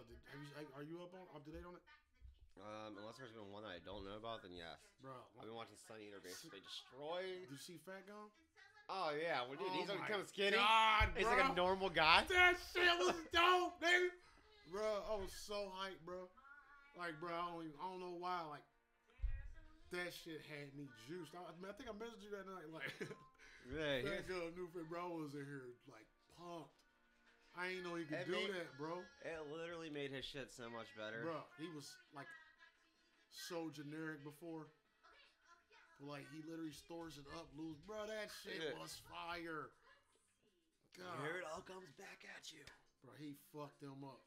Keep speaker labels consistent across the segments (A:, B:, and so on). A: you, are you up on up to date on it,
B: Um, unless there's been one that I don't know about, then yes.
A: bro?
B: I've been watching Sunny Eater basically destroy.
A: Do you see Fat Gum?
B: Oh yeah, well dude,
A: Oh
B: he's gonna
A: my
B: become skinny.
A: God,
B: he's like a
A: bro.
B: normal guy.
A: That shit was dope, nigga. Bro, I was so hyped, bro. Like, bro, I don't, even, I don't know why. Like, that shit had me juiced. I, I mean, I think I messaged you that night. Like,
B: Yeah, he
A: that
B: was-
A: girl new fit, bro, I was in here like pumped. I ain't know he could
B: That
A: do
B: made-
A: that, bro.
B: it literally made his shit so much better.
A: Bro, he was like so generic before. But, like he literally stores it up, lose. Bro, that shit
B: Yeah.
A: was fire.
B: Here
A: God,
B: it all comes back at you.
A: bro, he fucked them up.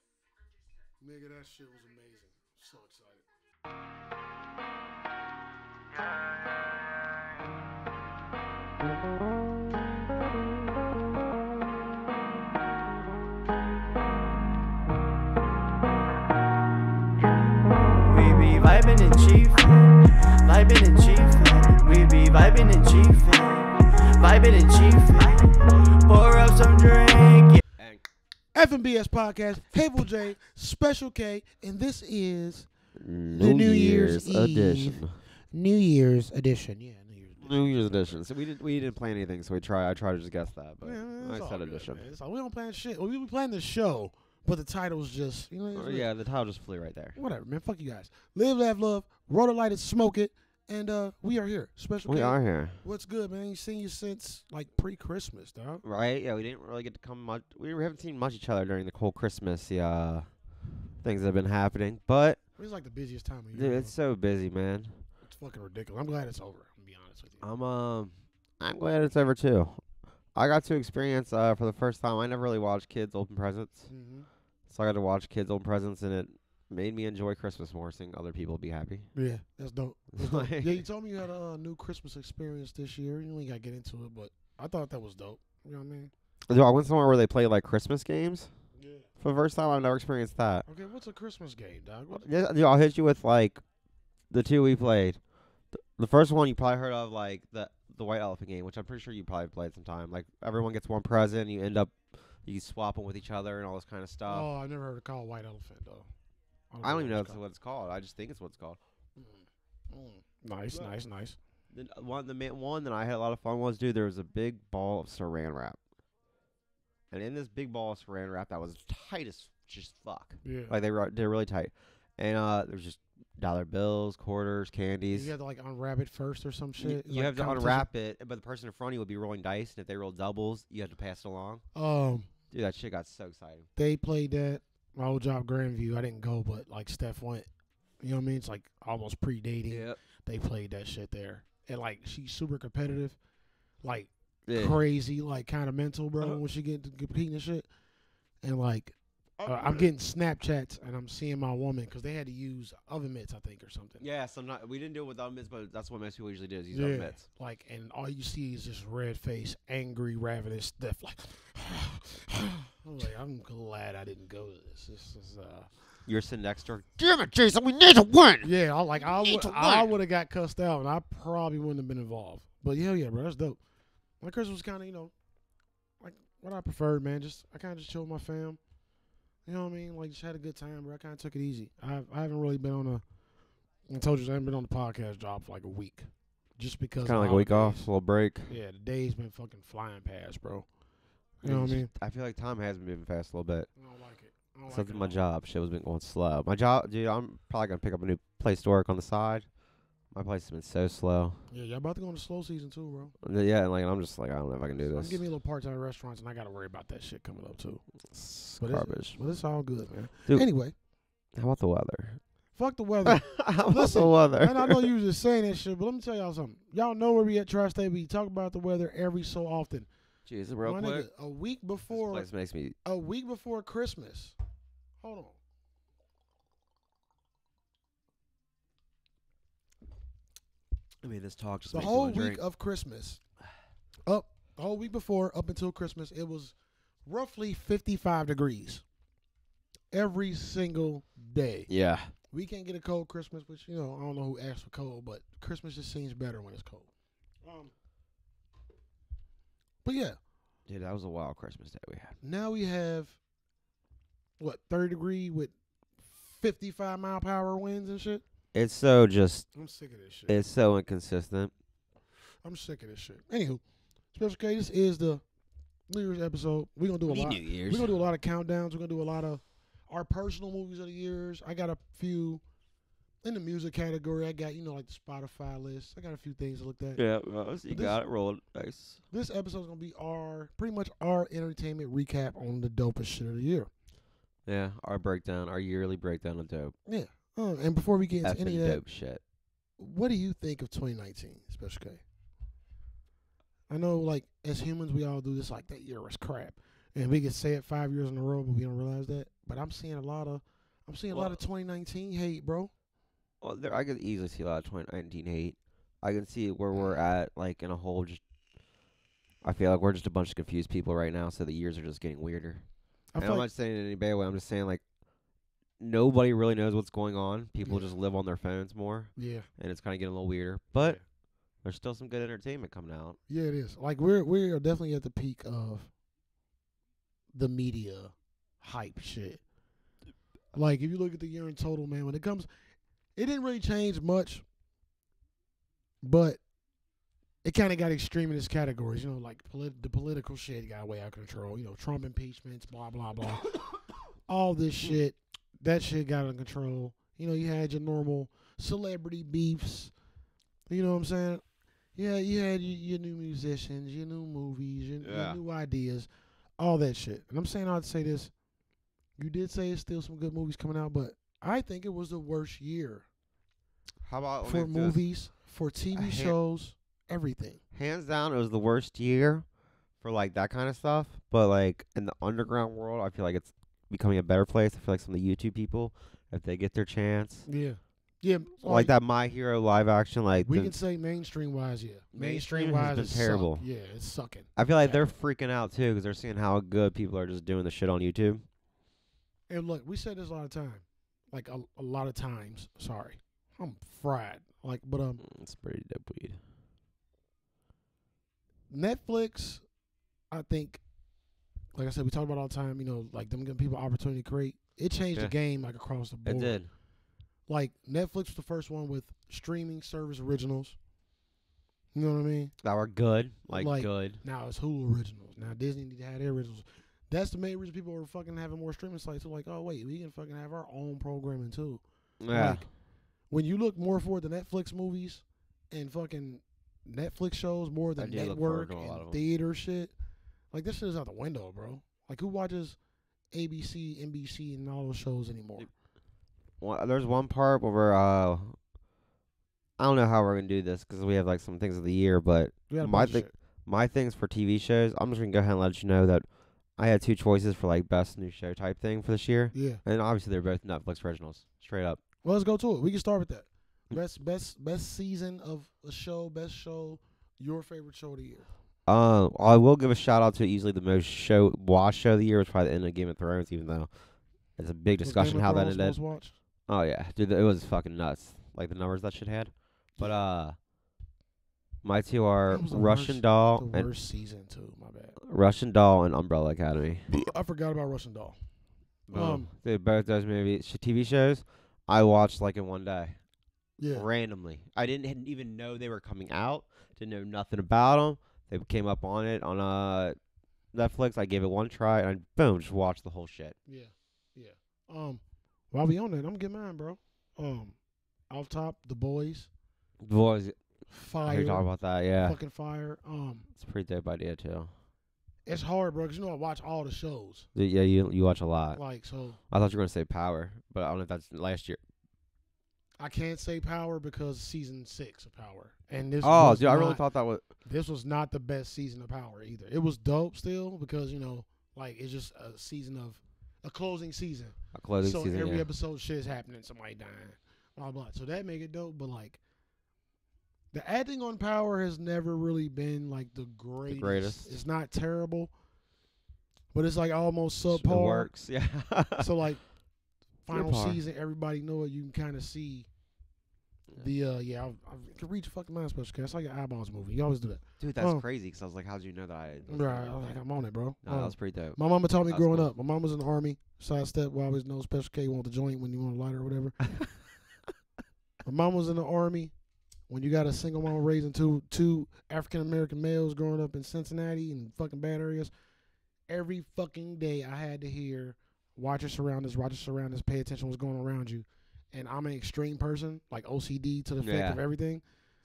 A: Nigga, that shit was amazing. So excited.
C: We be vibing and chiefin', vibing and chiefin'. We be vibing and chiefin', vibing and chiefin'. Pour up some drink.
B: And
A: FMBS Podcast, Havel J, Special K, and this is
B: New,
D: New Year's Year's Eve. edition.
A: New Year's edition. Yeah, New Year's
B: New Year's edition. So we didn't we didn't plan anything. So we try I try to just guess that, but
A: Yeah,
B: I
A: it's all
B: said
A: good,
B: edition.
A: man. It's all- we don't plan shit. We be planning the show, but the title's just you know. it's
B: Oh,
A: like-
B: yeah, the title just flew right there.
A: Whatever, man. Fuck you guys. Live, laugh, love. Roll the light and smoke it. And uh, we are here. Special.
B: We
A: K.
B: are here,
A: What's good, man? I ain't seen you since like pre-Christmas, dog.
B: right? Yeah, we didn't really get to come much. We haven't seen much each other during the whole Christmas. Yeah, things that have been happening, but
A: It's like the busiest time of year.
B: dude,
A: bro.
B: it's so busy, man.
A: It's fucking ridiculous. I'm glad it's over. I'm gonna be honest with you.
B: I'm um, I'm glad it's over too. I got to experience uh for the first time. I never really watched kids open presents,
A: Mm-hmm.
B: so I got to watch kids open presents, and it made me enjoy Christmas more, seeing other people be happy.
A: Yeah, that's dope. That's dope.
B: Like-
A: yeah, you told me you had a uh, new Christmas experience this year. You ain't gotta get into it, but I thought that was dope. You know what I mean?
B: Dude, I went somewhere where they play like Christmas games
A: Yeah.
B: for the first time. I've never experienced that.
A: Okay, what's a Christmas game, dog? What?
B: Yeah, dude, I'll hit you with like the two we played. Th- The first one you probably heard of, like the the white elephant game, which I'm pretty sure you probably played sometime. Like everyone gets one present, you end up you swap 'em with each other and all this kind of stuff.
A: oh, I never heard it called White Elephant though.
B: I don't even know
A: what
B: if
A: it's
B: that's what it's called. I just think it's what it's called.
A: called. Mm. Nice,
B: Right.
A: nice, nice.
B: Then uh, one the main one that I had a lot of fun was, dude. There was a big ball of saran wrap, and in this big ball of saran wrap that was tight as just fuck.
A: Yeah.
B: Like they were they're really tight, and uh, there was just dollar bills, quarters, candies.
A: you had to like unwrap it first or some
B: Y-
A: shit.
B: You,
A: like,
B: have to
A: competition.
B: unwrap it, but the person in front of you would be rolling dice, and if they roll doubles, you have to pass it along.
A: Um,
B: Dude, that shit got so exciting.
A: they played that. My old job, Grandview. I didn't go, but like Steph went. You know what I mean? It's like almost predating. They played that shit there, and like she's super competitive, like
B: Yeah.
A: crazy, like kind of mental, bro.
B: Uh-huh.
A: When she get to competing and shit, and like uh, I'm getting Snapchats and I'm seeing my woman because they had to use oven mitts, I think, or something.
B: Yeah, so I'm not. We didn't do it with mitts, but that's what most people usually do is use
A: Yeah.
B: mitts.
A: Like, and all you see is just red face, angry, ravenous stuff. Like, I'm like, I'm glad I didn't go to this. This is, uh,
B: You're sitting next to her.
D: Damn it, Jason, we need to win.
A: yeah, I like, I
D: need
A: would,
D: to
A: I
D: learn.
A: would have got cussed out, and I probably wouldn't have been involved. But hell yeah, bro, that's dope. My Christmas was kind of, you know, like what I preferred, man. Just I kind of just chilled with my fam. You know what I mean? Like, just had a good time, bro. I kind of took it easy. I I haven't really been on a. I told you I haven't been on the podcast job for like a week, just because
B: Kind
A: of
B: of like a week off,
A: holidays.
B: a little break.
A: Yeah, the day's been fucking flying past, bro. You know what I mean? Oh
B: I feel like time has been moving fast a little bit.
A: I don't like it. I don't
B: Except
A: like
B: for
A: it
B: my
A: at all.
B: job, shit was been going slow. My job, dude, I'm probably gonna pick up a new place to work on the side. My place has been so slow.
A: Yeah, y'all about to go into slow season too, bro.
B: Yeah, and like I'm just like I don't know if I can do
A: So I'm
B: this.
A: giving me little part-time restaurants, and I got to worry about that shit coming up too.
B: It's
A: But it's-
B: garbage.
A: But it's all good, man.
B: Dude.
A: Anyway,
B: How about the weather?
A: fuck the weather.
B: How about the
A: Listen,
B: weather?
A: and I know you was just saying that shit, but let me tell y'all something. Y'all know where we at Tri-State. We talk about the weather every so often.
B: Jeez, real
A: My
B: quick.
A: nigga, a week before,
B: this place makes me.
A: a week before Christmas. Hold on.
B: I mean, this talk just
A: the whole week of Christmas, up the whole week before, up until Christmas, it was roughly 55 degrees every single day.
B: yeah,
A: We can't get a cold Christmas, which you know I don't know who asked for cold, but Christmas just seems better when it's cold. Um, but yeah,
B: dude, that was a wild Christmas day we had.
A: now we have what 30 degree with 55 mile per hour winds and shit.
B: It's so just.
A: I'm sick of this shit.
B: It's so inconsistent.
A: I'm sick of this shit. Anywho, Special K, this is the New Year's episode. We're gonna do a lot.
B: Year's.
A: We're gonna do a lot of countdowns. We're gonna do a lot of our personal movies of the years. I got a few in the music category. I got you know like the Spotify list. I got a few things to look at.
B: yeah, well, you
A: But
B: got it rolled. Nice.
A: This episode is gonna be our pretty much our entertainment recap on the dopest shit of the year.
B: Yeah, our breakdown, our yearly breakdown of dope.
A: Yeah. Uh, and before we get into any
B: Effing
A: of that,
B: dope shit.
A: what do you think of 2019, Special K? I know, like as humans, we all do this. Like that year was crap, and we can say it five years in a row, but we don't realize that. But I'm seeing a lot of, I'm seeing a lot of
B: Well-
A: 2019 hate, bro.
B: Well, there, I could easily see a lot of 2019 hate. I can see where we're
A: Mm.
B: at, like in a whole. Just, I feel like we're just a bunch of confused people right now. So the years are just getting weirder.
A: I
B: And
A: feel
B: I'm
A: like,
B: not saying it in any bad way. I'm just saying like nobody really knows what's going on. People
A: Yeah.
B: just live on their phones more,
A: yeah,
B: and it's kind of getting a little weirder. But
A: Yeah.
B: there's still some good entertainment coming out.
A: yeah, it is. Like we're we're definitely at the peak of the media hype shit. Like if you look at the year in total, man, when it comes, it didn't really change much, but it kind of got extreme in its categories. You know, like polit- the political shit got way out of control. You know, Trump impeachments, blah blah blah, all this
B: Mm-hmm.
A: shit. That shit got out of control. You know, you had your normal celebrity beefs. You know what I'm saying? Yeah, you had your, your new musicians, your new movies, your, your
B: Yeah.
A: new ideas, all that shit. And I'm saying I'd say this. You did say it's still some good movies coming out, but I think it was the worst year
B: How about
A: for movies, for
B: Oh, I
A: TV
B: hate-
A: shows, everything.
B: hands down, it was the worst year for like that kind of stuff. But like in the underground world, I feel like it's becoming a better place. I feel like some of the YouTube people, if they get their chance,
A: Yeah, yeah,
B: like, that My Hero live action, like
A: We
B: the-
A: can say mainstream wise, yeah. Mainstream
B: Mainstream has
A: wise
B: been
A: is
B: terrible.
A: Yeah, it's sucking.
B: I feel like
A: yeah.
B: they're freaking out too because they're seeing how good people are just doing the shit on YouTube.
A: And look, we said this a lot of time, like a, a lot of times. Sorry, I'm fried. Like, but um,
B: Mm, It's pretty dope weed.
A: Netflix, I think, like I said, we talk about all the time. You know, like them giving people opportunity to create. It changed
B: Yeah.
A: the game like across the board.
B: It did.
A: Like Netflix was the first one with streaming service originals. You know what I mean?
B: That were good, like,
A: Like-
B: good.
A: Now it's Hulu originals. Now Disney need to have their originals. That's the main reason people are fucking having more streaming sites. They're like, oh wait, we can fucking have our own programming too.
B: Yeah,
A: Like, when you look more for the Netflix movies and fucking Netflix shows more than
B: do look
A: network
B: forward to a lot of
A: and
B: 'em.
A: theater shit, like this shit is out the window, bro. Like who watches ABC, NBC, and all those shows anymore?
B: One- there's one part where we're, uh, I don't know how we're gonna do this because we have like some things of the year, but
A: We got a
B: My
A: bunch of
B: thing-
A: shit.
B: my things for TV shows, I'm just gonna go ahead and let you know that I had two choices for like best new show type thing for this year,
A: Yeah.
B: and obviously they're both Netflix originals, straight up.
A: Well, let's go to it. We can start with that. Best, best, best season of a show. Best show. Your favorite show of the year.
B: Uh, I will give a shout out to easily the most show watched show of the year was probably the end of Game of Thrones, even though it's a big
A: Was
B: discussion
A: Game of
B: how that
A: Thrones
B: ended.
A: most watched?
B: Oh yeah, dude, it was fucking nuts. Like the numbers that shit had. But uh, my two are
A: That was the
B: Russian
A: worst-
B: Doll
A: The
B: and
A: worst season too. My bad.
B: Russian Doll and Umbrella Academy.
A: I forgot about Russian Doll.
B: Boom.
A: Um,
B: dude, both those movies, sh- TV shows, I watched like in one day,
A: Yeah.
B: randomly. I didn't hadn't even know they were coming out. Didn't know nothing about them. They came up on it on uh Netflix. I gave it one try and I, boom, just watched the whole shit.
A: Yeah. Yeah. Um, while we on that, I'm gonna get mine, bro. Um, off top, the boys,
B: Boys, I heard
A: fire,
B: you talk about that. Yeah,
A: fucking fire. Um,
B: it's a pretty dope idea too.
A: it's hard, bro, 'cause you know I watch all the shows.
B: Dude, yeah, you you watch a lot.
A: Like, so
B: I thought you were gonna say Power, but I don't know if that's last year.
A: I can't say Power because season six of Power, and this.
B: oh,
A: was
B: dude, I really
A: not-
B: thought that was.
A: this was not the best season of Power either. It was dope still because you know, like it's just a season of a closing season.
B: A closing
A: so
B: season.
A: every
B: yeah.
A: episode shit is happening, somebody dying, blah blah. So that make it dope, but like the acting on Power has never really been like the greatest.
B: greatest.
A: It's not terrible, but it's like almost
B: It
A: subpar.
B: works. Yeah.
A: So like final
B: Subpar.
A: season, everybody know it. You can kind of see The uh, yeah, I, I could read your fucking mind, special K. I saw your eyeballs moving. You always do that.
B: Dude, that's
A: Oh.
B: crazy. Because I was like, how'd you know that I? was
A: Right,
B: thinking
A: I was
B: about
A: like,
B: that?
A: I'm on it, bro.
B: No,
A: Um,
B: that was pretty dope.
A: my mama taught me
B: that's
A: growing
B: cool.
A: up. My mom was in the army. Sidestep. We always know Special K want the joint when you want a lighter or whatever. my mom was in the army. When you got a single mom raising two two African American males growing up in Cincinnati and fucking bad areas, every fucking day I had to hear, watch your surroundings, watch your surroundings, pay attention to what's going around you. And I'm an extreme person, like OCD to the effect
B: Yeah.
A: of everything.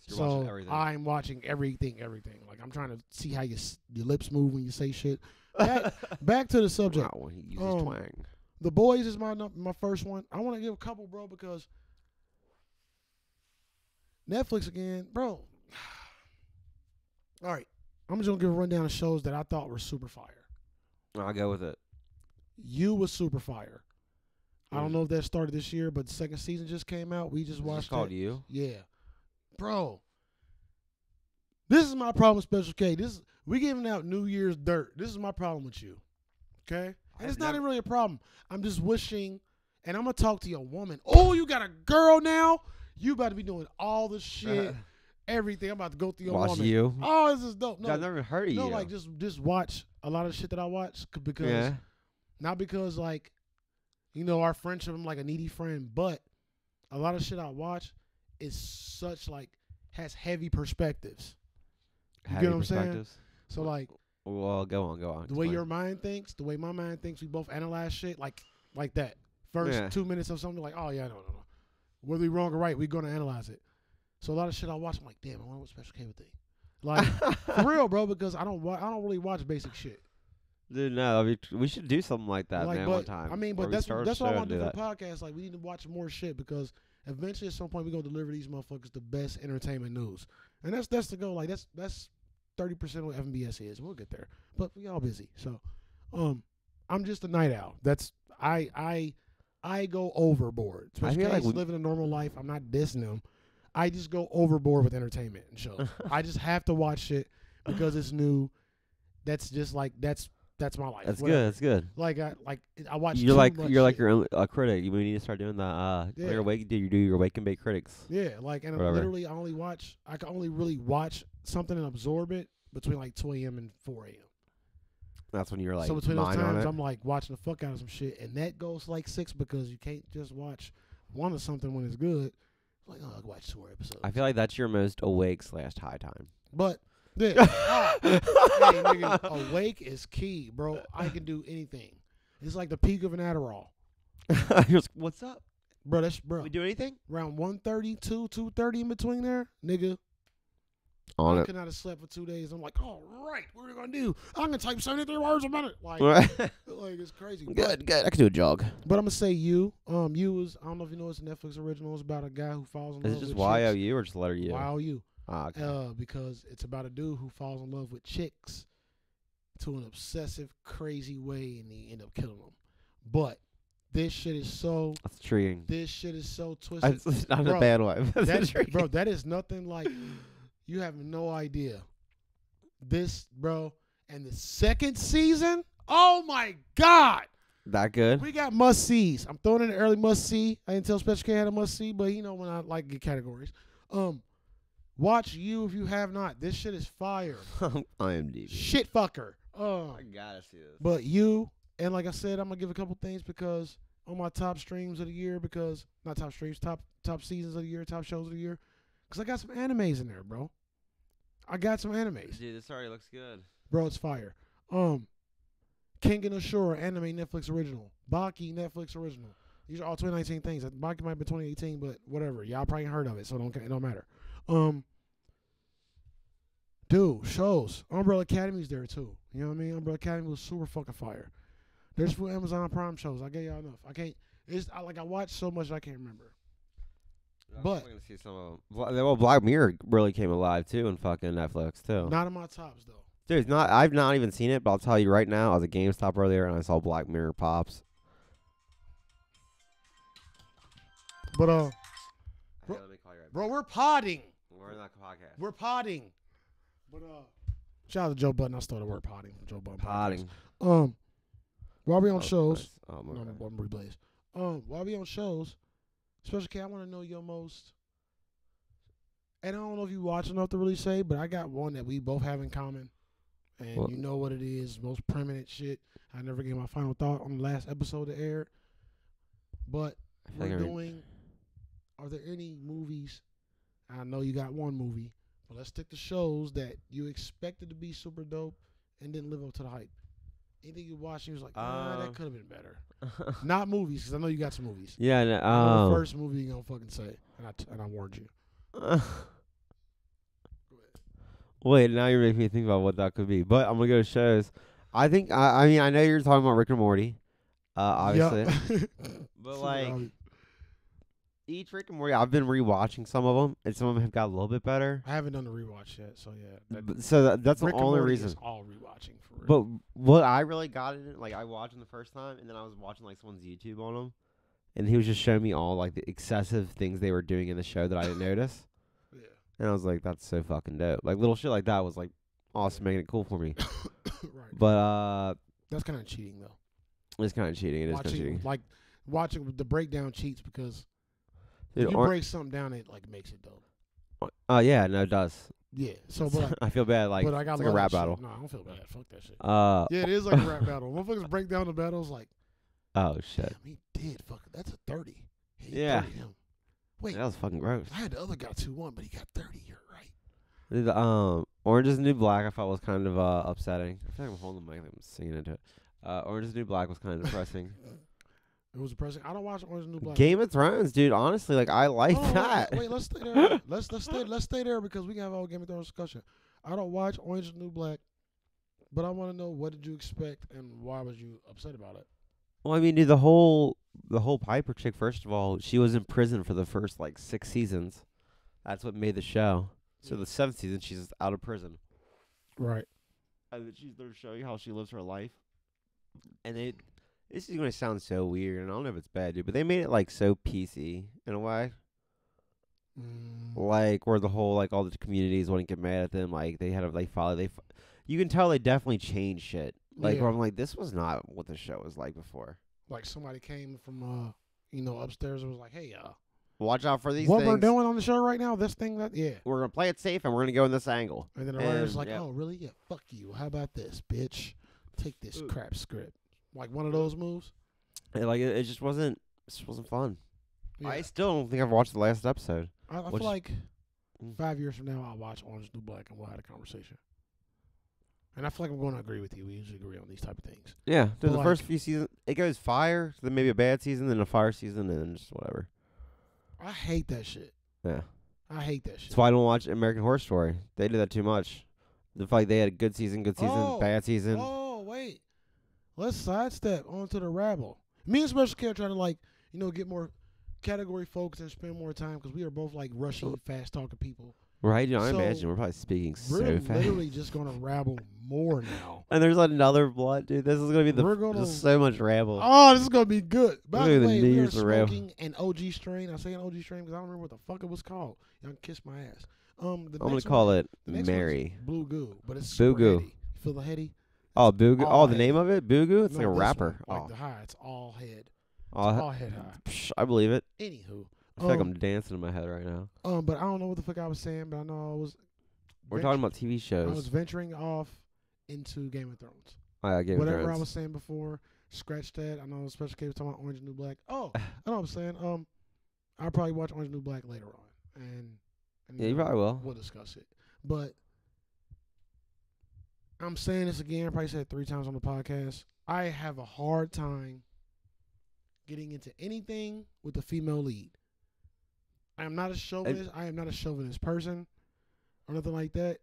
B: You're watching
A: So
B: everything.
A: I'm watching everything, everything. Like I'm trying to see how your s- your lips move when you say shit. Back, back to the subject.
B: Wow, he uses
A: Um,
B: twang.
A: The boys is my num- my first one. I want to give a couple, bro, because Netflix again, bro. All right, I'm just gonna give a rundown of shows that I thought were super fire.
B: I'll go with it.
A: You was super fire. I
B: Mm.
A: don't know if that started this year, but the second season just came out. We just
B: Is this
A: watched
B: called
A: it.
B: you.
A: Yeah. Bro. This is my problem with Special K. This is, we giving out New Year's dirt. This is my problem with you. Okay? And
B: I've
A: it's not
B: never-
A: even really a problem. I'm just wishing and I'm gonna talk to your woman. Oh, you got a girl now? You about to be doing all the shit, everything. I'm about to go through your
B: Uh, Watch
A: woman.
B: you.
A: Oh, this is dope. No,
B: I've never heard of
A: no,
B: you.
A: like just just watch a lot of shit that I watch c- because
B: yeah.
A: not because like you know our friendship i'm like a needy friend but a lot of shit i watch is such like has heavy perspectives you
B: Happy
A: get what I'm saying?
B: perspectives.
A: so like
B: Well, go on, go on.
A: the way
B: explain.
A: your mind thinks the way my mind thinks we both analyze shit like like that first
B: Yeah.
A: two minutes of something like oh yeah no no no whether we wrong or right we're gonna analyze it so a lot of shit i watch i'm like damn i wonder what special k would think like for real bro because i don't wa- i don't really watch basic shit
B: Dude, no, I mean, we should do something like that,
A: like,
B: man,
A: but,
B: one time.
A: I mean,
B: where
A: but
B: we
A: that's
B: start a
A: that's what I
B: show
A: want
B: and
A: to do
B: do
A: for the podcast. Like, we need to watch more shit because eventually, at some point, we're gonna deliver these motherfuckers the best entertainment news, and that's that's the goal. Like, that's that's thirty percent of what FBS is. We'll get there, but we all busy. So, um, I'm just a night owl. That's I I I go overboard.
B: I
A: Which
B: feel
A: case,
B: like we-
A: living a normal life, I'm not dissing them. I just go overboard with entertainment and shows. I just have to watch shit because it's new. That's just like that's that's my life.
B: That's
A: whatever.
B: good. That's good.
A: Like I like I watch.
B: You're
A: too
B: like
A: much
B: you're like
A: shit.
B: your own a critic. You we need to start doing that. Uh,
A: Yeah.
B: your wake, do you do your wake and bake critics?
A: yeah. Like and
B: Whatever.
A: literally, I only watch. I can only really watch something and absorb it between like 2 a.m. and 4 a.m.
B: That's when you're like
A: so between those
B: mine on
A: times,
B: it.
A: I'm like watching the fuck out of some shit, and that goes to, like six because you can't just watch one of something when it's good. Like oh, I can watch two more episodes.
B: I feel like that's your most awake slash high time.
A: but yeah, ah, hey, nigga, awake is key, bro. I can do anything. It's like the peak of an Adderall,
B: You're just, what's up?
A: bro. That's bro.
B: We do anything
A: Around 1.30, 2, 2.30 in between there, nigga.
B: on
A: I
B: it?
A: could not have slept for two days. I'm like, all right, what are we gonna do? I'm gonna type 73 words a minute. Like, like it's crazy. But-
B: good, good. I can do a jog.
A: But I'm gonna say you. Um, you was I don't know if you know it's a Netflix original. It's about a guy who falls in
B: Is
A: love
B: it just
A: with
B: Y O
A: chicks.
B: U or just letter U?
A: Wow, you.
B: Ah, okay.
A: Uh, because it's about a dude who falls in love with chicks to an obsessive, crazy way, and he end up killing them. But this shit is so.
B: that's intriguing.
A: This shit is so twisted.
B: It's it's not in
A: bro,
B: a bad way. That's
A: That-
B: intriguing.
A: bro, that is nothing like you have no idea. This, bro, and the second season. Oh my god,
B: that good?
A: we got must sees. I'm throwing in an early must see. I didn't tell Special K I had a must see, but you know when I like get categories. Um, watch you if you have not. This shit is fire.
B: I am deep.
A: Shit fucker. Um,
B: gotta see this.
A: but you and like I said, I'm gonna give a couple things because on my top streams of the year, because not top streams, top top seasons of the year, top shows of the year, because I got some animes in there, bro. I got some animes,
B: Dude, this already looks good.
A: bro. It's fire. Um, King and Ashura anime Netflix original, Baki Netflix original. These are all 2019 things. Baki might be 2018, but whatever. Y'all probably ain't heard of it, so it don't ca- it don't matter. Um, dude, shows. Umbrella Academy's there too. You know what I mean? Umbrella Academy was super fucking fire. There's few Amazon Prime shows. I gave y'all enough. I can't. It's I, like I watched so much I can't remember. But-
B: I'm gonna see some of 'em. Bla- Well, Black Mirror really came alive too in fucking Netflix too.
A: Not in my tops though.
B: Dude, it's not I've not even seen it, but I'll tell you right now. I was at GameStop earlier and I saw Black Mirror pops.
A: But uh, Bro-
B: let me call you right
A: bro, we're potting.
B: We're in that podcast.
A: We're potting. But uh, shout out to Joe Button. I started word potting. Joe Button. podcast.
B: potting
A: Um, while we on
B: Oh,
A: shows,
B: nice. Oh, my
A: no, no,
B: God.
A: I'm replays. Um, while we on shows, Special K, I want to know your most and I don't know if you watch enough to really say, but I got one that we both have in common, and
B: What?
A: you know what it is, most permanent shit. I never gave my final thought on the last episode that aired, but
B: I feel
A: we're
B: like I re-
A: doing. Are there any movies? I know you got one movie, but let's stick to shows that you expected to be super dope and didn't live up to the hype. Anything you watched, and you was like, ah,
B: Um,
A: that could have been better. Not movies, because I know you got some movies.
B: yeah. No,
A: I know
B: um,
A: the first movie you gonna fucking say, and I t- and I warned you.
B: Wait, now you're making me think about what that could be. But I'm gonna go to shows. I think I, I mean I know you're talking about Rick and Morty, uh, obviously.
A: Yep.
B: But
A: So,
B: like
A: um,
B: each Rick and Morty, I've been rewatching some of them, and some of them have got a little bit better.
A: I haven't done the rewatch yet, so yeah. that-
B: But- so that, that's
A: Rick
B: the
A: and
B: only
A: Morty is
B: reason.
A: all rewatching for real.
B: But what I really got in it, like I watched them the first time, and then I was watching like someone's YouTube on them, and he was just showing me all like the excessive things they were doing in the show that I didn't notice,
A: yeah,
B: and I was like, that's so fucking dope. Like little shit like that was like awesome, making it cool for me.
A: right.
B: But uh,
A: That's kind of cheating though.
B: it's kind of cheating. It is kind of
A: watching
B: cheating.
A: like watching with the breakdown cheats because
B: Dude,
A: if you
B: aren't-
A: break something down, it like makes it dope.
B: Oh yeah, no, it does.
A: Yeah. So, but like,
B: I feel bad. Like
A: but I got
B: it's like a rap battle.
A: No, I don't feel bad. Fuck that shit.
B: Uh
A: Yeah, it is like a rap battle. Motherfuckers break down the battles like,
B: oh shit.
A: damn, he did. Fuck, that's a thirty. He
B: Yeah.
A: 30 him. Wait,
B: That was fucking gross.
A: I had the other guy two one, but he got thirty. You're right.
B: Dude, the, um, Orange is the New Black. I thought was kind of uh, upsetting. I feel like I'm holding the mic. like I'm singing into it. Uh, Orange is the New Black was kind of depressing.
A: It was depressing. I don't watch Orange is the New Black.
B: Game of Thrones, dude. Honestly, like I like
A: Hold on, Oh, wait,
B: that.
A: Wait, let's stay there. let's let's stay let's stay there because we can have our Game of Thrones discussion. I don't watch Orange is the New Black, but I want to know what did you expect and why was you upset about it?
B: Well, I mean, dude, the whole the whole Piper chick. First of all, she was in prison for the first like six seasons. That's what made the show. So the seventh season, she's out of prison.
A: Right.
B: and then she's there showing how she lives her life. And it, this is gonna sound so weird, and I don't know if it's bad, dude, but they made it like so PC in a way,
A: Mm.
B: like where the whole like all the communities wouldn't get mad at them, like they had a they follow they, f- you can tell they definitely changed shit. Like
A: Yeah.
B: where I'm like, this was not what the show was like before.
A: Like somebody came from uh you know upstairs and was like, hey uh,
B: Watch out for these
A: what
B: things.
A: we're doing on the show right now, this thing that yeah.
B: We're gonna play it safe, and we're gonna go in this angle.
A: And then the writer's
B: And-
A: like,
B: yeah.
A: oh really? Yeah, fuck you. How about this, bitch? Take this crap script. Like one of those moves.
B: And, like it, it just wasn't, it just wasn't fun.
A: Yeah.
B: I still don't think I've watched the last episode.
A: I, I feel
B: Which-
A: like
B: Mm.
A: five years from now, I'll watch Orange is the New Black and we'll have a conversation. And I feel like I'm going to agree with you. We usually agree on these type of things.
B: Yeah,
A: But,
B: dude, the first
A: like-
B: few seasons, it goes fire, then maybe a bad season, then a fire season, and then just whatever.
A: I hate that shit.
B: Yeah,
A: I hate that shit.
B: that's why I don't watch American Horror Story. They do that too much. The fact they had a good season, good season,
A: Oh.
B: bad season.
A: Oh wait, let's sidestep onto the rabble. Me and Special Care trying to like you know get more category focused and spend more time because we are both like rushing, fast talking people.
B: Right? You know, I
A: So,
B: imagine we're probably speaking so
A: We're
B: fast.
A: literally just going to rabble more now.
B: And there's another blood, dude. This is gonna be the
A: We're gonna-
B: just so much rabble.
A: Oh, this is gonna be good. By
B: Look at
A: the
B: the
A: way,
B: New
A: we are
B: Year's around.
A: smoking an OG strain. I say an OG strain because I don't remember what the fuck it was called. Y'all can kiss my ass. Um, the
B: I'm gonna
A: next
B: call
A: one-
B: it
A: the next one's
B: Mary.
A: Blue Goo, but it's
B: Boo
A: super
B: Goo.
A: heady. You feel the heady?
B: Oh, Boogoo.
A: all
B: Oh, the
A: head.
B: name of it, Boogoo.
A: No, this
B: It's like a
A: one,
B: rapper.
A: Like
B: oh,
A: the high, it's all head.
B: oh,
A: all head high.
B: psh, I believe it.
A: Anywho,
B: I feel like
A: Um,
B: I'm dancing in my head right now.
A: um, but I don't know what the fuck I was saying, but I know I was.
B: We're
A: vent-
B: talking about TV
A: I was
B: shows.
A: venturing off into Game of Thrones.
B: Uh, Game of
A: Whatever I
B: Thrones.
A: was saying before, scratch that. I know Special K was talking about Orange is the New Black. Oh, I know what I'm saying. Um, I'll probably watch Orange is the New Black later on, and, and
B: Yeah, you probably will.
A: we'll discuss it. But I'm saying this again. I probably said it three times on the podcast. I have a hard time getting into anything with the female lead. I am not a chauvinist. I am not a chauvinist person or nothing like that.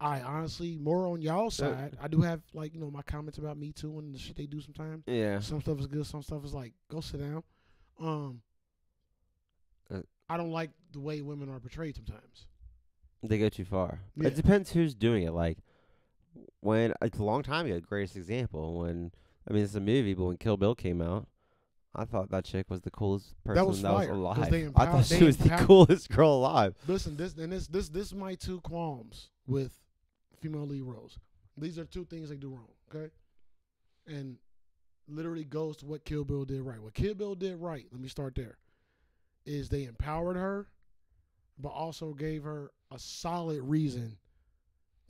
A: I honestly, more on
B: Uh,
A: y'all side, I do have like you know my comments about Me Too and the shit they do sometimes.
B: Yeah.
A: Some stuff is good. Some stuff is like, go sit down. Um,
B: Uh,
A: I don't like the way women are portrayed sometimes.
B: they go too far.
A: Yeah.
B: It depends who's doing it. Like when it's a long time ago, greatest example when I mean it's a movie, but when Kill Bill came out, I thought that chick was the coolest person
A: was fire, 'cause
B: alive.
A: they
B: I
A: empower-
B: thought
A: they
B: she was the
A: empower-
B: coolest girl alive.
A: Listen, this and this this this is my two qualms with female lead roles. These are two things they do wrong. Okay, and literally goes to what Kill Bill did right. What Kill Bill did right. Let me start there. Is they empowered her but also gave her a solid reason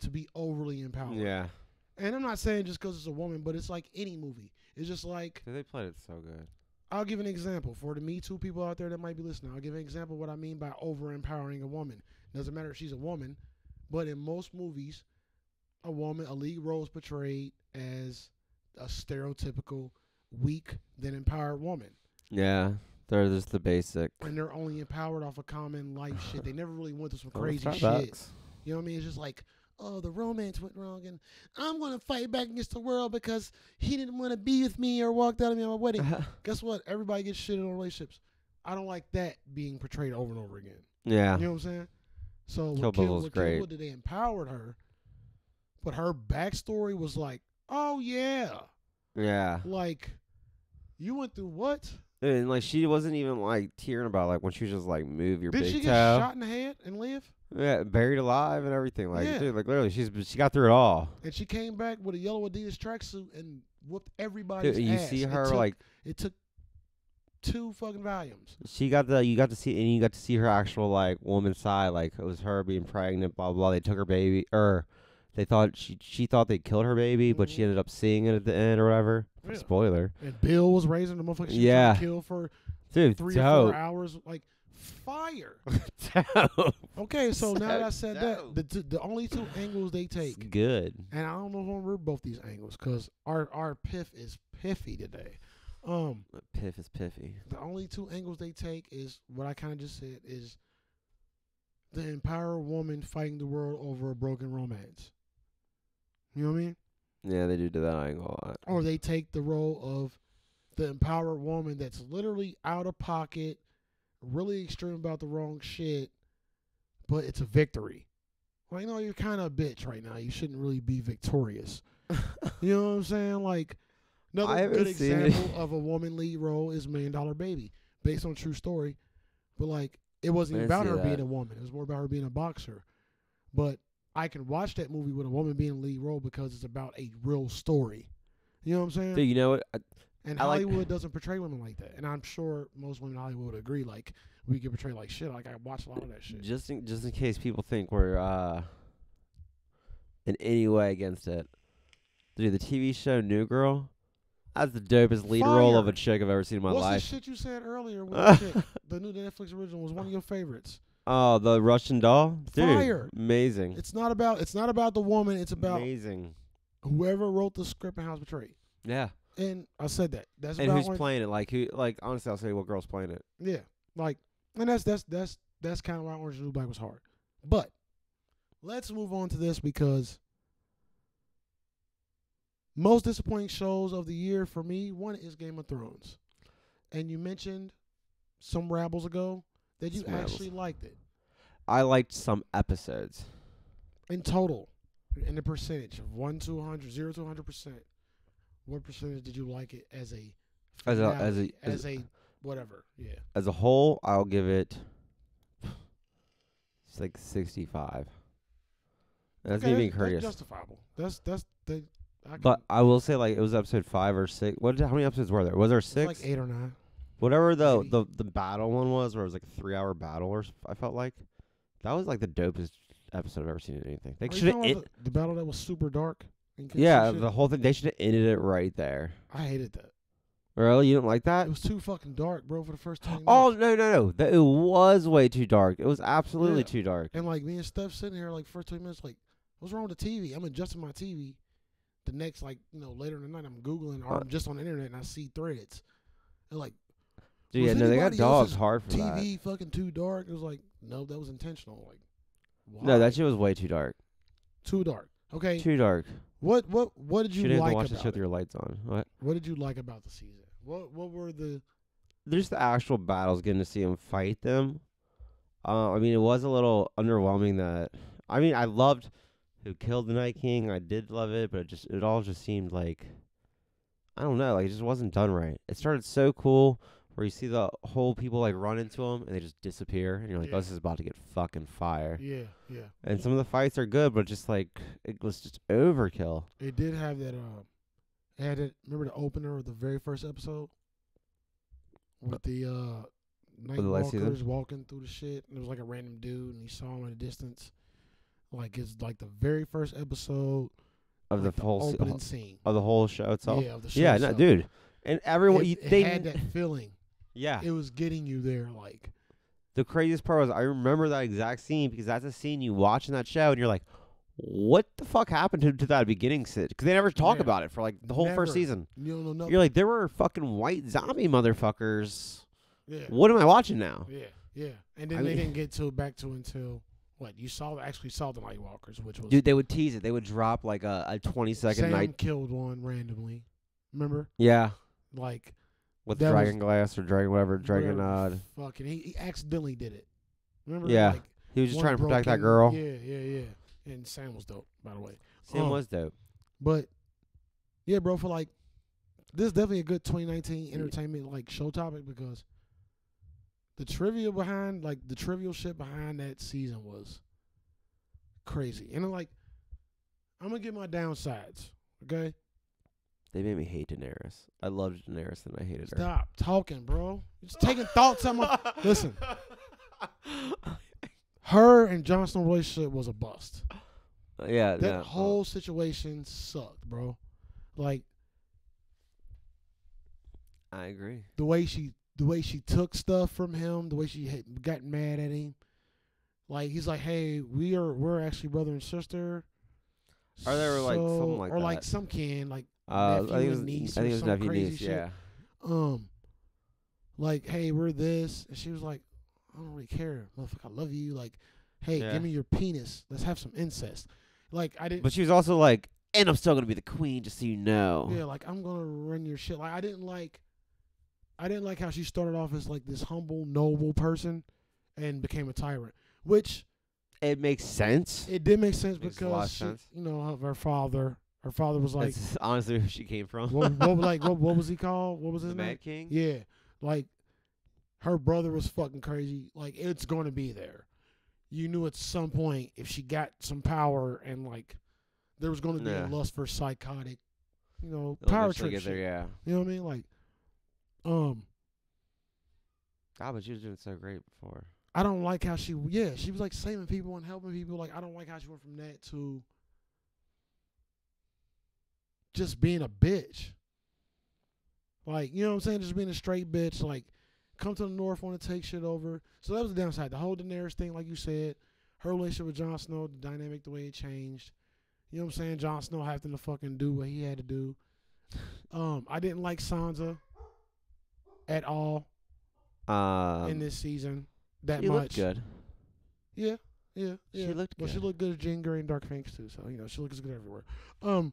A: to be overly empowered.
B: Yeah.
A: And I'm not saying just because it's a woman, but it's like any movie. It's just like
B: Dude, they played it so good.
A: I'll give an example for the Me Too people out there that might be listening. I'll give an example of what I mean by over empowering a woman. Doesn't matter if she's a woman, but in most movies, a woman, a lead role is portrayed as a stereotypical weak, then empowered woman.
B: Yeah. They're just the basic.
A: And they're only empowered off of common life shit. They never really went through some crazy shit. You know what I mean? It's just like, oh, the romance went wrong, and I'm gonna fight back against the world because he didn't want to be with me or walked out of me on my wedding. guess what? Everybody gets shitted on relationships. I don't like that being portrayed over and over again.
B: yeah.
A: You know what I'm saying? So
B: Kill
A: what
B: Bill
A: Kill,
B: was
A: what Kill
B: great.
A: Bill did, they empowered her, but her backstory was like, oh yeah,
B: Yeah.
A: like you went through what?
B: And like she wasn't even like tearing about like when she was just like move your
A: Did
B: big
A: she get
B: toe.
A: shot in the head and live?
B: Yeah, buried alive and everything. Like
A: Yeah.
B: dude, like literally she's she got through it all.
A: And she came back with a yellow Adidas tracksuit and whooped everybody's
B: Dude, you
A: ass.
B: see
A: It
B: her
A: took-
B: like
A: it took two fucking volumes.
B: she got the you got to see and you got to see her actual like woman's side like it was her being pregnant blah blah, blah. they took her baby or they thought she she thought they killed her baby but she
A: Mhm.
B: ended up seeing it at the end or whatever
A: Yeah.
B: spoiler
A: And Bill was raising the motherfucker. She was trying to
B: Yeah.
A: kill for
B: dude
A: three or
B: dope
A: four hours. Like fire.
B: dope
A: Okay, so now that I said
B: Dope.
A: that, the, two the only two angles they
B: It's
A: take,
B: good
A: and I don't know if I'm remember both these angles because our our piff is piffy today. Um,
B: piff is piffy
A: the only two angles they take is what I kind of just said is the empowered woman fighting the world over a broken romance. You know what I mean?
B: yeah they do do that angle a lot
A: or they take the role of the empowered woman that's literally out of pocket, really extreme about the wrong shit, but it's a victory. Like, no, you're kind of a bitch right now. You shouldn't really be victorious. you know what I'm saying? Like,
B: I
A: another
B: haven't
A: good
B: seen it.
A: example of a woman lead role is Million Dollar Baby, based on a true story. But like, it wasn't even
B: I didn't
A: about her
B: see
A: being a
B: that.
A: woman. It was more about her being a boxer. But I can watch that movie with a woman being lead role because it's about a real story. You know what I'm saying?
B: dude you know what I,
A: and
B: I like-
A: Hollywood doesn't portray women like that. And I'm sure most women in Hollywood would agree. Like we get portrayed like shit. Like I watch a lot of that shit.
B: just in just in case people think we're uh in any way against it dude the tv show new girl that's the dopest lead role of
A: Fire.
B: a chick i've ever seen in my
A: What's
B: life
A: the shit you said earlier? When the, chick, the new Netflix original was one of your favorites.
B: Oh, the Russian doll, dude!
A: Fire.
B: Amazing.
A: It's not about. It's not about the woman. It's about
B: amazing.
A: whoever wrote the script and how it's portrayed.
B: Yeah,
A: And I said that. That's
B: and
A: about
B: who's
A: one-
B: playing it? Like who? Like honestly, I'll say what girl's playing it.
A: Yeah, like, and that's that's that's that's kind of why Orange is the New Black was hard. But let's move on to this because most disappointing shows of the year for me, one is Game of Thrones, and you mentioned some rabbles ago that you
B: Some rabbles.
A: actually liked it
B: I liked some episodes.
A: in total, in the percentage of one to 100, zero to hundred percent. What percentage did you like it as a
B: As a- as
A: finale,
B: a- as
A: as a whatever? Yeah,
B: As a whole, I'll give it. It's like sixty-five. That's
A: Okay,
B: me being
A: that's
B: courteous.
A: justifiable. That's that's the. I can-
B: But I will say, like, it was episode five or six. What? How many episodes were there? Was there
A: It's
B: six?
A: like eight or nine.
B: Whatever the,
A: maybe.
B: the the battle one was, where it was like a three-hour battle, or s- I felt like that was like the dopest episode I've ever seen in anything. They
A: Are Oh, you
B: should
A: talking about the, the battle that was super dark. and kids and
B: Yeah,
A: shit?
B: the whole thing. They should have ended it right there.
A: I hated that.
B: Really, you don't like that?
A: It was too fucking dark, bro. For the first time.
B: Oh no, no, no! That it was way too dark. It was absolutely
A: Yeah.
B: too dark.
A: and like me and Steph sitting here like first twenty minutes, like what's wrong with the TV? I'm adjusting my TV. The next like you know later in the night, I'm googling or
B: Uh,
A: I'm just on the internet and I see threads. And like
B: Dude,
A: Was
B: yeah, no, they got
A: anybody
B: dogs
A: else's
B: hard for that.
A: TV fucking too dark. It was like no, that was intentional. Like why?
B: No, that shit was way too dark.
A: too dark. Okay,
B: Too dark.
A: what what what did you
B: Should have
A: like
B: to watch the
A: about
B: show with
A: it?
B: your lights on. What?
A: What did you like about the season? What what were the
B: There's the actual battles. Getting to see them fight them. Uh, I mean, it was a little underwhelming. That I mean, I loved who killed the Night King. I did love it, but it just it all just seemed like I don't know. Like it just wasn't done right. It started so cool. Where you see the whole people like run into them and they just disappear, and you're like,
A: Yeah.
B: oh, "This is about to get fucking fire."
A: yeah yeah
B: And some of the fights are good, but just like it was just overkill.
A: It did have that. Um, it had it. Remember the opener of the very first episode with the uh night
B: the last
A: walkers
B: season?
A: walking through the shit, and it was like a random dude, and he saw him in the distance. Like it's like the very first episode
B: of the
A: like
B: whole se-
A: opening scene.
B: of the whole show itself.
A: yeah, of the show
B: Yeah, no,
A: itself.
B: dude, and everyone
A: It,
B: you,
A: it
B: they
A: had that feeling.
B: yeah.
A: It was getting you there, like
B: the craziest part was I remember that exact scene because that's a scene you watch in that show and you're like, what the fuck happened to, to that beginning sit? Because they never talk
A: Yeah.
B: about it for like the whole
A: Never.
B: first season.
A: you don't know nothing.
B: You're like, there were fucking white zombie motherfuckers.
A: yeah,
B: What am I watching now?
A: yeah, yeah. And then
B: I
A: they
B: mean-
A: didn't get to back to until what you saw actually saw the night walkers, which was
B: Dude, they would tease it. They would drop like a, a 20 second
A: Sam
B: night.
A: killed one randomly. Remember,
B: Yeah.
A: like
B: With
A: That was-
B: Dragon Glass or Dragon, whatever, Dragon.
A: whatever
B: Uh,
A: the Fucking, he, he accidentally did it. Remember?
B: Yeah.
A: Like,
B: he was just
A: one
B: trying to protect
A: broken-
B: that girl.
A: Yeah, yeah, yeah. And Sam was dope, by the way.
B: Sam
A: Um,
B: was dope.
A: But yeah, bro, for like this is definitely a good 2019 entertainment like show topic because the trivia behind like the trivial shit behind that season was crazy. And I'm like I'm gonna get my downsides. Okay,
B: They made me hate Daenerys. I loved Daenerys and I hated her.
A: stop talking, bro. You're Just taking thoughts out my. Listen. Her and Jon Snow relationship was a bust.
B: yeah.
A: That
B: no, uh,
A: whole situation sucked, bro. Like
B: I agree.
A: the way she the way she took stuff from him, the way she had, got mad at him. Like he's like, "Hey, we are we're actually brother and sister."
B: Or they were, like, something like
A: or like
B: that.
A: some kin, like
B: Uh,
A: nephew
B: I think
A: and
B: it was,
A: niece
B: I
A: or
B: think it was
A: some
B: nephew
A: crazy
B: niece.
A: shit.
B: Yeah.
A: um, like, "Hey, we're this," and she was like, "I don't really care, motherfucker. I love you." Like, "Hey,
B: Yeah.
A: give me your penis. Let's have some incest." Like I didn't,
B: But she was also like, and I'm still gonna be the queen, just so you know.
A: yeah, like I'm gonna run your shit. Like I didn't like, I didn't like how she started off as like this humble, noble person, and became a tyrant, which.
B: It makes sense.
A: It did make sense
B: Makes a lot
A: because
B: of
A: she,
B: sense.
A: you know her, her father. Her father was like,
B: That's honestly where she came from.
A: what, what, like what, what was he called? What was his
B: the
A: name?
B: Mad King.
A: Yeah, like her brother was fucking crazy. Like it's going to be there. You knew at some point if she got some power and like there was going to be a
B: Yeah.
A: lust for psychotic, you know,
B: They'll
A: power
B: eventually
A: trip.
B: get there,
A: shit.
B: yeah.
A: You know what I mean? Like, um,
B: God, but she was doing so great before.
A: I don't like how she yeah, she was like saving people and helping people. Like I don't like how she went from that to just being a bitch. Like, you know what I'm saying? Just being a straight bitch, like come to the north, wanna take shit over. So that was the downside. The whole Daenerys thing, like you said, her relationship with Jon Snow, the dynamic, the way it changed. You know what I'm saying? Jon Snow having to fucking do what he had to do. Um, I didn't like Sansa at all
B: Um,
A: in this season that
B: she
A: much.
B: looked good.
A: Yeah, yeah, yeah.
B: She looked
A: Well, she
B: good.
A: looked good as Jean Grey and Dark Phoenix too. So you know, she looks good everywhere. Um,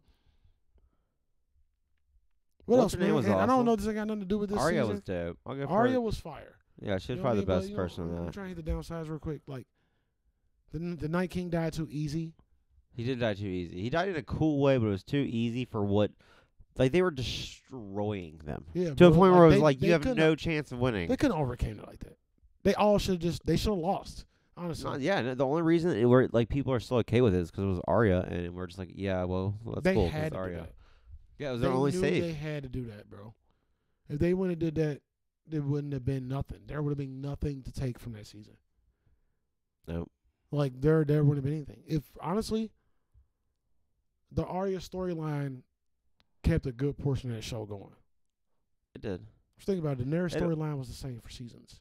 A: what
B: What's
A: else?
B: her name
A: man?
B: was
A: And I don't
B: awesome.
A: know. if This ain't got nothing to do with this
B: Arya was
A: season.
B: dope. I'll go for
A: Arya
B: it.
A: was fire.
B: Yeah, she
A: You
B: was
A: know what I
B: probably
A: mean?
B: the
A: But,
B: best
A: you know,
B: person
A: I'm,
B: in
A: I'm
B: that.
A: trying to hit the downsides real quick. Like the the Night King died too easy.
B: He did die too easy. He died in a cool way, but it was too easy for what. Like they were destroying them
A: Yeah,
B: to a
A: bro.
B: point where it was
A: they-
B: like you
A: they
B: have
A: couldn't-
B: no chance of winning.
A: They couldn't overcame it like that. They all should just. They should have lost.
B: It's
A: Honestly,
B: not- yeah, no, the only reason it were like people are still okay with it is because it was Arya, and we're just like, yeah, well, that's
A: they
B: cool. 'cause
A: had
B: it's
A: to do
B: Arya.
A: that.
B: Yeah, it was
A: they
B: their only
A: knew
B: save.
A: They had to do that, bro. If they wouldn't have did that, there wouldn't have been nothing. There would have been nothing to take from that season.
B: Nope.
A: Like there, there wouldn't have been anything. If honestly, the Arya storyline kept a good portion of that show going.
B: It did.
A: Just think about it. Daenerys
B: They don't-
A: storyline was the same for seasons.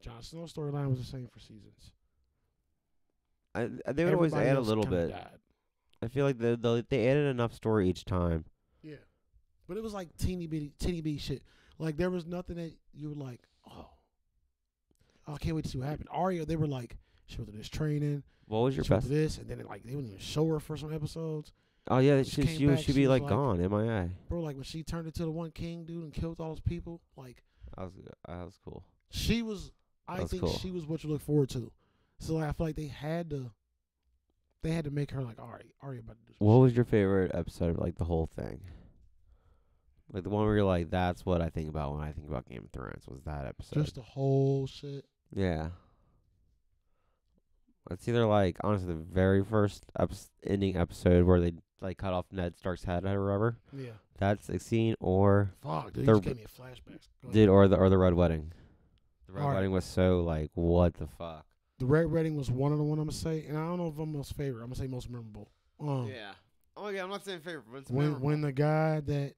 A: Jon Snow's storyline was the same for seasons.
B: I, I- they would always
A: Everybody
B: add a
A: else
B: little
A: kinda
B: bit.
A: died.
B: I feel like they, they they added enough story each time.
A: Yeah, but it was like teeny bitty, teeny bitty shit. Like there was nothing that you were like, oh, oh I can't wait to see what happened. Arya, they were like, she went through this training,
B: What was
A: she
B: your
A: went
B: best?
A: through this, and then like they wouldn't even show her for some episodes.
B: Oh yeah,
A: she
B: she
A: came
B: she, would
A: back, she
B: she'd be
A: was
B: like,
A: like-
B: gone. MIA.
A: Bro, like when she turned into the one king dude and killed all those people, like
B: That was that was cool.
A: she was, I
B: That's
A: think
B: cool.
A: she was what you look forward to. So like, I feel like they had to, they had to make her like, all right, Arya about to do. Some
B: What was your favorite episode of like the whole thing? Like the one where you're like, that's what I think about when I think about Game of Thrones was that episode.
A: shit. just the whole shit.
B: Yeah. It's either like honestly the very first eps ending episode where they like cut off Ned Stark's head or whatever.
A: Yeah,
B: That's the scene, or
A: fuck, dude, you
B: They're-
A: just gave me a flashback. Go ahead.
B: did or the or the Red Wedding. The red
A: Alright.
B: wedding was so like, what the fuck?
A: The Red Wedding was one of the one I'm gonna say, and I don't know if I'm most favorite. I'm gonna say most memorable. Um,
B: Yeah. Oh yeah, I'm not saying favorite, but it's
A: when when the guy that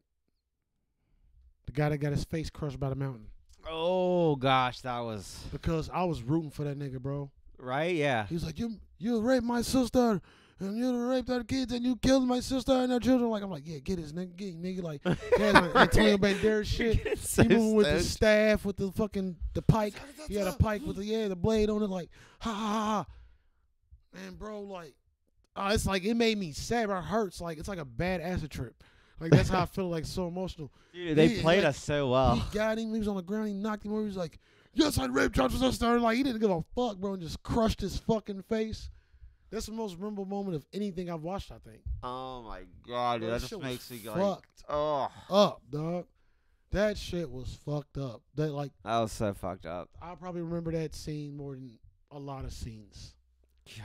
A: the guy that got his face crushed by the mountain
B: oh gosh, that was
A: because I was rooting for that nigga, bro.
B: right. Yeah.
A: He was like, "You you raped my sister, and you raped our kids, and you killed my sister and our children." Like I'm like, "Yeah, get his nigga, get his nigga." Like, yeah, like Antonio Banderas shit.
B: It's so
A: He moving with the
B: stoked.
A: staff with the fucking the pike. He had a pike with the yeah the blade on it. Like ha ha ha. ha. Man, bro, like uh, it's like it made me sad. bro. It hurts. Like it's like a bad acid trip. Like that's how I feel. Like so emotional.
B: Dude, they
A: he,
B: played
A: like,
B: us so well.
A: He got him. He was on the ground. He knocked him over. He was like, "Yes, I raped Johnson Sister." Like he didn't give a fuck, bro, and just crushed his fucking face. That's the most memorable moment of anything I've watched. I think.
B: Oh my god, dude,
A: Bro, that shit
B: that just
A: was
B: makes me go. Like,
A: fucked
B: oh,
A: up, dog. That shit was fucked up. That like
B: that was so fucked up.
A: I probably remember that scene more than a lot of scenes.
B: Gosh,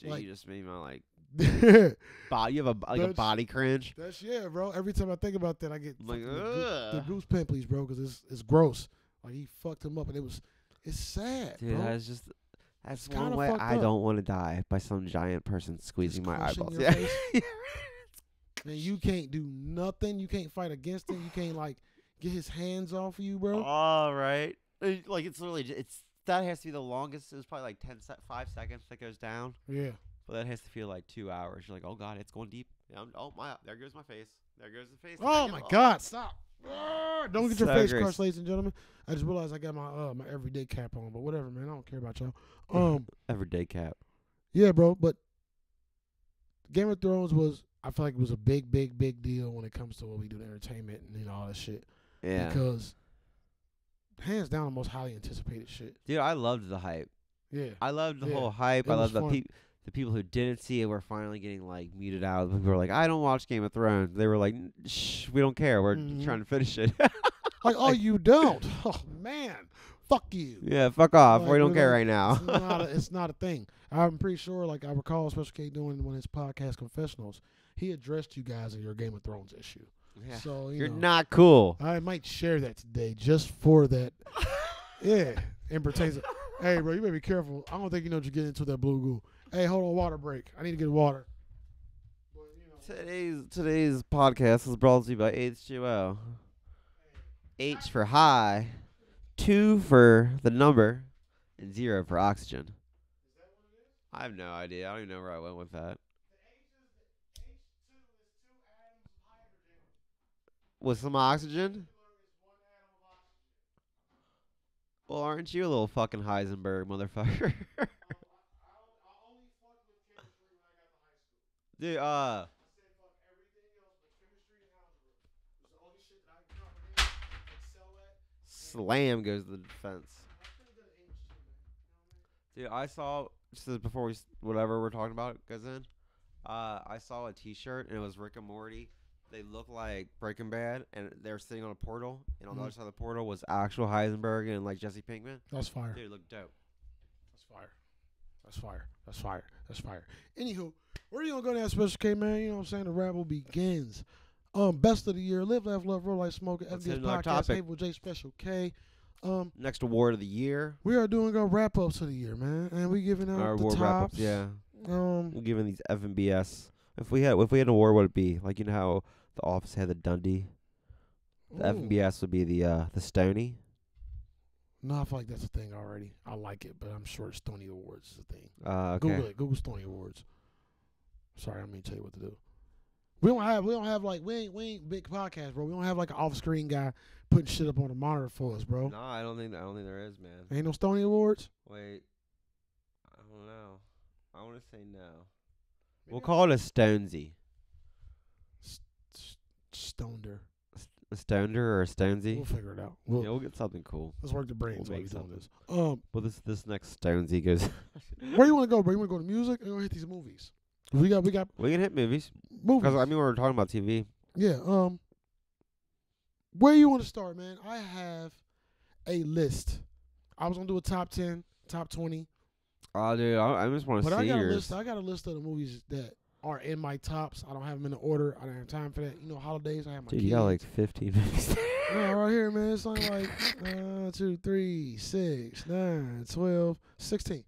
B: dude,
A: Like-
B: you just made my like
A: That's
B: body. You have a like a
A: That's-
B: body cringe.
A: yeah, bro. Every time I think about that, I get
B: I'm like,
A: fucking the, goo- the
B: ugh.
A: goose pimples, bro, because it's it's gross. Like he fucked him up, and it was it's sad,
B: Dude,
A: bro.
B: that's just that's
A: It's
B: one
A: kinda
B: way
A: fucked
B: I
A: up.
B: don't want to die by some giant person squeezing my
A: crushing
B: eyeballs.
A: your
B: Yeah.
A: face. and you can't do nothing. You can't fight against it. You can't like get his hands off of you, bro.
B: All right. Uh, Like it's literally j- it's that has to be the longest. It was probably like 10 se- 5 seconds that goes down,
A: yeah,
B: but that has to feel like 2 hours. You're like, "Oh god, it's going deep." Yeah, I'm- oh my, there goes my face. There goes the face.
A: Oh
B: There
A: my
B: goes-
A: God! Stop! Ah, Don't get your
B: So
A: face
B: gross.
A: crushed, ladies and gentlemen. I just realized I got my uh my everyday cap on, but whatever, man. I don't care about y'all. Um,
B: Everyday cap.
A: yeah, bro. But Game of Thrones was I feel like it was a big, big, big deal when it comes to what we do in entertainment and you know, all that shit.
B: Yeah.
A: Because hands down, the most highly anticipated shit.
B: Dude, I loved the hype.
A: Yeah.
B: I loved the
A: Yeah,
B: whole hype.
A: it
B: I
A: was
B: loved the
A: fun.
B: peop the people who didn't see it were finally getting like muted out. People were like, "I don't watch Game of Thrones." They were like, "N- "Shh, we don't care. We're
A: Mhm.
B: trying to finish it."
A: Like, oh, you don't? Oh man, fuck you.
B: yeah, fuck off.
A: Like,
B: we don't
A: we're
B: care
A: like,
B: right now.
A: it's not a, it's not a thing. I'm pretty sure. Like I recall, Special K doing one of his podcast confessionals. He addressed you guys in your Game of Thrones issue.
B: Yeah.
A: So you
B: You're
A: know,
B: not cool.
A: I might share that today just for that. yeah, and pertains. to- hey, bro, you better be careful. I don't think you know what you're getting into with that blue goo. Hey, hold on, water break. I need to get water. But, you know,
B: Today's today's podcast is brought to you by H2O. H for high, two for the number, and zero for oxygen. I have no idea. I don't even know where I went with that. With some oxygen? Well, aren't you a little fucking Heisenberg, motherfucker? Dude, uh. Slam goes the defense. Dude, I saw this is before we s- whatever we're talking about goes in. Uh, I saw a T-shirt and it was Rick and Morty. They look like Breaking Bad, and they were sitting on a portal, and on
A: Mhm.
B: the other side of the portal was actual Heisenberg and like Jesse Pinkman.
A: That's fire.
B: Dude, it looked dope.
A: That's fire. That's fire. That's fire. That's fire. Anywho, where you gonna go now, Special K man? You know what I'm saying? The rabble begins. Um, best of the year. Live, laugh, love, real life, smoking.
B: Let's
A: FDS
B: hit another
A: podcast.
B: topic.
A: Cable J, Special K. Um,
B: Next award of the year.
A: we are doing our wrap ups of the year, man, and we giving out
B: Our
A: the
B: award wrap
A: tops.
B: ups. Yeah,
A: Um,
B: we're giving these F and BS. If we had if we had an award, what would it be? Like you know how the Office had the Dundee. The F
A: ooh.
B: and BS would be the uh the Stony.
A: No, I feel like that's a thing already. I like it, but I'm sure it's Stony Awards is a thing.
B: Uh, okay.
A: Google it. Google Stony Awards. Sorry, I am gonna tell you what to do. We don't have we don't have like we ain't we ain't big podcast, bro. We don't have like an off screen guy putting shit up on the monitor for us, bro.
B: No, I don't think I don't think there is, man.
A: Ain't no Stony Awards.
B: Wait, I don't know. I want to say no. We'll call it a Stonesy,
A: S- Stoneder.
B: a Stoner or
A: We'll
B: a Stonesy.
A: figure it out. We'll,
B: yeah, we'll get something cool.
A: Let's work the brains
B: we'll
A: while we
B: make
A: doing this. Um,
B: Well, this this next Stonesy goes.
A: where you want to go, bro? You want to go to music? Or you want to hit these movies? We got we got
B: we can hit movies
A: movies.
B: because I mean we were talking about TV.
A: Yeah. Um. Where you want to start, man? I have a list. I was gonna do a top ten, top twenty,
B: Oh, dude, I, I just want to
A: but
B: see
A: I got a
B: yours.
A: list. I got a list of the movies that are in my tops. I don't have them in the order. I don't have time for that. You know, holidays. I have my
B: dude,
A: kids.
B: you got like 15 movies.
A: No, right here, man. It's only like nine, two, three, six, nine, twelve, sixteen.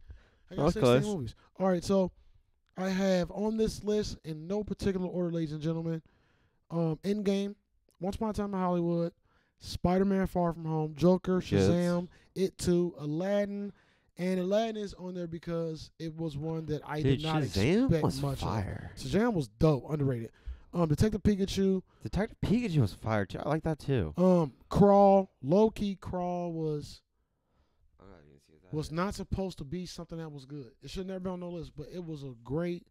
A: I got
B: That's
A: sixteen
B: close.
A: movies. All right, so I have on this list in no particular order, ladies and gentlemen. Um, Endgame, Once Upon a Time in Hollywood, Spider-Man: Far From Home, Joker,
B: Yes.
A: Shazam, It Too, Aladdin, and Aladdin is on there because it was one that I
B: Dude,
A: did not
B: Shazam
A: expect
B: was
A: much. of.
B: fire.
A: Shazam was dope, underrated. Um, Detective Pikachu,
B: Detective Pikachu was fire too. I like that too.
A: um, Crawl, low key Crawl was
B: I'm not even see that.
A: was not supposed to be something that was good. It should never be on the list, but it was a great,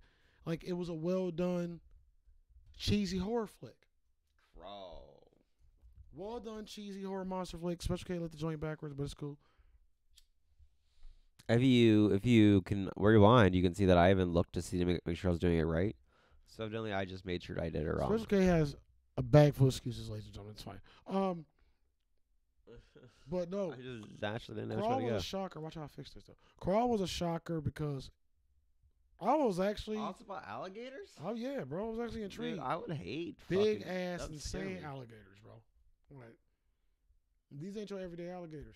A: like it was a well done, cheesy horror flick.
B: Crawl.
A: Well done, cheesy horror monster flick. Special K let the joint backwards, but it's cool.
B: If you if you can rewind, you can see that I even looked to see to make, make sure I was doing it right. So evidently, I just made sure I did it wrong.
A: Special K has a bag full of excuses, ladies and gentlemen. It's fine. Um, but no,
B: I just naturally didn't know which
A: Crawl
B: way
A: was
B: to go.
A: a shocker. Watch how I fix this though. Crawl was a shocker because I was actually,
B: about alligators?
A: oh yeah, bro, I was actually intrigued.
B: I would hate
A: big ass
B: that'd scare
A: insane
B: me.
A: alligators, bro. Like these ain't your everyday alligators.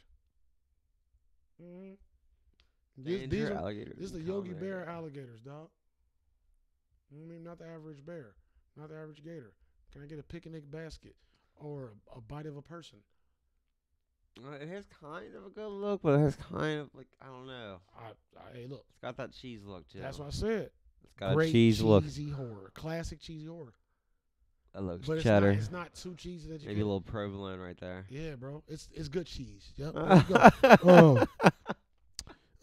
A: hmm This,
B: Danger
A: these are,
B: alligators.
A: this is the
B: and
A: Yogi
B: common
A: Bear
B: area.
A: alligators, dog. I mean, not the average bear, not the average gator. Can I get a picnic basket or a, a bite of a person?
B: Uh, It has kind of a good look, but it has kind of like I don't know.
A: I, I hey, look,
B: It's got that cheese look too.
A: that's what I said.
B: It's got
A: Great
B: a cheese look.
A: cheesy horror, classic cheesy horror.
B: That looks
A: But it's not,
B: cheddar.
A: it's not too cheesy that you.
B: Maybe a
A: can-
B: little provolone right there.
A: Yeah, bro, it's it's good cheese. Yep, there you go. Oh.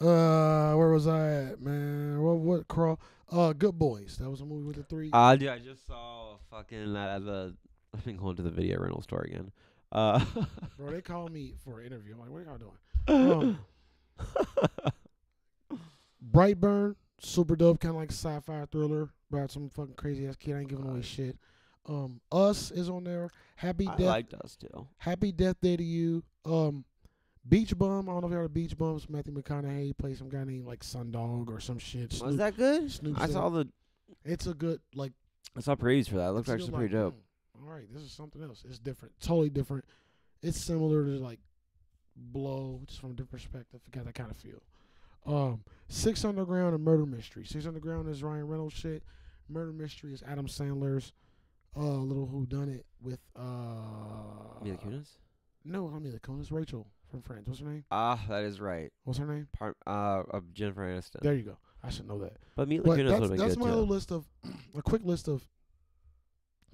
A: Uh, where was I at, man? What what crawl? Uh, Good Boys. That was a movie with the three.
B: Ah, dude, I just saw fucking that at the. I think going to the video rental store again. Uh,
A: Bro, they called me for an interview. I'm like, what are y'all doing? Um, Brightburn, super dope, kind of like sci-fi thriller about some fucking crazy ass kid. I ain't giving away
B: Right.
A: shit. Um, Us is on there. Happy
B: I
A: Death,
B: liked us too.
A: Happy Death Day to you. Um, Beach Bum. I don't know if y'all heard of Beach Bums. Matthew McConaughey plays some guy named like Sundog or some shit.
B: Was
A: Snoop-
B: that good?
A: Snoop
B: I
A: said-
B: saw the.
A: It's a good like.
B: I saw previews for that. It looks
A: Still
B: actually
A: like,
B: pretty dope.
A: "Hmm, all right, this is something else. It's different, totally different. It's similar to like Blow, just from a different perspective. It got that kind of feel. Um, Six Underground and Murder Mystery. Six Underground is Ryan Reynolds shit. Murder Mystery is Adam Sandler's uh little who done it with uh
B: Mila Kunis?
A: no, I mean the Kunis, Rachel from Friends. What's her name?
B: Ah, that is right.
A: What's her name?
B: Part, uh, of Jennifer Aniston.
A: There you go. I should know that.
B: but Mila
A: But
B: Kunis would have
A: that's,
B: been
A: that's
B: good
A: my
B: too.
A: little list of a quick list of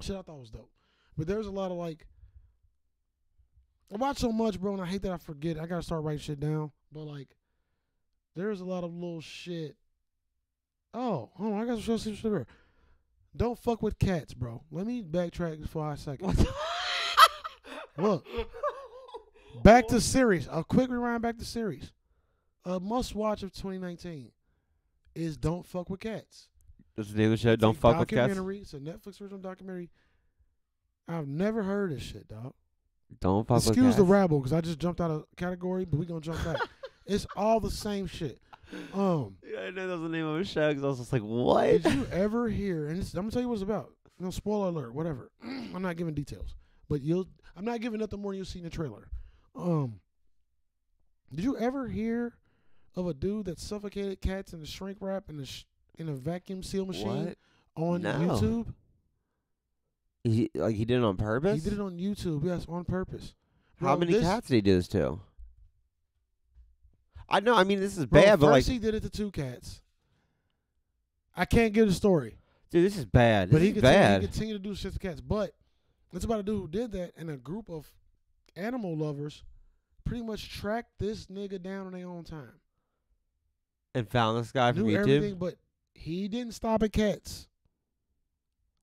A: shit I thought was dope. But there's a lot of like I watch so much, bro, and I hate that I forget. I gotta start writing shit down. But like, there's a lot of little shit. Oh, hold on, I gotta show some shit here. Don't fuck with cats, bro. Let me backtrack for a second. Look. Back to series. A quick rewind back to series. A must watch of 2019 is Don't Fuck with Cats.
B: That's the name of the show.
A: It's
B: Don't
A: a
B: fuck with cats.
A: documentary. It's a Netflix original documentary. I've never heard this shit, dog.
B: Don't fuck with
A: Excuse
B: cats.
A: the rabble, because I just jumped out of category, but we gonna jump back. it's all the same shit. Um,
B: Yeah, I know that was the name of the show because I was just like,
A: did
B: what?
A: you ever hear? And it's, I'm gonna tell you what it's about. No spoiler alert, whatever. I'm not giving details, but you'll. I'm not giving nothing more than you'll see in the trailer. Um, did you ever hear of a dude that suffocated cats in a shrink wrap in a sh- in a vacuum seal machine
B: What?
A: on
B: No.
A: YouTube?
B: He, like he did it on purpose.
A: He did it on YouTube, yes, on purpose.
B: How
A: Bro,
B: many
A: this-
B: cats did he do this to? I know. I mean, this is
A: Bro,
B: bad,
A: first
B: but like,
A: he did it to two cats. I can't give the story,
B: dude, this is bad. This
A: but he
B: is
A: continued, he
B: bad.
A: continued to do shit to cats. But it's about a dude who did that, and a group of animal lovers pretty much tracked this nigga down on their own time.
B: and found this guy from
A: Knew
B: YouTube.
A: everything, but he didn't stop at cats.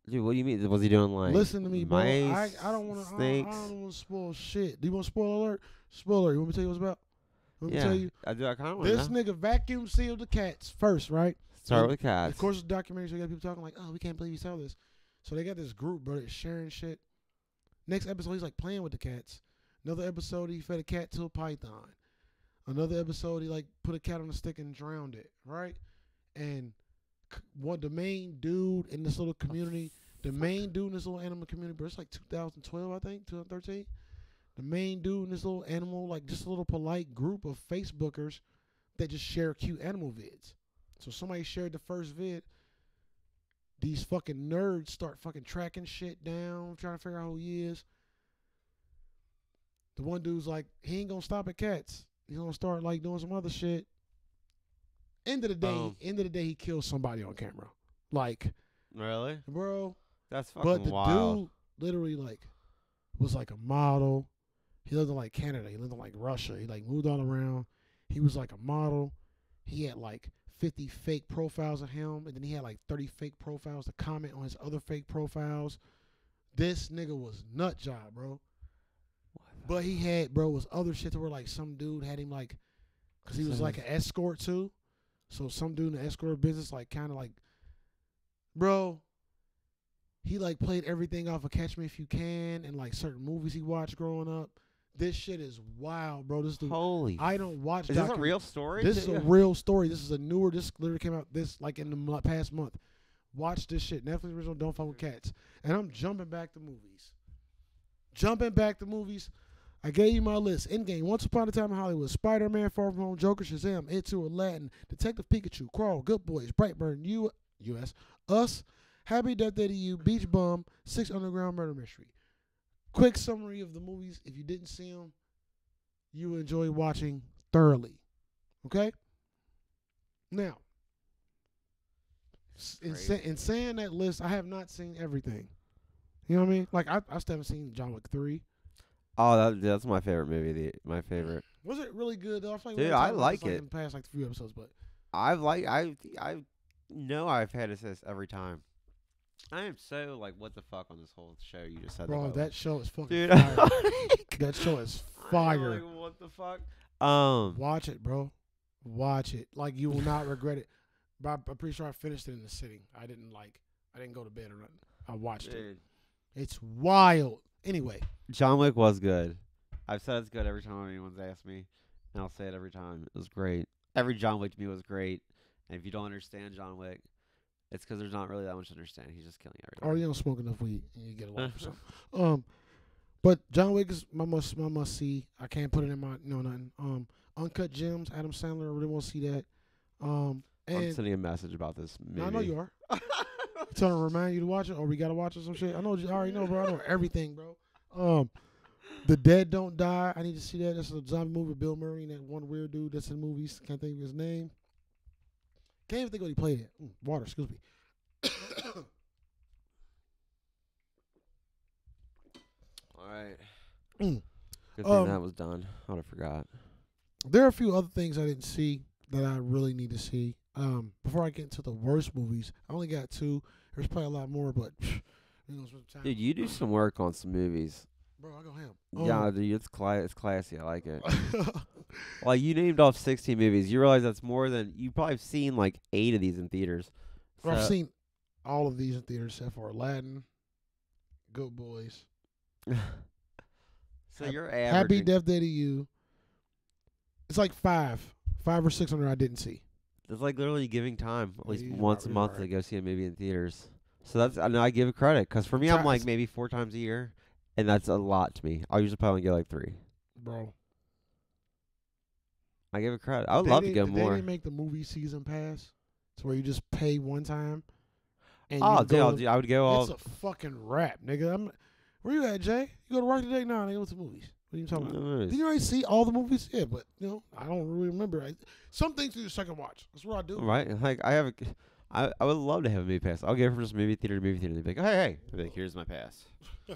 B: Dude, what do you mean? Was he doing like?
A: Listen to me, bro. I,
B: mice,
A: I don't want to. I,
B: Snakes.
A: don't want to spoil shit. Do you want spoiler alert? Spoiler. You want me to tell you what's about? Let me
B: yeah,
A: tell you.
B: I do. I kind of want
A: This
B: to
A: nigga vacuum sealed the cats first, right?
B: start with cats.
A: Of course, it's documentary, so you got people talking like, "Oh, we can't believe you saw this." So they got this group, bro, that's sharing shit. Next episode, he's like playing with the cats. Another episode, he fed a cat to a python. Another episode, he like put a cat on a stick and drowned it, right? And c- what the main dude in this little community, the main dude in this little animal community, bro, it's like 2012, I think, 2013. the main dude and this little animal, like just a little polite group of Facebookers that just share cute animal vids. So somebody shared the first vid. These fucking nerds start fucking tracking shit down, trying to figure out who he is. The one dude's like, he ain't gonna stop at cats. He's gonna start like doing some other shit. End of the day,
B: Boom.
A: end of the day, he kills somebody on camera. Like,
B: Really?
A: bro,
B: That's fucking
A: but the
B: wild.
A: dude literally like was like a model. He lived in like Canada. He lived in like Russia. He like moved all around. He was like a model. He had like fifty fake profiles of him, and then he had like thirty fake profiles to comment on his other fake profiles. This nigga was nut job, bro. But he had bro was other shit that were like some dude had him like, cause he was
B: So-
A: like an escort too. So some dude in the escort business like kind of like, bro. He like played everything off of Catch Me If You Can and like certain movies he watched growing up. This shit is wild, bro. This dude,
B: Holy.
A: I don't watch.
B: Is this a
A: docu-
B: real story?
A: This is a real story. This is a newer. This literally came out this like in the mo- past month. Watch this shit. Netflix original. Don't fuck with cats. And I'm jumping back to movies. Jumping back to movies. I gave you my list. Endgame, Once Upon a Time in Hollywood, Spider Man, Far From Home, Joker, Shazam, It Too, Aladdin, Detective Pikachu, Crawl, Good Boys, Brightburn, U U.S., Us, Happy Death Day to You, Beach Bum, Six Underground Murder Mystery. Quick summary of the movies. If you didn't see them, you will enjoy watching thoroughly. Okay? Now, s- in, sa- in saying that list, I have not seen everything. You know what I mean? Like, I, I still haven't seen John Wick 3.
B: Oh, that, that's my favorite movie. The, my favorite.
A: Was it really good though? I feel like we
B: Dude,
A: were talking
B: I
A: about
B: like
A: this, like
B: it.
A: in the past like few episodes, but
B: I've like I I know I've had this this every time. I am so like what the fuck on this whole show you just said.
A: bro,
B: about-
A: that show is fucking
B: dude.
A: fire.
B: like,
A: that show is
B: I'm
A: fire.
B: Like, what the fuck? Um.
A: Watch it, bro. Watch it. Like you will not regret it. But I'm- I'm pretty sure I finished it in the sitting. I didn't like. I didn't go to bed or nothing. I watched it.
B: Dude,
A: It's wild. Anyway,
B: John Wick was good. I've said it's good every time anyone's asked me, and I'll say it every time. It was great. Every John Wick to me was great. And if you don't understand John Wick, it's because there's not really that much to understand. He's just killing
A: or
B: everyone.
A: oh, you don't smoke enough weed and you get a life or something. Um, but John Wick is my must. My must see. I can't put it in my no nothing. Um, Uncut Gems. Adam Sandler. I really want to see that. Um,
B: I'm
A: and
B: sending a message about this movie.
A: No, I know you are. Trying to remind you to watch it, or we gotta watch it some shit. I know, I already know, bro. I know everything, bro. Um, the Dead Don't Die. I need to see that. That's a zombie movie. with Bill Murray and that one weird dude that's in movies. Can't think of his name. Can't even think what he played it. Mm, water, excuse me.
B: All right.
A: Mm.
B: Good thing
A: Um,
B: that was done. I would have forgot.
A: There are a few other things I didn't see that I really need to see. Um, before I get into the worst movies, I only got two. There's probably a lot more, but you know, sometimes-
B: Dude, you do some work on some movies.
A: bro, I go ham. Oh.
B: yeah, dude, it's cla- it's classy. I like it.
A: Um,
B: like you named off 16 movies. You realize that's more than you probably have seen like eight of these in theaters.
A: Well, I've
B: So-
A: seen all of these in theaters except for Aladdin, Good Boys,
B: so
A: Hap-
B: you're
A: Happy
B: averaging.
A: Death Day to You. It's like five, five or six hundred I didn't see.
B: it's like literally giving time at
A: Yeah,
B: least
A: you're
B: once a
A: probably
B: month to
A: right.
B: go see a movie in theaters. So that's I know I give it credit because for me I'm
A: Times.
B: like maybe four times a year, and that's a lot to me. I usually probably get like three.
A: Bro,
B: I give it credit. I would
A: They
B: love to
A: didn't-
B: go
A: They
B: more.
A: didn't make the movie season pass to where you just pay one time. And
B: Oh,
A: you
B: dude,
A: go
B: I'll
A: to-
B: do- I would go all.
A: it's a fucking wrap, nigga. I'm, where you at, Jay? You go to work today? Nah, nigga, what's the movies? What are you talking about?
B: Mm,
A: Did you already see all the movies? Yeah, but you know, I don't really remember. I, some things you just second watch. That's what I do.
B: Right? Like I have a, I, I would love to have a movie pass. I'll get it from just movie theater to movie theater. They'd be like, hey, hey, I'd be like, here's my pass.
A: Bro,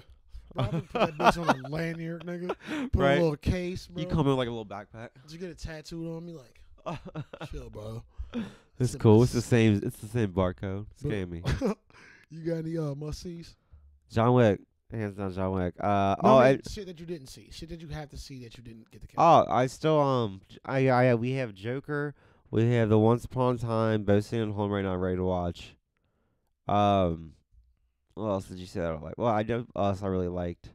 A: I would put that bitch on a lanyard, nigga. Put a
B: right?
A: little case, bro.
B: You come in with, like a little backpack.
A: Did you get a tattooed on me? Like, chill, bro.
B: It's
A: Some
B: cool. It's the
A: s-
B: same. It's the same barcode. Scam me.
A: you got any uh, must sees?
B: John Wick, hands down. John Wick. Uh
A: No,
B: oh.
A: man,
B: I,
A: shit that you didn't see. Shit that you have to see that you didn't get the catch.
B: oh, I still um. I I we have Joker. We have the Once Upon a Time. Both sitting at home right now, ready to watch. Um, what else did you say that I like? Well, I know us. I really liked.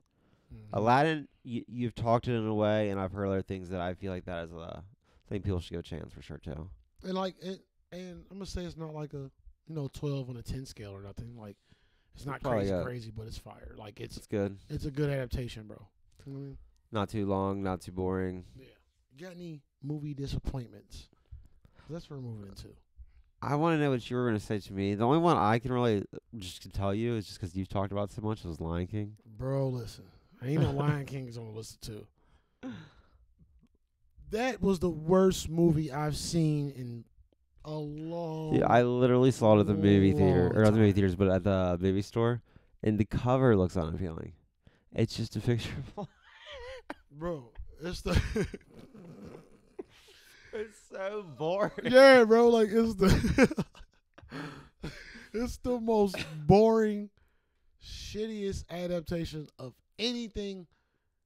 A: Mhm.
B: Mm-hmm. Aladdin, you, you've talked it in a way, and I've heard other things that I feel like that is a thing people should go chance for sure too.
A: and like, it, and I'm gonna say it's not like a you know 12 on a 10 scale or nothing. Like, it's not
B: Probably
A: crazy,
B: got-
A: crazy, but it's fire. Like, it's
B: It's good.
A: it's a good adaptation, bro. You know what I mean?
B: Not too long, not too boring.
A: Got any movie disappointments? 'Cause That's what we're moving into.
B: I want to know what you were going to say to me. The only one I can really uh, just to tell you is just because you've talked about it so much was Lion King.
A: Bro, listen. Ain't no Lion King's on the list too. That was the worst movie I've seen in a long
B: Yeah, I literally saw it at the movie theater,
A: long
B: or not the movie
A: time.
B: theaters, but at the movie store, and the cover looks unappealing. It's just a picture of lions.
A: bro. It's the
B: It's so boring.
A: Yeah, bro, like it's the It's the most boring, shittiest adaptation of anything.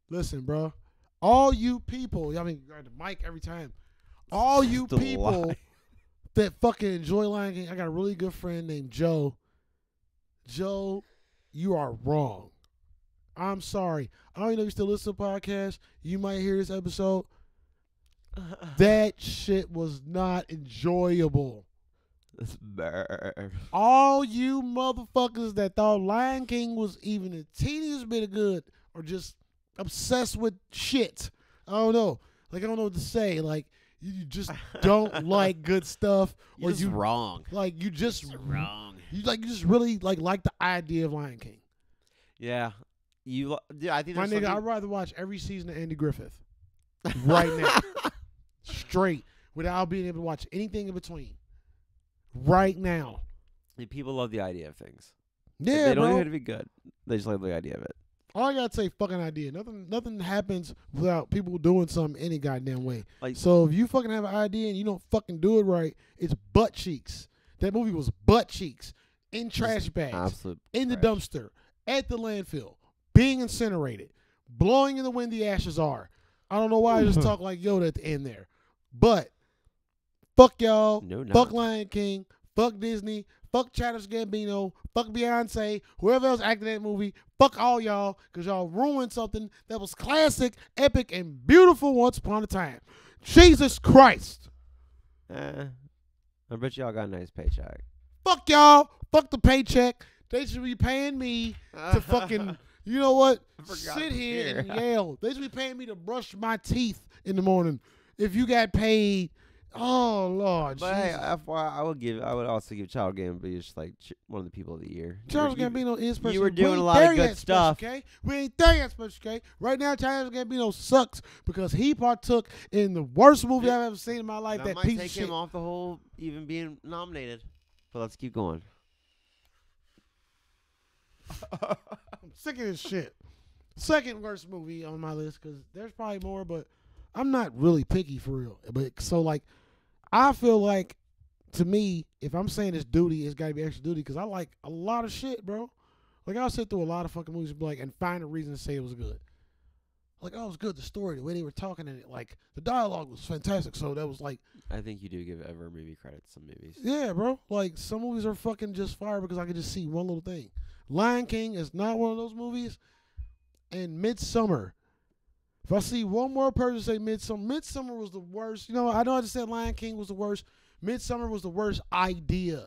A: Listen, bro. All you people, I mean, grab the mic every time. All you
B: The
A: people
B: lion.
A: that fucking enjoy Lion King. I got a really good friend named Joe. Joe, you are wrong. I'm sorry. I don't even know if you still listen to the podcast. You might hear this episode. That shit was not enjoyable.
B: It's burr.
A: All you motherfuckers that thought Lion King was even the teeniest bit of good are just obsessed with shit. I don't know. Like I don't know what to say. Like you you just don't like good stuff, or
B: It's
A: you
B: wrong.
A: like you just
B: Wrong.
A: you like you just really like like the idea of Lion King.
B: Yeah, you. Lo- yeah, I think
A: My
B: there's
A: nigga, I'd
B: something-
A: rather watch every season of Andy Griffith right now, straight, without being able to watch anything in between. Right now,
B: Yeah, people love the idea of things. They-
A: yeah,
B: they don't
A: bro.
B: even have to be good. They just love the idea of it.
A: All I gotta say, fucking idea. Nothing, nothing happens without people doing something any goddamn way.
B: Like-
A: so if you fucking have an idea and you don't fucking do it right, it's butt cheeks. That movie was butt cheeks in trash bags.
B: Absolute.
A: in the
B: trash.
A: dumpster, at the landfill, being incinerated, blowing in the wind the ashes are. I don't know why I just talk like Yoda at the end there. But fuck y'all.
B: No, no.
A: Fuck Lion King. Fuck Disney. Fuck Childish Gambino. Fuck Beyonce. Whoever else acted in that movie. Fuck all y'all. Because y'all ruined something that was classic, epic, and beautiful once upon a time. Jesus Christ.
B: Eh, I bet y'all got a nice paycheck.
A: Fuck y'all. Fuck the paycheck. They should be paying me to fucking, you know what?
B: forgot
A: Sit
B: I'm
A: here, and
B: here.
A: yell. They should be paying me to brush my teeth in the morning. If you got paid, oh Lord,
B: But hey,
A: Jesus.
B: FYI, I would give. I would also give Child Gambino like ch- one of the people of the year. You
A: Charles
B: were- you-
A: Gambino is person.
B: were
A: We
B: doing
A: ain't
B: a lot of
A: there
B: good
A: yet, Special
B: stuff.
A: K. We ain't there yet, Special K. Right now, Charles Gambino sucks because he partook in the worst movie I've ever seen in my life.
B: That,
A: That,
B: might
A: piece
B: take
A: of shit.
B: him off the whole even being nominated. But let's keep going.
A: I'm sick of this shit. Second worst movie on my list because there's probably more, but I'm not really picky for real. But so like, I feel like to me, if I'm saying it's duty, it's got to be extra duty because I like a lot of shit, bro. Like I'll sit through a lot of fucking movies, and be like, and find a reason to say it was good. Like, oh, it was good. The story, the way they were talking in it, like the dialogue was fantastic. So that was like,
B: I think you do give every movie credit. Some movies.
A: yeah, bro. Like some movies are fucking just fire because I can just see one little thing. Lion King is not one of those movies. And Midsummer. If I see one more person say Midsummer, Midsummer was the worst. You know, I know I just said Lion King was the worst. Midsummer was the worst idea.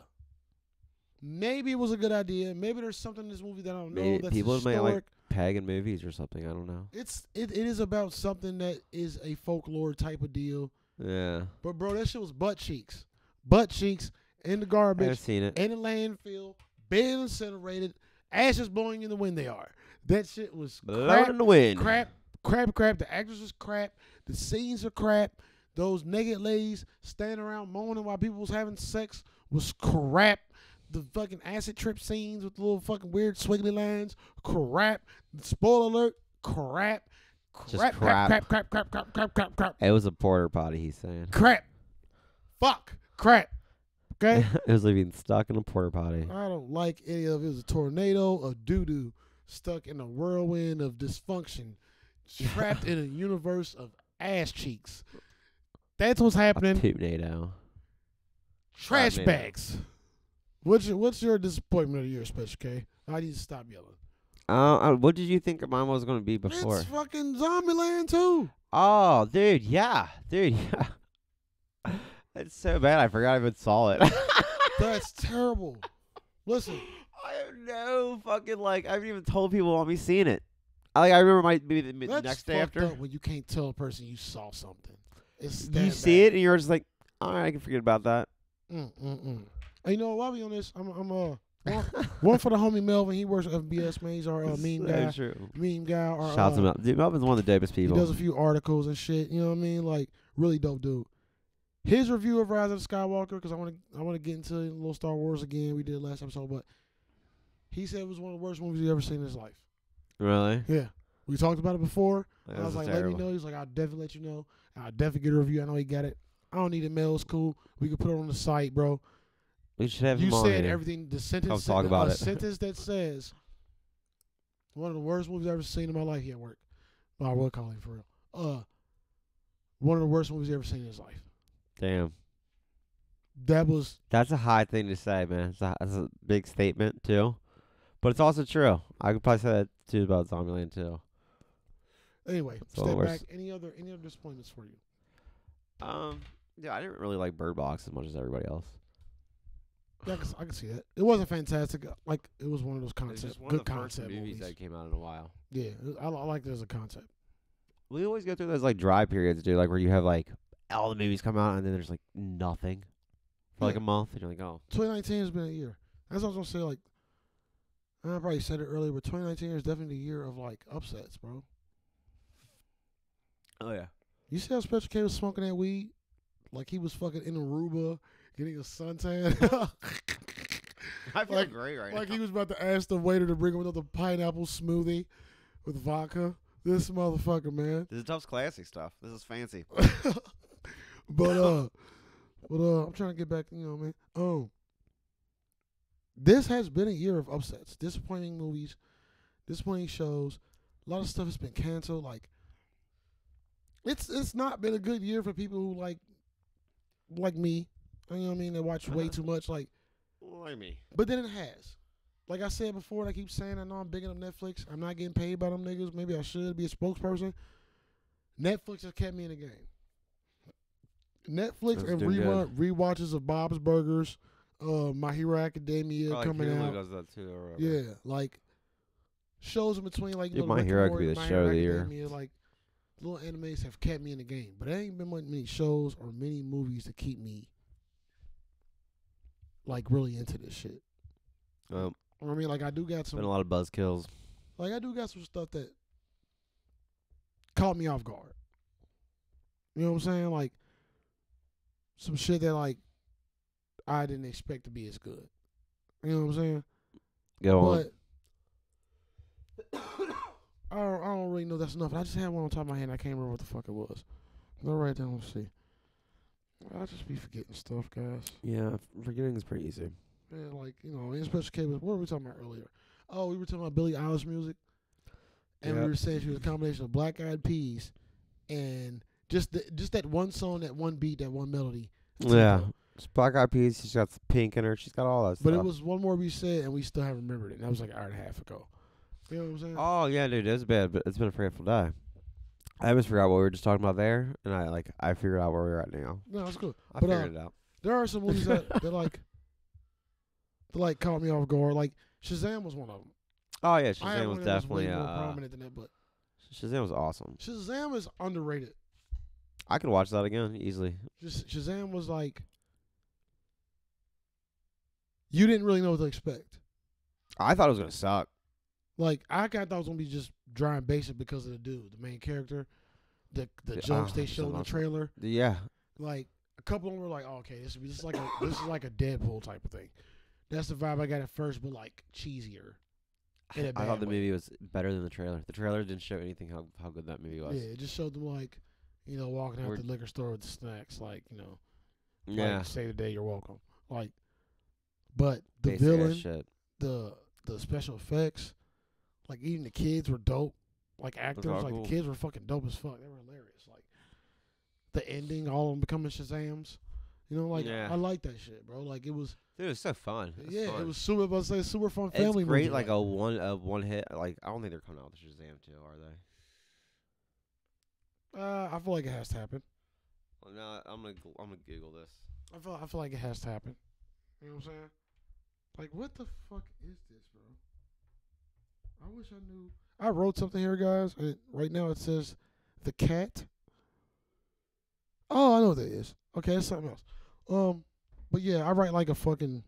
A: Maybe it was a good idea. Maybe there's something in this movie that I don't know.
B: Maybe
A: that's
B: people might
A: historic.
B: like pagan movies or something. I don't know.
A: It's it, it is about something that is a folklore type of deal.
B: Yeah,
A: But bro, that shit was butt cheeks, butt cheeks in the garbage
B: I've seen it.
A: in a landfill, being incinerated, ashes blowing in the wind. They are. That shit was
B: Blowing
A: crap,
B: in the wind.
A: crap, crap, crap. The actors was crap. The scenes are crap. Those naked ladies standing around moaning while people was having sex was crap. The fucking acid trip scenes with the little fucking weird swiggly lines, crap. Spoiler alert, crap.
B: Just
A: Crap, crap,
B: crap.
A: crap, crap, crap, crap, crap, crap, crap,
B: It was a porter potty. He's saying
A: crap. Fuck, crap. Okay?
B: it was leaving stuck in a porter potty.
A: I don't like any of it. It was a tornado of doo doo stuck in a whirlwind of dysfunction, trapped in a universe of ass cheeks. That's what's
B: A
A: happening.
B: poopnado.
A: Trash
B: tornado.
A: bags. What's your, what's your disappointment of the year, Special K? I need to stop yelling.
B: Uh, uh, what did you think mine was gonna be before?
A: It's fucking Zombieland too.
B: Oh, dude, yeah, dude, yeah. It's so bad. I forgot I even saw it.
A: That's terrible. Listen,
B: I have no fucking like. I haven't even told people on me seeing it. I like I remember my maybe the
A: That's
B: next day
A: fucked
B: after
A: up when you can't tell a person you saw something. It's
B: you see it and you're just like, all right, I can forget about that.
A: Mm, mm, mm. Hey, you know what? While we on this, I'm, I'm uh one, one for the homie Melvin. He works at FBS man. He's our uh, meme
B: So
A: guy.
B: true.
A: Meme guy. Our,
B: Shouts
A: uh,
B: him out. Dude, Melvin's one of the dopest
A: He
B: people.
A: does a few articles and shit. You know what I mean? Like really dope dude. His review of Rise of the Skywalker because I want to I want to get into a little Star Wars again. We did last episode, but he said it was one of the worst movies he ever seen in his life.
B: really?
A: Yeah, we talked about it before.
B: That
A: I was
B: was
A: like,
B: terrible.
A: let me know. He's like, I'll definitely let you know. I'll definitely get a review. I know he got it. I don't need a mail. It's cool. We can put it on the site, bro.
B: We should have
A: You
B: him on
A: said
B: here.
A: everything. The sentence.
B: Come talk
A: a
B: about it.
A: sentence that says one of the worst movies I've ever seen in my life. Yeah, work. But I will call him for real. Uh, one of the worst movies he's ever seen in his life.
B: Damn,
A: That was
B: that's a high thing to say, man. It's a, that's a big statement too, but it's also true. I could probably say that too about Zombieland too.
A: anyway.
B: It's one
A: step
B: of the
A: back.
B: worst.
A: Any other any other disappointments for you?
B: Um, yeah, I didn't really like Bird Box as much as everybody else.
A: Yeah, I can, I can see that. It wasn't fantastic. Uh, Like it was one of those
B: It's
A: concept,
B: just one
A: good
B: of the first
A: concept
B: movies
A: movies.
B: that came out in a while.
A: Yeah, I, I like it as a concept.
B: We always go through those like dry periods, dude. Like where you have like all the movies come out and then there's like nothing for like
A: Yeah.
B: a month, and you're like, oh,
A: 2019 has been a year. That's what I was gonna say. Like, and I probably said it earlier, but 2019 is definitely the year of like upsets, bro.
B: oh yeah.
A: You see how Special K was smoking that weed? Like he was fucking in Aruba getting a suntan.
B: I feel
A: Like-
B: great right
A: like he was about to ask the waiter to bring him another pineapple smoothie with vodka. This motherfucker, man.
B: This is Tuff's classic stuff. This is fancy.
A: But uh, but uh, I'm trying to get back. You know, man. Um, this has been a year of upsets, disappointing movies, disappointing shows. A lot of stuff has been canceled. Like, it's it's not been a good year for people who like like me. You know what I mean? They watch way too much. Like,
B: Why me?
A: but then it has. Like I said before, and I keep saying, I know I'm bigging up Netflix. I'm not getting paid by them niggas. Maybe I should be a spokesperson. Netflix has kept me in the game. Netflix
B: That's
A: and
B: doing
A: rerun, rewatches of Bob's Burgers, uh, My Hero Academia coming out.
B: does that too. Or whatever.
A: Yeah, like shows in between, like you
B: Dude,
A: know,
B: My
A: Rick and
B: Hero could
A: Morty,
B: be the
A: My
B: show of
A: Hero
B: the year.
A: Academia, Like little animes have kept me in the game, but there ain't been like, many shows or many movies to keep me like really into this shit.
B: Um,
A: You know what I mean, like I do got
B: been
A: some,
B: a lot of buzzkills.
A: like I do got some stuff that caught me off guard. You know what I'm saying? Like some shit that like I didn't expect to be as good. You know what I'm saying?
B: Go on.
A: But I don't, I don't really know that's enough. I just had one on top of my head. and I can't remember what the fuck it was. Go right down. Let's see. I just be forgetting stuff, guys.
B: Yeah, forgetting is pretty easy.
A: Man, like you know, in special case, what were we talking about earlier? Oh, we were talking about Billie Eilish music, and we
B: Yep.
A: were saying she was a combination of Black Eyed Peas and just the, just that one song, that one beat, that one melody.
B: Yeah. It's Black Eyed Peas. She's got pink in her. She's got all that
A: But
B: stuff.
A: it was one more we said, and we still haven't remembered it. And that was like an hour and a half ago. You know what I'm saying?
B: Oh yeah, dude, it's bad, but it's been a forgetful day. I almost forgot what we were just talking about there, and I like I figured out where we're at now.
A: no, it's cool.
B: I
A: But, uh,
B: figured it out.
A: There are some movies that, that like that like caught me off guard. Like Shazam was one of them.
B: Oh yeah,
A: I had
B: Shazam was
A: one that
B: definitely
A: way more
B: uh,
A: prominent than that, but
B: Shazam was awesome.
A: Shazam is underrated.
B: I could watch that again easily.
A: Just Shazam was like you didn't really know what to expect.
B: I thought it was gonna suck.
A: Like I kinda thought it was gonna be just dry and basic because of the dude, the main character, the the
B: Yeah,
A: jokes
B: ah,
A: they
B: it's
A: showed in the
B: awesome.
A: trailer.
B: Yeah,
A: Like a couple of them were like, oh, okay, this is this is like a this is like a Deadpool type of thing. That's the vibe I got at first, but like cheesier. In a
B: I
A: bad
B: thought the
A: way.
B: movie was better than the trailer. The trailer didn't show anything how how good that movie was.
A: Yeah, it just showed them like, you know, walking out
B: We're-
A: the liquor store with the snacks, like you know,
B: Yeah,
A: like, say the day you're welcome, like. But the
B: basic ass
A: villain,
B: shit.
A: the the special effects, like even the kids were dope. Like actors,
B: all
A: like
B: cool.
A: the kids were fucking dope as fuck. They were hilarious. Like the ending, all of them becoming Shazams. You know, like
B: Yeah.
A: I like that shit, bro. Like it was,
B: Dude, it was so fun. It was
A: yeah,
B: fun.
A: it was super. I was gonna say super fun
B: It's
A: family.
B: great,
A: movie,
B: like a one a one hit. Like I don't think they're coming out with Shazam two, are they?
A: uh, I feel like it has to happen.
B: Well, no, I'm gonna gl- I'm gonna Google this.
A: I feel I feel like it has to happen. You know what I'm saying? Like what the fuck is this, bro? I wish I knew. I wrote something here, guys, and right now it says the cat. Oh, I know what that is. Okay, that's something else. Um, but yeah, I write like a fucking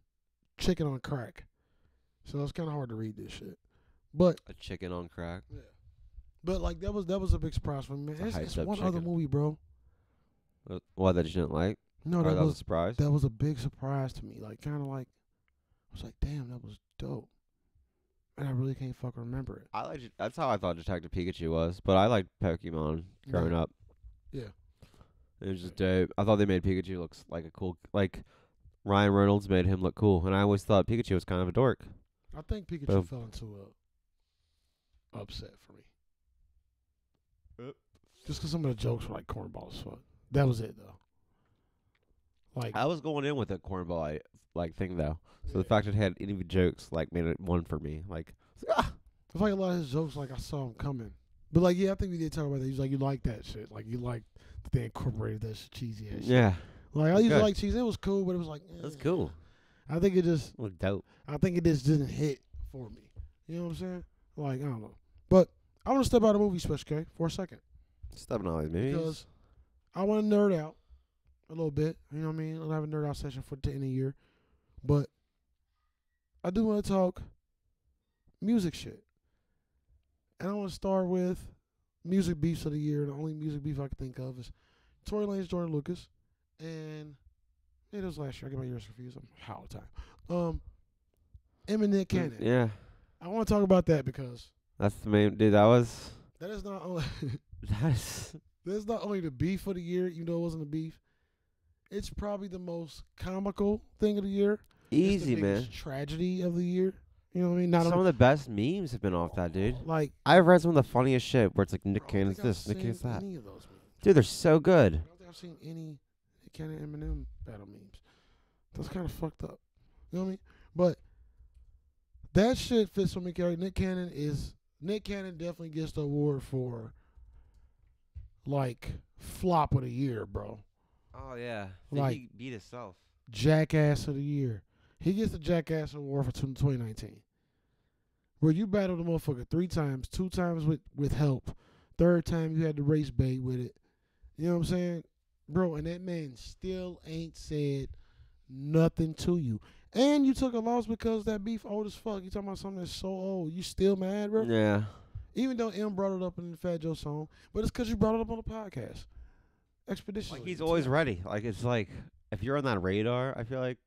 A: chicken on crack, so it's kind of hard to read this shit. But
B: A chicken on crack.
A: but like that was that was a big surprise for me.
B: It's a
A: Man. It's, it's
B: hyped-up
A: one other
B: chicken.
A: movie, bro.
B: Uh, What that you didn't like?
A: No,
B: Or
A: Oh, that
B: was a
A: was
B: surprise.
A: that was a big surprise to me. Like kind of like I was like, damn, that was dope, and I really can't fucking remember it.
B: I liked. it- That's how I thought Detective Pikachu was, but I liked Pokemon growing up.
A: Yeah.
B: It was just dope. I thought they made Pikachu look s- like a cool, like Ryan Reynolds made him look cool, and I always thought Pikachu was kind of a dork.
A: I think Pikachu
B: Boom.
A: fell into a upset for me. Just 'cause some of the jokes were like cornballs. as fuck. That was it though. Like
B: I was going in with a cornball I- like thing though, so the fact it had any jokes like made it one for me. Like, ah,
A: I feel like a lot of his jokes, like I saw him coming. But like, yeah, I think we did talk about that. He's like, you like that shit. Like you like that they incorporated that shit, cheesy ass. Shit.
B: yeah,
A: Like I used to
B: Okay.
A: like cheese. It was cool, but it was like eh.
B: that's cool.
A: I think it just,
B: Look dope.
A: I think it just didn't hit for me. You know what I'm saying? Like I don't know. But I want to step out of movie special K for a second.
B: Stepping on these movies.
A: because I want to nerd out a little bit. You know what I mean? I'll have a nerd out session for the end of the year, but I do want to talk music shit, and I want to start with music beefs of the year. The only music beef I can think of is Tory Lanez, Jordan Lucas, and it was last year. I get my years confused. I'm high all the time. Um, Eminem Cannon.
B: Yeah,
A: I want to talk about that because
B: that's the main dude. That was
A: that is not only.
B: that's
A: That's not only the beef of the year, even though it wasn't a beef. It's probably the most comical thing of the year. It's the
B: easy,
A: biggest
B: man.
A: Tragedy of the year. You know what I mean? Not
B: Some
A: only-
B: of the best memes have been off that dude.
A: like
B: I've read some of the funniest shit where it's like
A: Oh, I
B: Nick
A: don't
B: Cannon's
A: think I've
B: this, Nick Cannon's
A: seen
B: that.
A: Any of those memes.
B: Dude, they're so good.
A: I don't think I've seen any Nick Cannon Eminem battle memes. That's kind of fucked up. You know what I mean? But that shit fits with me. Carey. Nick Cannon is Nick Cannon definitely gets the award for like flop of the year, bro.
B: Oh yeah,
A: Think Like- he
B: beat himself.
A: Jackass of the Year. He gets the Jackass Award for two- 2019. Where you battled the motherfucker three times, two times with, with help, third time you had to race bait with it. You know what I'm saying? Bro, and that man still ain't said nothing to you. And you took a loss because that beef old as fuck. You talking about something that's so old. You still mad, bro?
B: Yeah,
A: Even though M brought it up in the Fat Joe song, but it's because you brought it up on the podcast. Expedition.
B: like he's always ready. Like it's like if you're on that radar, I feel like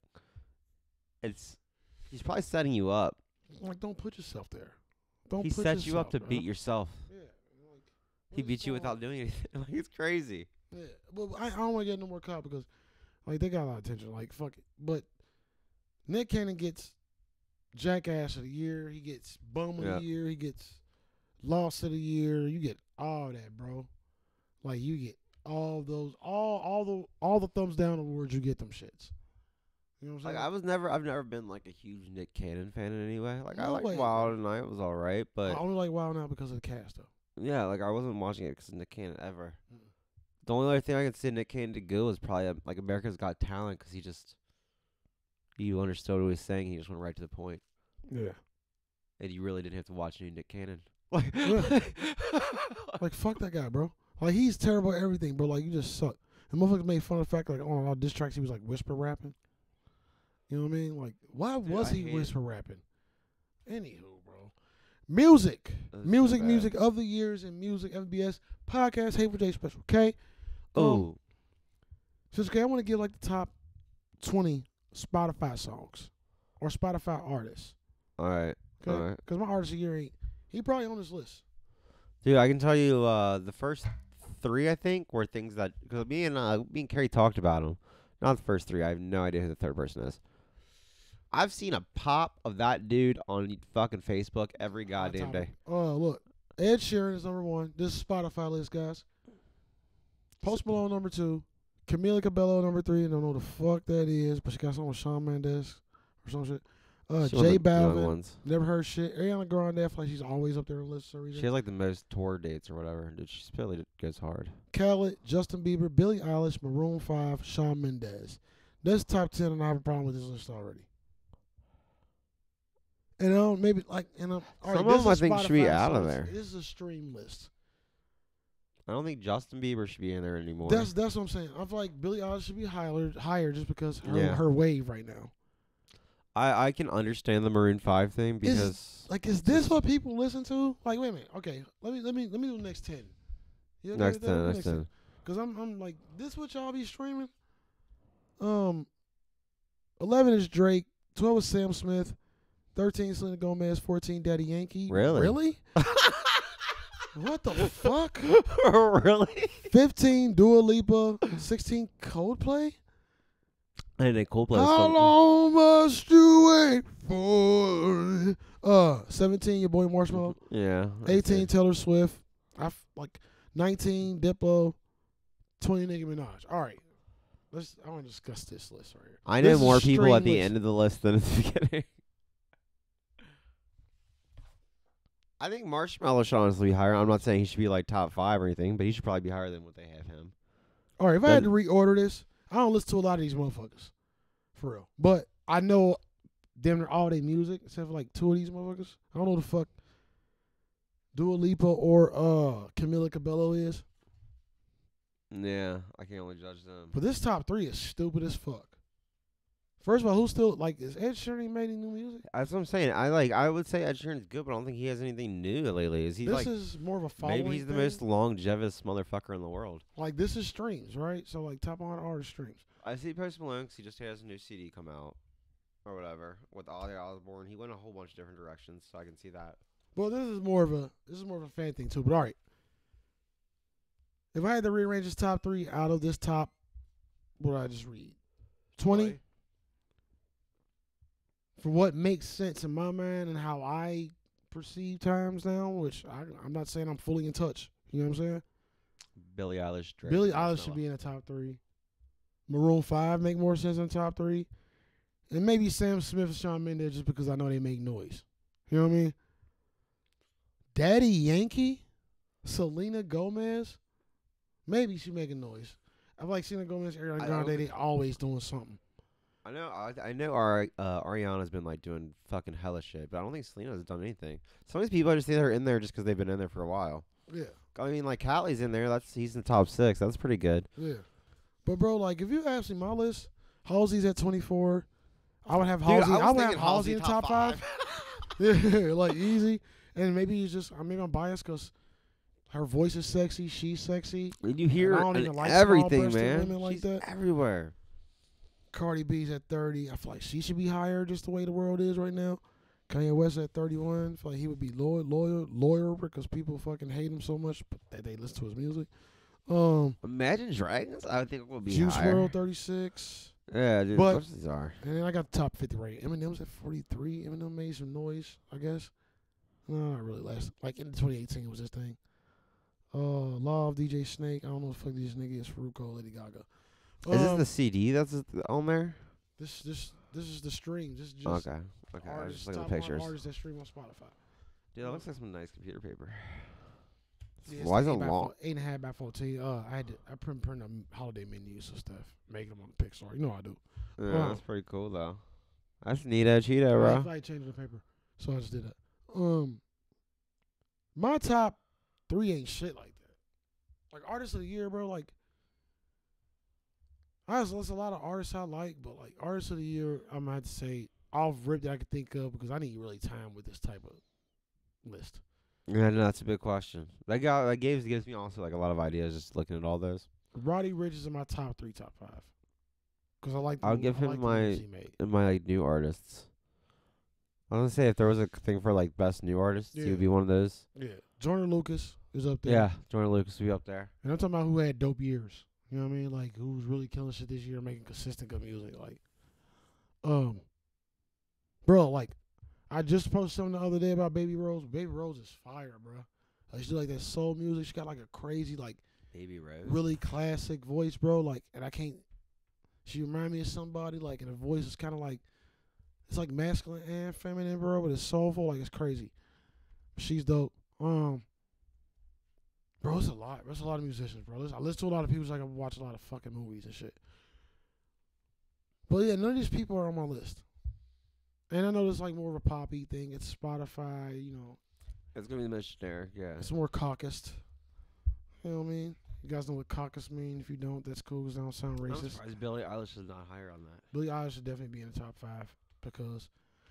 B: it's he's probably setting you up.
A: Like, don't put yourself there. Don't
B: he
A: put
B: sets you up
A: yourself,
B: to
A: bro.
B: beat yourself.
A: Yeah, like,
B: He
A: what
B: beats
A: is
B: you
A: going
B: without
A: on?
B: doing anything. like it's crazy.
A: Yeah, but I, I don't want to get no more clout because, like, they got a lot of attention. Like, fuck it. But Nick Cannon gets Jackass of the Year. He gets Bum of
B: Yeah.
A: the Year. He gets Loss of the Year. You get all that, bro. Like, you get all those, all, all the, all the thumbs down awards. You get them shits. You know what I'm
B: Like
A: saying?
B: I was never, I've never been like a huge Nick Cannon fan in any way. Like I
A: No
B: liked
A: way.
B: Wild and I, it was all right, but
A: I only like Wild Now because of the cast, though.
B: yeah, like I wasn't watching it because Nick Cannon ever.
A: Mm.
B: The only other thing I could see Nick Cannon to go is probably um, like America's Got Talent because he just you understood what he was saying. He just went right to the point,
A: Yeah.
B: and you really didn't have to watch any Nick Cannon. Like,
A: Yeah. Like fuck that guy, bro. Like he's terrible at everything, bro. Like you just suck. And motherfuckers made fun of the fact like on a lot of diss tracks he was like whisper rapping. You know what I mean? Like why
B: Dude,
A: was
B: I
A: he
B: hate it.
A: whisper rapping? Anywho, bro. Music,
B: That's so
A: music,
B: bad.
A: music of the years and music FBS podcast. Hey for J special. Okay, um,
B: oh,
A: so okay, I want to give like the top twenty Spotify songs or Spotify artists.
B: all right,
A: Okay,
B: all right,
A: because my artist of the year ain't he probably on this list.
B: dude. I can tell you uh, the first three I think were things that because me and uh, me and Carrie talked about them. Not the first three. I have no idea who the third person is. I've seen a pop of that dude on fucking Facebook every
A: Hot
B: goddamn
A: topic.
B: day.
A: Oh, look. Ed Sheeran is number one. This is Spotify list, guys. Post Malone number two. Camila Cabello number three. don't know the fuck that is, but she got something with Shawn Mendes or some shit. Uh,
B: She one of
A: J
B: the young
A: Balvin.
B: ones.
A: Never heard shit. Ariana Grande, I feel like she's always up there on the list for some
B: She
A: reason.
B: has like the most tour dates or whatever. Dude, she really d- goes hard.
A: Khaled, Justin Bieber, Billie Eilish, Maroon 5, Shawn Mendes. That's top 10, and I have a problem with this list already. And I don't maybe like and I'm, all right,
B: Some of
A: this
B: them I
A: is
B: think should be
A: Spotify,
B: out
A: so
B: of
A: it's-
B: there.
A: This is a stream list.
B: I don't think Justin Bieber should be in there anymore.
A: That's that's what I'm saying. I feel like Billie Eilish should be higher higher just because her
B: Yeah.
A: her wave right now.
B: I, I can understand the Maroon Five thing
A: Is-
B: because
A: Like, is this what people listen to? Like, wait a minute. Okay, let me let me let me do the next ten. You okay
B: next
A: with that?
B: time, next
A: ten.
B: time.
A: Cause I'm I'm like this what y'all be streaming. Um, eleven is Drake, twelve is Sam Smith, thirteen Selena Gomez, fourteen Daddy Yankee.
B: Really?
A: Really? what the fuck?
B: really?
A: Fifteen Dua Lipa, sixteen Coldplay.
B: And a Coldplay.
A: How
B: song.
A: long must you wait for? Uh, seventeen your boy Marshmallow,
B: Yeah. that's
A: eighteen
B: it.
A: Taylor Swift, I f- like nineteen Diplo, twenty Nicki Minaj. All right. Let's. I want to discuss this list right here.
B: I
A: This
B: know
A: is
B: more people at the
A: streamless.
B: end of the list than at the beginning. I think Marshmallow should honestly be higher. I'm not saying he should be like top five or anything, but he should probably be higher than what they have him.
A: All right, if I had to
B: Then-
A: reorder this, I don't listen to a lot of these motherfuckers, for real. But I know damn near all their music except for like two of these motherfuckers. I don't know the fuck Dua Lipa or uh Camila Cabello is,
B: Yeah, I can only judge them.
A: but this top three is stupid as fuck. First of all, who's still like is Ed Sheeran even made any new music?
B: That's what I'm saying. I like. I would say Ed Sheeran's good, but I don't think he has anything new lately. Is he
A: this
B: like?
A: is more of a following.
B: maybe he's the
A: thing.
B: most longevous motherfucker in the world.
A: like this is streams, right? So like top on artist streams.
B: I see Post Malone 'cause he just has a new CD come out or whatever with Ozzy Osbourne. He went a whole bunch of different directions, so I can see that.
A: Well, this is more of a this is more of a fan thing too. But all right, if I had to rearrange this top three out of this top, what did I just read? Twenty
B: Play.
A: for what makes sense in my mind and how I perceive times now. Which I, I'm not saying I'm fully in touch. You know what I'm saying?
B: Billie Eilish. Drake,
A: Billie
B: and
A: Eilish should
B: Marshmello.
A: be in the top three. Maroon Five make more sense in the top three, and maybe Sam Smith and Shawn Mendes just because I know they make noise. You know what I mean? Daddy Yankee, Selena Gomez, maybe she making noise. I feel like Selena Gomez, Ariana
B: I
A: Grande,
B: don't-
A: they always doing something.
B: I know. I, I know. Ari, uh, Ariana's been like doing fucking hella shit, but I don't think Selena's done anything. Some of these people I just think they're in there just 'cause they've been in there for a while.
A: Yeah,
B: I mean, like Catley's in there. That's he's in the top six. That's pretty good.
A: yeah. But bro, like if you ask me my list, Halsey's at twenty four. I would have
B: Dude,
A: Halsey. I, would have
B: thinking
A: Halsey in top five. Yeah, like easy. And maybe it's just uh, maybe I'm biased because her voice is sexy, she's sexy.
B: And you hear
A: I don't
B: and
A: even like small
B: everything,
A: breasted
B: man.
A: women like
B: She's
A: that.
B: everywhere.
A: Cardi B's at 30. I feel like she should be higher just the way the world is right now. Kanye West at 31. I feel like he would be loyal, loyal, loyal because people fucking hate him so much that they listen to his music. Um,
B: Imagine Dragons. I would think it would be
A: Juice
B: higher.
A: World 36.
B: Yeah, dude.
A: But-
B: most of these are.
A: And then I got the top 50 right. Eminem's at 43. Eminem made some noise, I guess. No, not really. Last like in 2018 was this thing. Uh, Law of DJ Snake. I don't know what the fuck this nigga is. Faruko, Lady Gaga.
B: Is
A: Um,
B: this the CD that's th- on there?
A: this this this is the stream. This is just
B: Okay. Okay. I was
A: artists,
B: just looking at
A: top
B: the
A: one
B: pictures.
A: artists that stream on Spotify.
B: Dude, that looks like some nice computer paper.
A: Yeah, it's
B: Why is it
A: like eight by four-
B: long?
A: Eight and a half by fourteen. Uh, I had to, I print print them holiday menus and stuff, making them on Pixar. You know I do.
B: Yeah,
A: Wow.
B: that's pretty cool though. That's Nito Cheeto,
A: I
B: bro.
A: feel like changing the paper, so I just did that. Um, my top three ain't shit like that. Like artist of the year, bro. Like I just list a lot of artists I like, but like artist of the year, I'm gonna have to say off rip that I could think of because I need really time with this type of list.
B: Yeah, no, that's a big question. That guy, that gives gives me also like a lot of ideas just looking at all those.
A: Roddy Rich is in my top three, top five. Cause I like. The
B: I'll
A: mo-
B: give
A: I
B: him
A: like the
B: my-
A: moves he made.
B: And my like new artists. I was gonna say if there was a thing for like best new artists, he
A: Yeah.
B: would be one of those.
A: Yeah, Jordan Lucas is up there.
B: Yeah, Jordan Lucas would be up there.
A: And I'm talking about who had dope years. You know what I mean? Like who's really killing shit this year, making consistent good music. Like, um, bro, like I just posted something the other day about Baby Rose. Baby Rose is fire, bro. Like, she do like that soul music. She got like a crazy, like
B: Baby Rose.
A: really classic voice, bro. Like, and I can't. She remind me of somebody. Like, and her voice is kind of like it's like masculine and feminine, bro, but it's soulful. Like, it's crazy. She's dope. Um, bro, it's a lot. There's a lot of musicians, bro. Listen- I listen to a lot of people. So I can watch a lot of fucking movies and shit. But yeah, none of these people are on my list. And I know it's like more of a poppy thing. It's Spotify, you know,
B: It's gonna be the most generic, yeah.
A: it's more caucused. You know what I mean? You guys know what caucus mean. If you don't, that's cool 'cause I don't sound
B: I'm
A: racist.
B: surprised Billie Eilish is not higher on that.
A: Billy Eilish should definitely be in the top five because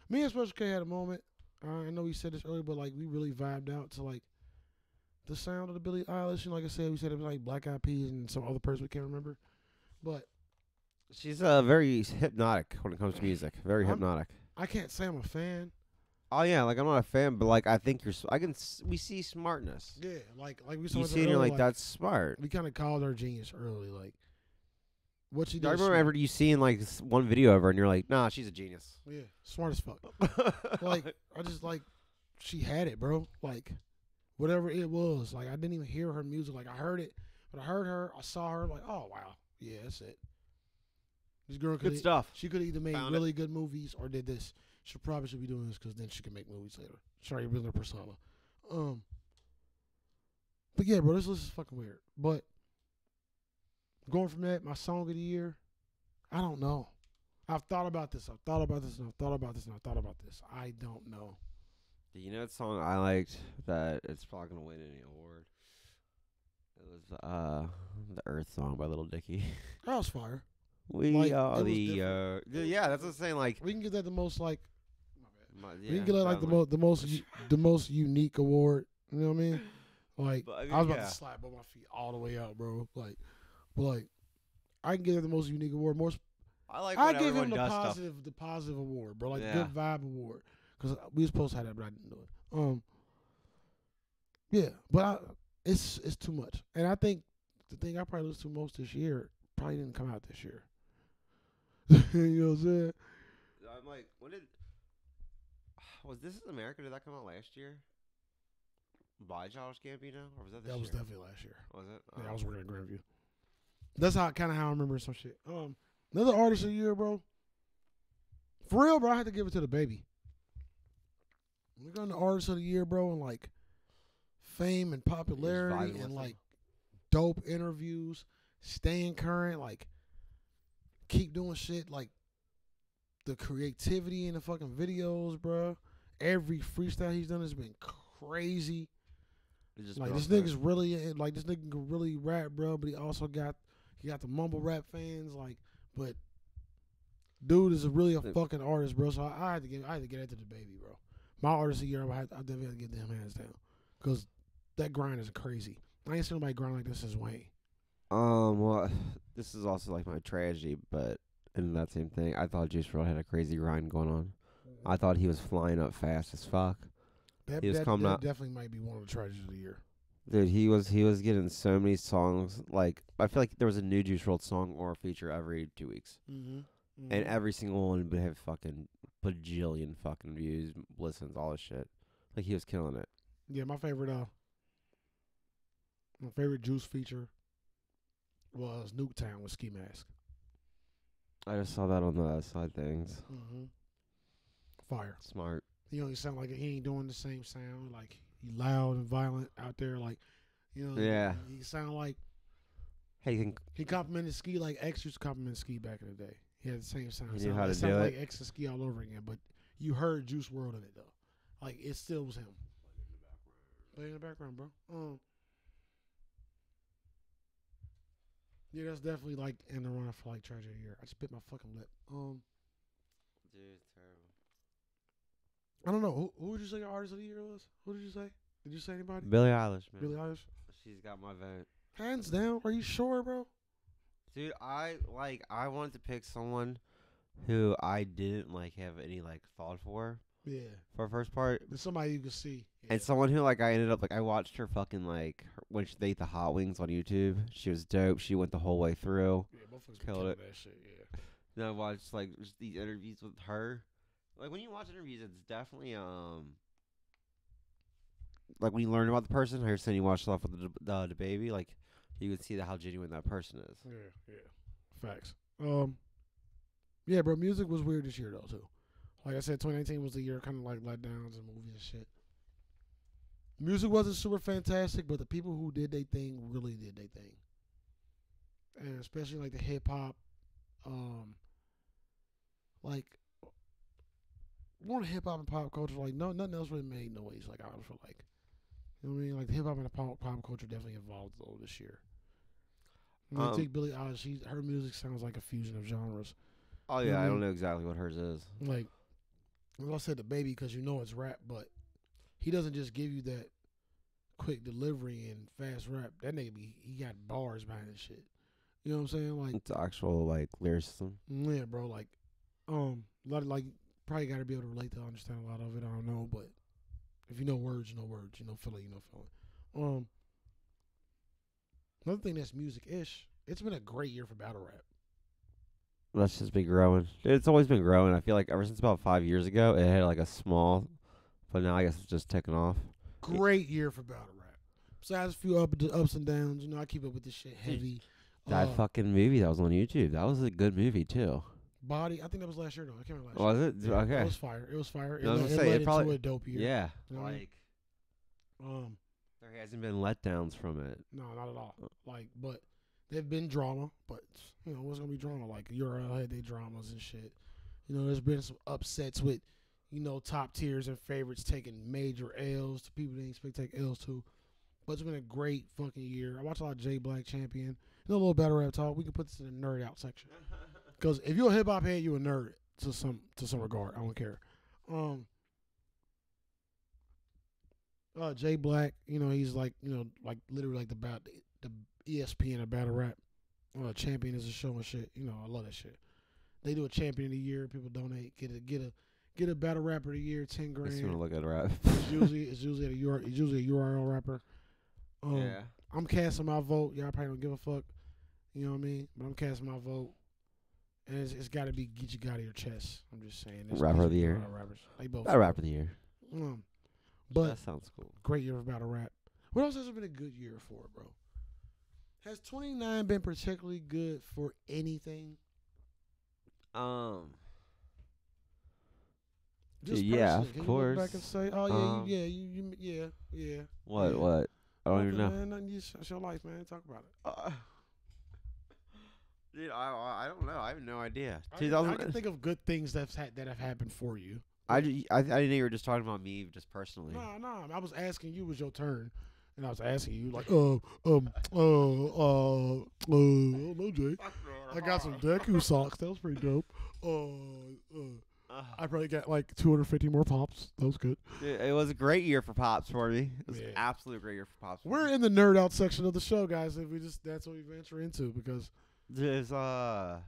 A: me and Special K had a moment. Uh, I know we said this earlier, but like we really vibed out to like the sound of the Billy Eilish. And like I said, we said it was like Black Eyed Peas and some other person we can't remember. But
B: She's uh, very hypnotic when it comes to music. Very
A: I'm-
B: hypnotic.
A: I can't say I'm a fan.
B: Oh yeah, like I'm not a fan, but like I think you're. s I can. s- We see smartness.
A: Yeah, like like we saw
B: You
A: it
B: see, it and you're
A: earlier,
B: like, that's smart.
A: We kind of called her genius early. Like what she did.
B: I remember
A: smart.
B: ever you seen like s- one video of her, and you're like, nah, she's a genius.
A: Yeah, smart as fuck. like I just like she had it, bro. Like whatever it was, like I didn't even hear her music. Like I heard it, but I heard her, I saw her. Like oh wow, yeah, that's it. This girl could e-
B: good stuff.
A: she could either made
B: Found it.
A: really good movies or did this. She probably should be doing this because then she can make movies later. She already built her persona. Um, but yeah, bro, this list is fucking weird. But going from that, my song of the year, I don't know. I've thought about this. I've thought about this, and I've thought about this, and I've thought about this. I don't know.
B: Do you know that song I liked that it's probably gonna win any award? It was uh the Earth song by Little Dicky.
A: That was fire.
B: We
A: Like, it
B: are
A: was
B: the uh,
A: different.
B: yeah. That's what I'm saying. Like
A: We can give that the most like
B: my, yeah,
A: we can give that like the
B: sound
A: most the most u- the most unique award. You know what I mean? Like
B: But, I
A: I,
B: mean,
A: was about
B: yeah.
A: to slap on my feet all the way out, bro. Like, but like I can give it the most unique award. More, sp-
B: I like.
A: I
B: when
A: give
B: everyone
A: him the
B: does stuff.
A: positive the positive award, bro. Like
B: Yeah.
A: good vibe award because we was supposed to have that, but I didn't do it. Um, yeah, but I, it's it's too much, and I think the thing I probably listened to most this year probably didn't come out this year. you know what I'm saying?
B: I'm like, when did was This Is America? Did that come out last year? By Childish Gambino, or was that this
A: That
B: year?
A: was definitely last year.
B: Was it?
A: Yeah,
B: Oh.
A: I was working at Grandview. That's how kind of how I remember some shit. Um, another artist of the year, bro. For real, bro, I had to give it to the baby. Look on the artist of the year, bro, and like fame and
B: vibing
A: popularity
B: with
A: and
B: them.
A: like dope interviews, staying current, like keep doing shit, like the creativity in the fucking videos, bro. Every freestyle he's done has been crazy.
B: It just
A: Like
B: brought
A: this
B: back-
A: nigga's really eh, like this nigga can really rap, bro. But he also got he got the mumble rap fans. Like, but dude is really a
B: Dude.
A: fucking artist, bro. So I, I had to give I had to get it to the baby, bro. My artist of the year, I, had, I definitely had to give them hands down because that grind is crazy. I ain't seen nobody grind like this since Wayne.
B: Um, well, this is also like my tragedy, but in that same thing, I thought Juice WRLD had a crazy grind going on. I thought he was flying up fast as fuck,
A: That,
B: He was
A: that,
B: coming
A: that
B: out-
A: definitely might be one of the tragedies of the year.
B: dude. He was he was getting so many songs. Like I feel like there was a new Juice WRLD song or feature every two weeks,
A: Mm-hmm.
B: and every single one would have fucking bajillion fucking views, listens, all this shit. Like he was killing it.
A: Yeah, my favorite uh my favorite juice feature was Nuketown with Ski Mask.
B: I just saw that on the side things.
A: Mm-hmm. Fire.
B: Smart.
A: You know, he sound like he ain't doing the same sound. Like he loud and violent out there. Like you know,
B: Yeah.
A: He sound like
B: Hey, you can
A: he complimented Ski like X used to compliment Ski back in the day. He had the same sound.
B: He knew
A: sound
B: how
A: like,
B: to
A: sound
B: do
A: like
B: it.
A: X and Ski all over again. But you heard Juice World in it though. Like it still was him. Play in the background, bro. Um. Yeah, that's definitely like in the run for like treasure year. I just bit my fucking lip. Um,
B: Dude, terrible.
A: I don't know who, who would you say your artist of the year was. Who did you say? Did you say anybody?
B: Billie Eilish, man.
A: Billy Eilish.
B: She's got my vote.
A: Hands down. Are you sure, bro?
B: Dude, I like I wanted to pick someone who I didn't like have any like thought for
A: Yeah.
B: for the first part.
A: There's somebody you can see. Yeah.
B: And someone who like I ended up like I watched her fucking like her, when she, they ate the hot wings on YouTube. She was dope. She went the whole way through.
A: yeah, motherfuckers
B: killed
A: killed
B: it.
A: it. that shit. Yeah.
B: Then I watched like just these interviews with her. Like when you watch interviews, it's definitely um. Like when you learn about the person, or saying you watch stuff with the, the the baby, like you can see that how genuine that person is.
A: Yeah. Yeah. Facts. Um. Yeah, bro. Music was weird this year though too. Like I said, 2019 was the year kind of like letdowns and movies and shit. Music wasn't super fantastic, but the people who did their thing really did their thing. And especially like the hip hop, um, like more hip hop and pop culture, like no nothing else really made noise. Like I was feel like, you know what I mean? Like the hip hop and the pop, pop culture definitely evolved though this year. When I
B: Um,
A: take Billie Eilish, she, her music sounds like a fusion of genres.
B: Oh
A: You
B: yeah, I
A: know-
B: don't know exactly what hers is.
A: Like, well, I said the baby because you know it's rap, but he doesn't just give you that quick delivery and fast rap. That nigga be he got bars behind his shit. You know what I'm saying? Like,
B: It's actual like lyricism.
A: yeah, bro. Like, um, a lot of like probably got to be able to relate to understand a lot of it. I don't know, but if you know words, you know words. You know feeling, you know feeling. Um, another thing that's music ish. It's been a great year for battle rap.
B: That's just been growing. It's always been growing. I feel like ever since about five years ago, it had like a small, but now I guess it's just taking off.
A: great year for battle rap. Besides a few up, ups and downs, you know, I keep up with this shit heavy.
B: That
A: Uh,
B: fucking movie that was on YouTube, that was a good movie too.
A: body, I think that was last year though. I can't remember last
B: Was it?
A: year. Yeah,
B: okay.
A: it was fire. It was fire. It,
B: I was
A: le-
B: gonna
A: it
B: say, it
A: led into
B: probably-
A: a dope year.
B: yeah.
A: You know what I mean?
B: like
A: Um,
B: there hasn't been letdowns from it.
A: no, not at all. Like, but they've been drama, but you know, what's gonna be drama? Like Euro had their dramas and shit. You know, there's been some upsets with, you know, top tiers and favorites taking major L's to people they ain't expect to take L's to. But it's been a great fucking year. I watch a lot of Jay Black Champion. You know, a little battle rap talk. We can put this in the nerd out section. Because if you're a hip hop head, you're a nerd to some to some regard. I don't care. Um, uh, Jay Black, you know, he's like, you know, like literally like the bat, the E ESPN of battle rap. Uh, champion is a show and shit. You know, I love that shit. They do a champion of the year. People donate, get a get a get a battle rapper of the year, ten
B: I just want to
A: grand.
B: look at rap.
A: It's usually it's usually a URL, it's usually a URL rapper. Um,
B: yeah.
A: I'm casting my vote. Y'all probably don't give a fuck. You know what I mean? But I'm casting my vote. And it's, it's got to be get you out of your chest. I'm just saying. It's-
B: Rapper of the
A: these
B: year.
A: are all Rappers. They both.
B: That rap of the year.
A: Um, but
B: that sounds cool.
A: great year for battle rap. What else has it been a good year for, bro? Has 29 been particularly good for anything?
B: Um.
A: Just
B: Yeah,
A: personally,
B: of
A: can you look
B: course.
A: back and say, oh yeah,
B: Um,
A: you, yeah, you, you, yeah, yeah.
B: What?
A: Yeah.
B: What? I don't
A: Nothing,
B: even know.
A: Man, nothing, you- it's your life, man. Talk about it.
B: Uh, dude, I- I I don't know. I have no idea.
A: I
B: Two
A: can- I,
B: thousand.
A: can think of good things that's had, that have happened for you.
B: I, ju- I I didn't know you were just talking about me just personally.
A: No, no. I was asking you. it Was your turn? And I was asking you, like, uh, um, uh, uh, uh, I don't know, Jay. I got some Deku socks. That was pretty dope. Uh, uh, I probably got like 250 more pops. That was good.
B: Dude, it was a great year for pops for me. It was
A: Yeah.
B: an absolute great year for pops. For
A: We're
B: me.
A: in the nerd out section of the show, guys. If we just that's what we venture into because
B: There's uh,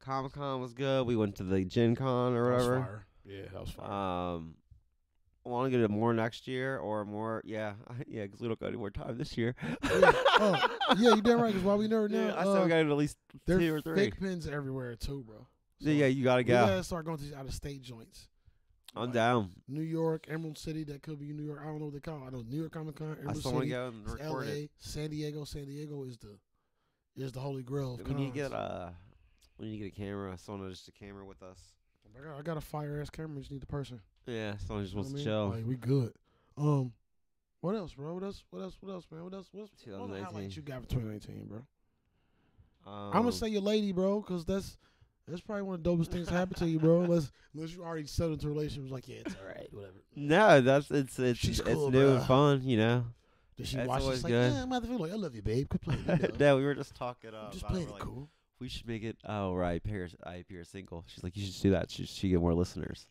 B: Comic Con was good. We went to the Gen Con or
A: that was
B: whatever.
A: fire. Yeah, that was fire.
B: Um, I want to go to more next year or more. Yeah, yeah, because we don't got any more time this year.
A: yeah. Oh, yeah, you damn right. Because while we nerd now,
B: Dude, I still
A: uh,
B: got at least
A: there
B: two or
A: are
B: three.
A: fake pins everywhere too, bro.
B: Yeah, yeah, you gotta
A: we
B: go.
A: gotta start going to these out of state joints.
B: I'm
A: Like,
B: down.
A: New York, Emerald City. That could be New York. I don't know what they call. It. I know New York Comic Con,
B: I
A: Emerald
B: still want to
A: City,
B: go and
A: it's
B: record
A: L.A.,
B: it.
A: San Diego. San Diego is the is the holy grail of
B: We need to
A: cons.
B: get uh, we need to get a camera. Someone just a camera with us.
A: I, got, I got a fire ass camera. Just need the person.
B: Yeah, someone just
A: You know
B: wants
A: what I
B: to
A: mean?
B: chill.
A: Like we good. Um, what else, bro? What else? What else? What else, man? What else? What's what other
B: 2019.
A: highlights you got for 2019, bro?
B: um,
A: I'm gonna say your lady, bro, because that's that's probably one of the dopest things that happened to you, bro. Unless unless you already settled into a relationship, like yeah, it's all right, whatever.
B: no. That's it's it's
A: She's
B: it's
A: cool,
B: new
A: bruh.
B: and fun, you know.
A: Did she
B: That's
A: watch
B: always
A: this? Like,
B: good.
A: yeah, motherfucker, like, I love you, babe. Quit playing. You know?
B: no, we were just talking. Uh,
A: I'm just
B: about it.
A: playing
B: We're
A: it
B: like,
A: cool.
B: We should make it. Oh right, pair I appear single. She's like, you should do that. She she get more listeners.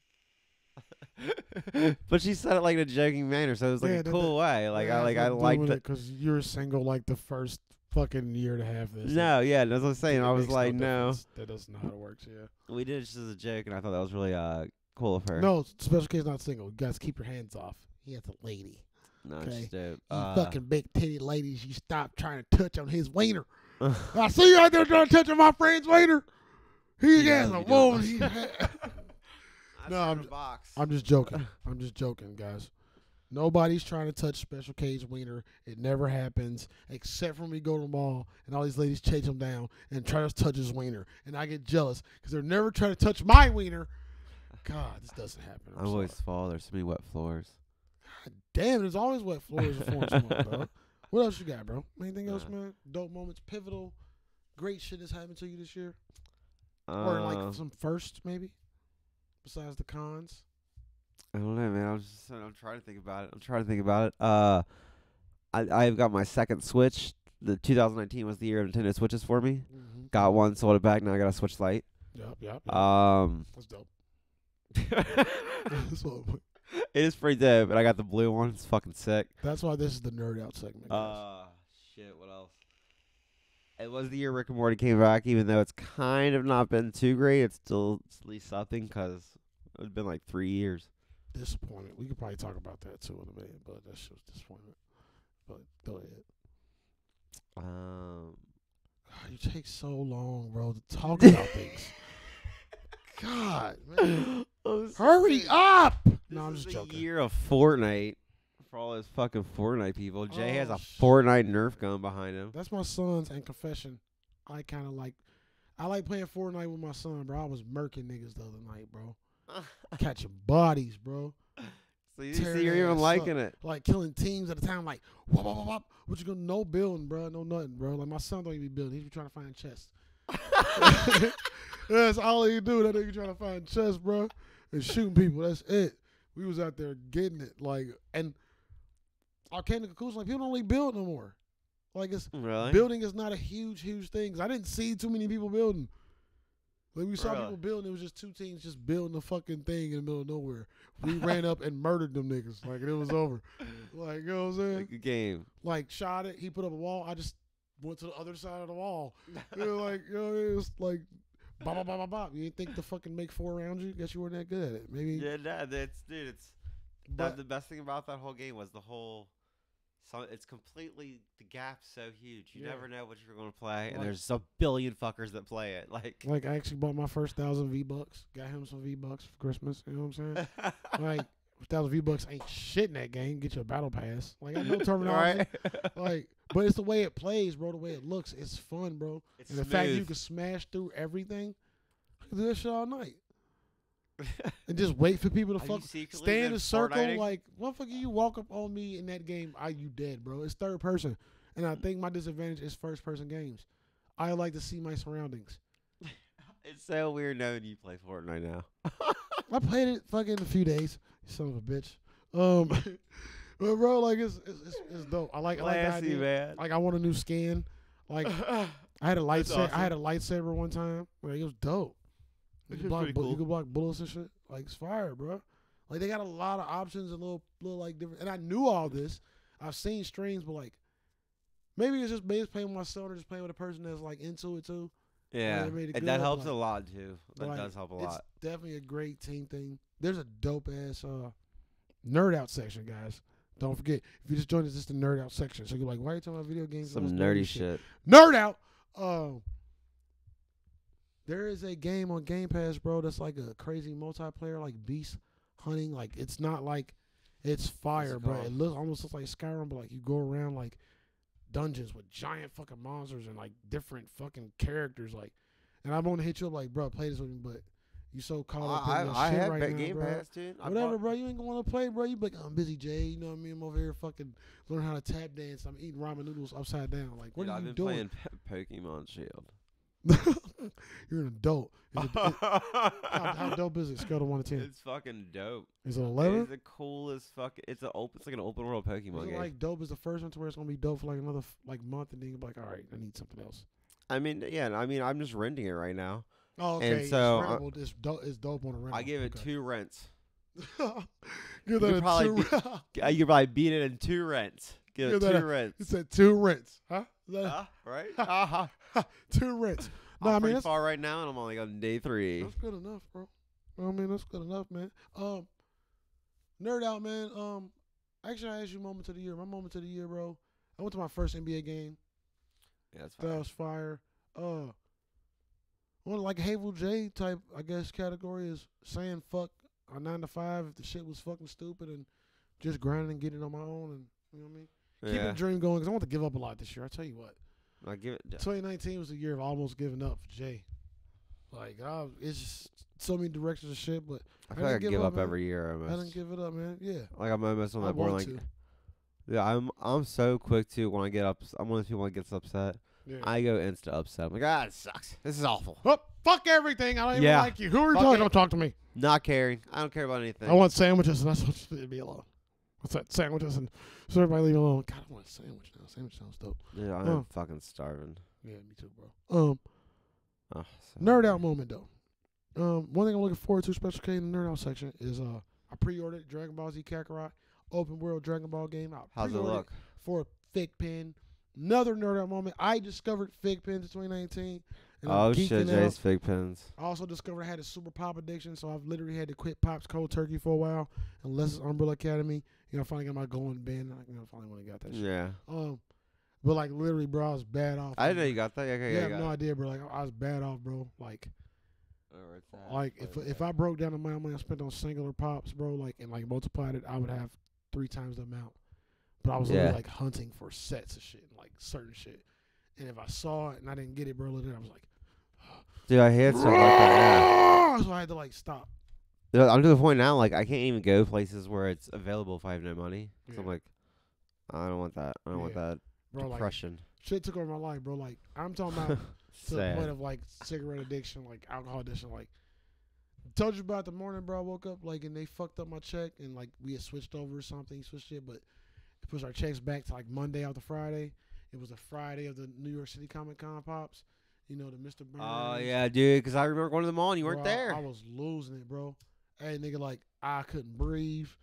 B: but she said it like in a joking manner, so it was like
A: Yeah,
B: a
A: that-
B: cool way. Like I like I liked that.
A: because you're single like the first fucking year to have this.
B: No, yeah, that's what I'm saying.
A: It
B: I was
A: makes
B: like, no,
A: difference. that doesn't know how it works. Yeah,
B: we did it just as a joke, and I thought that was really uh cool of her.
A: no, special case not single. You guys keep your hands off. He has a lady.
B: no,
A: okay.
B: she's dope.
A: You
B: Uh,
A: fucking big titty ladies, you stop trying to touch on his wiener. I see you out there trying to touch on my friend's wiener. He
B: Yeah,
A: has a
B: you do.
A: woman. He No,
B: no,
A: I'm-
B: I'm, box.
A: I'm just joking. I'm just joking, guys. Nobody's trying to touch Special K's wiener. It never happens, except when we go to the mall and all these ladies chase him down and try to touch his wiener. And I get jealous because they're never trying to touch my wiener. God, this doesn't happen. I'm
B: I always
A: sorry.
B: fall. There's so many wet floors.
A: Damn, there's always wet floors in Florence Month, bro. What else you got, bro? Anything else,
B: Nah.
A: man? Dope moments, pivotal, great shit that's happened to you this year,
B: Um,
A: or like some first maybe, besides the cons.
B: I don't know, man. I'm just I'm trying to think about it. I'm trying to think about it. Uh, I I've got my second Switch. The 2019 was the year of Nintendo Switches for me.
A: Mm-hmm.
B: Got one, sold it back. Now I got a Switch Lite.
A: Yep, yep. yep.
B: Um,
A: That's dope.
B: it
A: That's what-
B: is pretty dope, and I got the blue one. It's fucking sick.
A: That's why this is the nerd out segment. guys.
B: Uh, shit. What else? It was the year Rick and Morty came back, even though it's kind of not been too great. It's still it's at least something because it's been like three years.
A: disappointed. We could probably talk about that too in a minute, but that shit was disappointing. But go ahead. God,
B: Um,
A: Ah, you take so long, bro, to talk about things. God, man. Hurry up! No, I'm
B: This is
A: just
B: the
A: joking.
B: Year of Fortnite for all those fucking Fortnite people. Jay has
A: Oh,
B: a
A: shit.
B: Fortnite Nerf gun behind him.
A: That's my son's and confession. I kind of like, I like playing Fortnite with my son, bro. I was murking niggas the other night, bro. Catching bodies, bro.
B: so you
A: tear
B: see, you're
A: their ass
B: even
A: up.
B: liking it.
A: Like killing teams at a time, like wop wop wop wop. What you gonna no building, bro? No nothing, bro. Like my son don't even be building. He be trying to find chests. That's all he do. That nigga trying to find chests, bro, and shooting people. That's it. We was out there getting it, like, and I came to the conclusion like people don't really build no more. Like it's
B: Really?
A: Building is not a huge, huge thing. 'cause I didn't see too many people building. Like we saw
B: Really?
A: people building, it was just two teams just building a fucking thing in the middle of nowhere. We ran up and murdered them niggas. Like and it was over. Like you know what I'm saying?
B: Good game.
A: Like shot it. He put up a wall. I just went to the other side of the wall. It was like you know, it was like. Bop, bop, bop, bop, bop. You didn't think to fucking make four around you? Guess you weren't that good at it. Maybe.
B: Yeah, nah, that's dude. It's
A: But-
B: that, the best thing about that whole game was the whole. So it's completely the gap's so huge. You
A: Yeah.
B: never know what you're going to play, and
A: Like-
B: there's a billion fuckers that play it. Like,
A: Like, I actually bought my first thousand V Bucks. Got him some V Bucks for Christmas. You know what I'm saying? like thousand V bucks ain't shit in that game. Get your battle pass. Like I know terminology.
B: right?
A: Like, but it's the way it plays, bro. The way it looks, it's fun, bro.
B: It's
A: and the fact that you
B: smooth.
A: can smash through everything, I could do that shit all night and just wait for people to
B: Are you
A: fuck.
B: secretly
A: Stay in
B: then
A: a circle,
B: Fortniting?
A: like motherfucker. You walk up on me in that game, I you dead, bro. It's third person, and
B: Mm.
A: I think my disadvantage is first person games. I like to see my surroundings.
B: it's so weird knowing you play Fortnite now.
A: I played it fucking a few days. You son of a bitch. Um, but bro, like it's it's, it's, it's dope. I like I like the
B: Classy,
A: idea.
B: man.
A: Like I want a new skin. Like I had a
B: That's
A: lightsaber.
B: awesome.
A: I had a lightsaber one time. Like it was dope. You
B: That's
A: could block,
B: pretty
A: bu-
B: cool.
A: you could block bullets and shit. Like it's fire, bro. Like they got a lot of options and little little like different. And I knew all this. I've seen streams, but like maybe it's just maybe it's playing with my son or just playing with a person that's like into it too.
B: yeah,
A: they made it
B: and that
A: good,
B: helps a
A: like-
B: lot too. That
A: like,
B: does help a
A: It's
B: lot.
A: definitely a great team thing. There's a dope ass uh, nerd out section, guys. Don't forget if you just joined us, it's the nerd out section. So you're like, why are you talking about video games?
B: Some
A: That's
B: nerdy shit.
A: Nerd out. Um, there is a game on Game Pass, bro. That's like a crazy multiplayer, like beast hunting. Like it's not like it's fire,
B: it
A: bro.
B: called?
A: It looks almost looks like Skyrim, but like you go around like dungeons with giant fucking monsters and like different fucking characters. Like, and I'm gonna hit you up, like, bro, play this with me, but you so
B: I,
A: caught up in
B: I,
A: this
B: I
A: shit
B: had
A: right
B: that
A: now,
B: Game
A: bro.
B: Pass, dude. I
A: Whatever,
B: bought-
A: bro. You ain't gonna want to play, bro. You be like, I'm busy, Jay. You know what I mean? I'm over here fucking learning how to tap dance. I'm eating ramen noodles upside down. Like, what
B: Dude,
A: are
B: I've
A: you
B: been
A: doing?
B: playing P- Pokemon Shield.
A: You're an adult. Is it- it- how, how dope is it? Scale to one to ten.
B: It's fucking dope.
A: Is it
B: It's
A: eleven?
B: the coolest fucking. It's a open. It's like an open world Pokemon
A: Is it
B: game.
A: like dope is the first one to where it's gonna be dope for like another f- like month and then you'll be like, all right, I need something else.
B: I mean, yeah. and I mean, I'm just renting it right now.
A: Oh,
B: And
A: okay. it's
B: so, uh,
A: rentable. it's dope. It's dope on a rental.
B: I give it
A: okay.
B: two rents.
A: two.
B: You
A: give that
B: could
A: a
B: probably
A: two.
B: Uh, You could probably beat it in two rents. Give it
A: Give that a-
B: two rents.
A: you said two rents, huh? Is that-
B: Huh? right? uh-huh.
A: two rents. No,
B: I'm
A: I mean
B: pretty
A: that's,
B: far right now, and I'm only on day three.
A: that's good enough, bro. I mean that's good enough, man. Um, nerd out, man. Um, actually, I asked you moment of the year. My moment of the year, bro. I went to my first NBA game.
B: Yeah, that's
A: That
B: fine.
A: was fire. Uh, well, like Havel J type, I guess category is saying fuck a nine to five if the shit was fucking stupid and just grinding and getting on my own and you know what I mean. Keep
B: yeah.
A: the dream going because I want to give up a lot this year. I tell you what,
B: I give it.
A: 2019 was the year of almost giving up for Jay. Like I, it's just so many directions of shit, but
B: I
A: I
B: feel like I
A: didn't give
B: give
A: up,
B: up
A: man.
B: every year
A: I didn't
B: almost.
A: give it up, man. Yeah,
B: Like I'm almost on
A: I
B: that board.
A: want
B: Like
A: to.
B: Yeah, I'm I'm so quick to when I get up. I'm one of those people that gets upset.
A: Yeah.
B: I go insta upset. I'm like, ah, it sucks. This is awful.
A: oh, fuck everything. I don't even
B: Yeah.
A: like you. Who are you
B: Fuck
A: talking?
B: it.
A: Don't talk to me.
B: Not caring. I don't care about anything.
A: I want sandwiches, and that's what you leave me alone. What's that? Sandwiches, and so everybody leave me alone. God, I want a sandwich now. Sandwich sounds dope.
B: Dude, I'm
A: Oh.
B: fucking starving.
A: Yeah, me too, bro. Um,
B: Oh, so
A: nerd out
B: hungry.
A: moment though. Um, one thing I'm looking forward to, Special K in the nerd out section, is uh, I pre-ordered Dragon Ball Z Kakarot open world Dragon Ball game. I
B: How's it
A: pre-ordered
B: look?
A: for a fig pen. Another nerd out moment. I discovered fig pens in 2019. And I'm
B: Oh
A: geeking
B: shit,
A: out.
B: Jay's fig pins.
A: I also discovered I had a super pop addiction, so I've literally had to quit pops cold turkey for a while, unless it's Umbrella Academy. You know, I finally got my golden bin. I you know, finally when I got that shit.
B: Yeah,
A: Um, but like literally, bro, I was bad off.
B: I didn't know you got that. Yeah, okay,
A: yeah, I
B: yeah,
A: have
B: yeah.
A: no idea, bro. Like I was bad off, bro. Like,
B: Oh,
A: like if if I broke down the amount of money I spent on singular pops, bro, like and like multiplied it, I would have three times the amount. But I was literally
B: Yeah.
A: like hunting for sets of shit, like certain shit. And if I saw it and I didn't get it, bro, later I was like,
B: dude, I hate stuff like that.
A: so I had to like stop.
B: Yeah. Dude, I'm to the point now, like I can't even go places where it's available if I have no money. 'Cause I'm
A: Yeah.
B: like, I don't want that. I don't want
A: Yeah.
B: that
A: bro. Like
B: depression.
A: shit took over my life, bro. Like I'm talking about to the point
B: Sad.
A: of like cigarette addiction, like alcohol addiction. Like told you about the morning, bro. I woke up like and they fucked up my check and like we had switched over or something, switched it, but they pushed our checks back to like Monday after Friday. It was the Friday of the New York City Comic Con pops. You know the Mr. Burns.
B: Oh yeah, dude. Because I remember going to the mall and you weren't
A: Bro, I-
B: there.
A: I, was losing it, bro. Hey, nigga, like I couldn't breathe.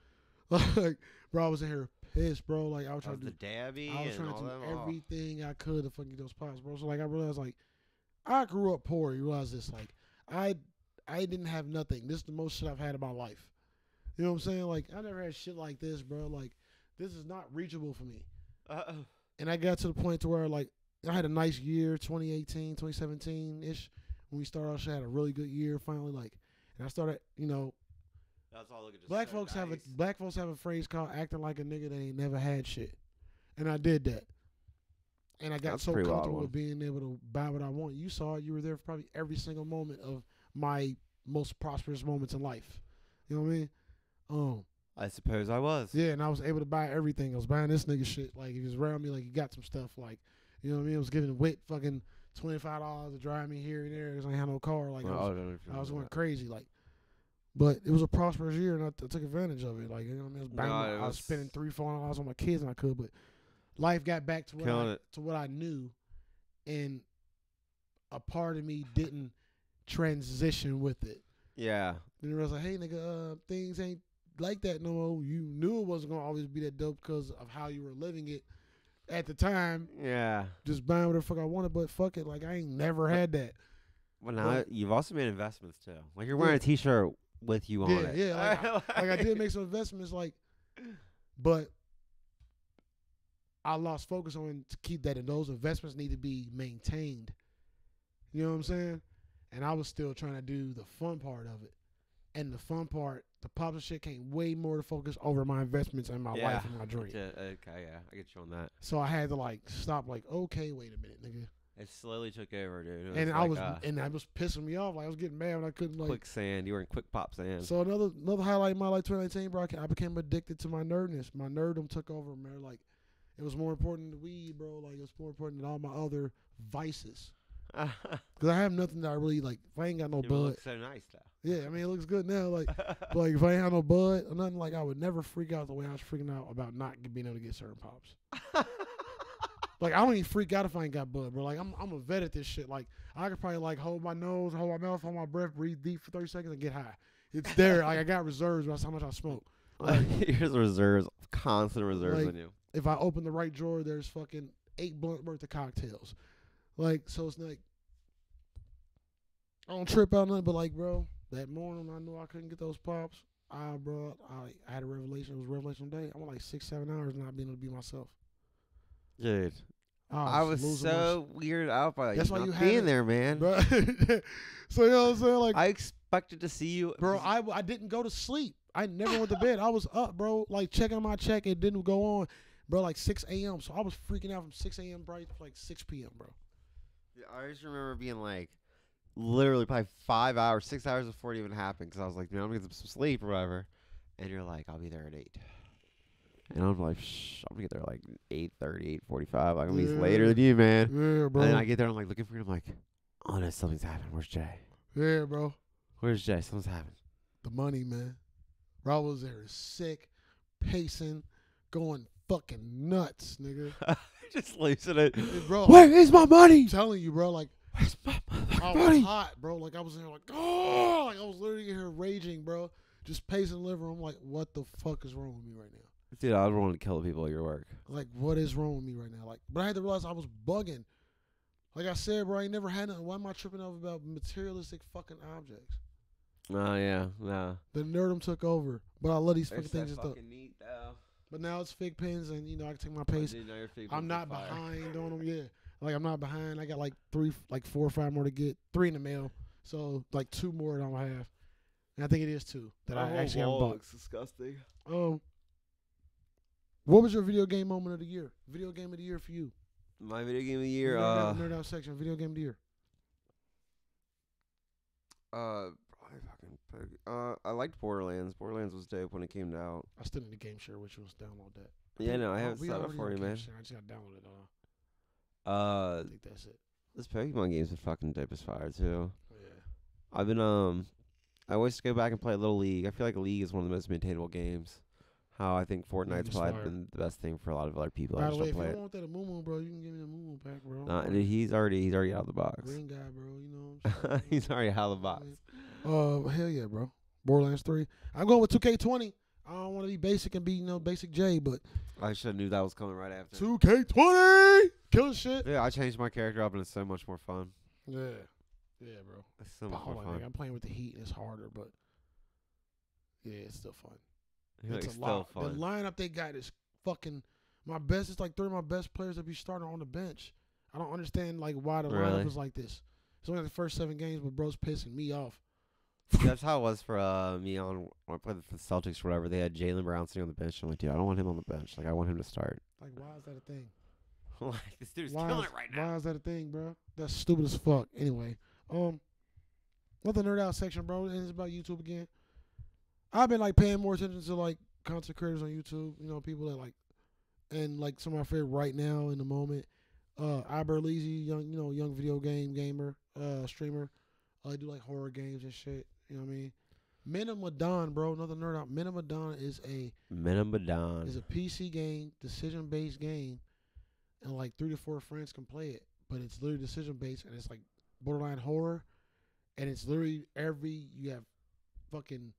A: Like, bro, I was in here pissed, bro. Like I was
B: I
A: trying
B: was
A: to
B: the
A: do
B: dabby
A: I was
B: and
A: trying
B: all
A: to
B: that.
A: do everything I could to fucking get those pops, bro. So like I realized like I grew up poor. You realize this? Like I I didn't have nothing. This is the most shit I've had in my life. You know what I'm saying? Like I never had shit like this, bro. Like this is not reachable for me.
B: Uh,
A: And I got to the point to where like I had a nice year, 2018, 2017 ish. When we started out, shit, I had a really good year finally. Like, and I started, you know,
B: that's all looking just
A: Black
B: so
A: folks have a
B: nice.
A: black folks have a phrase called acting like a nigga that ain't never had shit, and I did that, and I got
B: That's a
A: so
B: pretty wild
A: comfortable
B: one.
A: with being able to buy what I want. You saw it; you were there for probably every single moment of my most prosperous moments in life. You know what I mean? Um,
B: I suppose I was.
A: yeah, and I was able to buy everything. I was buying this nigga shit. Like he was around me, like he got some stuff. Like you know what I mean? I was giving wit fucking twenty five dollars to drive me here and there because I ain't had no car. Like I was
B: Well, I don't know if you
A: I was
B: remember
A: going crazy, like, but it was a prosperous year, and I, t- I took advantage of it. Like, you know, what I mean, I was,
B: No,
A: banging,
B: it
A: I was
B: was-
A: spending three, four hundred dollars on my kids, and I could, but life got back to what
B: Killing
A: I,
B: it.
A: to what I knew, and a part of me didn't transition with it.
B: that. Yeah.
A: Then I was like, hey, nigga, uh, things ain't like that no more. You knew it wasn't gonna always be that dope because of how you were living it at the time.
B: Yeah.
A: Just buying whatever the fuck I wanted, but fuck it, like I ain't never had that.
B: Well, now
A: But-
B: you've also made investments too. Like you're
A: Yeah.
B: wearing a T-shirt with you on
A: Yeah,
B: it.
A: yeah, like I- like I did make some investments, like, but I lost focus on to keep that, and those investments need to be maintained. You know what I'm saying? And I was still trying to do the fun part of it, and the fun part, the pop and shit, came way more to focus over my investments and my life and my dream.
B: Yeah, okay, yeah, I get you on that.
A: So I had to like stop, like, okay, wait a minute, nigga.
B: It slowly took over, dude. It
A: and I
B: like,
A: was,
B: uh,
A: and I was pissing me off. Like I was getting mad when I couldn't like
B: quicksand. You were in quick pop sand.
A: So another another highlight in my life, 2019, bro. I, ca- I became addicted to my nerdness. My nerddom took over, man. Like it was more important than weed, bro. Like it was more important than all my other vices. Cause I have nothing that I really like. If I ain't got no
B: you
A: bud,
B: look so nice though.
A: yeah. I mean, it looks good now. Like, but, like if I ain't had no bud or nothing, like I would never freak out the way I was freaking out about not g- being able to get certain pops. Like I don't even freak out if I ain't got bud, bro. Like I'm I'm a vet at this shit. Like I could probably like hold my nose, hold my mouth, hold my breath, breathe deep for 30 seconds, and get high. It's there. like I got reserves. That's how much I smoke. Like,
B: Here's reserves, constant reserves
A: Like-
B: on you.
A: if I open the right drawer, there's fucking eight blunt worth of cocktails. Like, so it's like I don't trip out nothing, but like, bro, that morning I knew I couldn't get those pops. I bro, I, I had a revelation. It was a revelation day. I went like six, seven hours not being able to be myself.
B: Dude,
A: I
B: I was
A: losing my
B: so weirded out by
A: Ah, That's
B: you
A: why
B: not
A: you had it,
B: being there, man.
A: shit, bro. so you know what I'm saying? Like,
B: I expected to see you,
A: bro, I, I didn't go to sleep. I never went to bed. I was up, bro, like checking my check. It didn't go on, bro, like 6 a.m. So I was freaking out from 6 a.m. bright to like 6 p.m., bro.
B: I just remember being like, literally probably five hours, six hours before it even happened, because I was like, man, I'm gonna get some sleep or whatever. And you're like, I'll be there at eight. And I'm like, Shh, I'm gonna get there like 8:30, 8:45. Like I'm gonna be
A: Yeah.
B: later than you, man.
A: Yeah, bro.
B: And then I get there, I'm like looking for him. I'm like, oh no, something's happened. Where's Jay?
A: yeah, bro.
B: Where's Jay? Something's happened.
A: The money, man. Rob was there sick, pacing, going fucking nuts, nigga.
B: Just losing it.
A: Hey, bro, Oh,
B: Where is my money?
A: I'm telling you, bro, like
B: Where's my
A: I
B: motherfucking
A: was
B: money?
A: hot, bro. Like I was in there like, oh, like I was literally in here raging, bro. Just pacing the living room, like, what the fuck is wrong with me right now?
B: Dude, I don't want to kill the people at your work.
A: Like, what is wrong with me right now? Like, but I had to realize I was bugging. Like I said, bro, I ain't never had nothing. Why am I tripping out about materialistic fucking objects?
B: Oh yeah, no.
A: The nerdum took over, but I love these fucking things. Just up.
B: neat though.
A: But now it's fig pins, and you know I can take my pace. I'm not behind on them. Yeah, like I'm not behind. I got like three, like four or five more to get. Three in the mail, so like two more that I don't have. And I think it is two that
B: Oh,
A: I actually haven't bought.
B: disgusting.
A: Um, what was your video game moment of the year? Video game of the year for you?
B: My video game of the year,
A: nerd,
B: uh,
A: out, nerd out section. Video game of the year.
B: uh, probably fucking, Peg- uh, I liked Borderlands. Borderlands was dope when it came out.
A: I still need a game share with you. Let's download that.
B: Yeah, no, I
A: Oh,
B: haven't
A: we
B: set up
A: already
B: for
A: on
B: you,
A: game
B: man.
A: share. I just got to download it. Uh,
B: Uh,
A: I think that's it. Oh,
B: this Pokemon game's been fucking dope as fire too.
A: Yeah.
B: I've been um, I always go back and play Little League. I feel like League is one of the most maintainable games. How I think Fortnite's
A: is
B: probably
A: fire.
B: been the best thing for a lot of other people. I
A: By the
B: just
A: way,
B: don't
A: if you
B: play it.
A: don't want that a Moon Moon, bro, you can give me the Moon Moon pack, bro.
B: Nah, dude, he's already he's already out of the box.
A: Green guy, bro. You know what I'm saying?
B: he's already out of the box.
A: Uh, hell yeah, bro. Borderlands three. I'm going with 2K20. I don't want to be basic and be you know basic J, but
B: I should have knew that was coming right after.
A: 2K20 killing shit.
B: Yeah, I changed my character up and it's so much more fun.
A: Yeah, yeah, bro.
B: It's so much
A: But hold
B: more
A: on, nigga,
B: fun.
A: I'm playing with the heat and it's harder, but yeah, it's still fun.
B: It's,
A: it's a
B: still
A: lot. The
B: fun.
A: lineup they got is fucking my best. It's like three of my best players that be starting on the bench. I don't understand like why the
B: Really?
A: lineup is like this. It's only the first seven games, but bro's pissing me off.
B: That's how it was for uh, me on when I played for the Celtics or whatever. They had Jalen Brown sitting on the bench. I'm like, dude, I don't want him on the bench. Like, I want him to start.
A: Like, why is that a thing?
B: like, this dude's
A: why
B: killing
A: is,
B: it right now.
A: Why is that a thing, bro? That's stupid as fuck. Anyway, um, another nerd out section, bro. And it's about YouTube again. I've been like paying more attention to like content creators on YouTube. You know, people that like, and like some of my favorite right now in the moment. Uh, Iberleezy, young, you know, young video game gamer, uh, streamer. I do like horror games and shit. You know what I mean? Minimadon, bro. Another nerd out. Minimadon is a
B: Minimadon.
A: it's a PC game, decision based game, and like three to four friends can play it. But it's literally decision based, and it's like borderline horror, and it's literally every you have fucking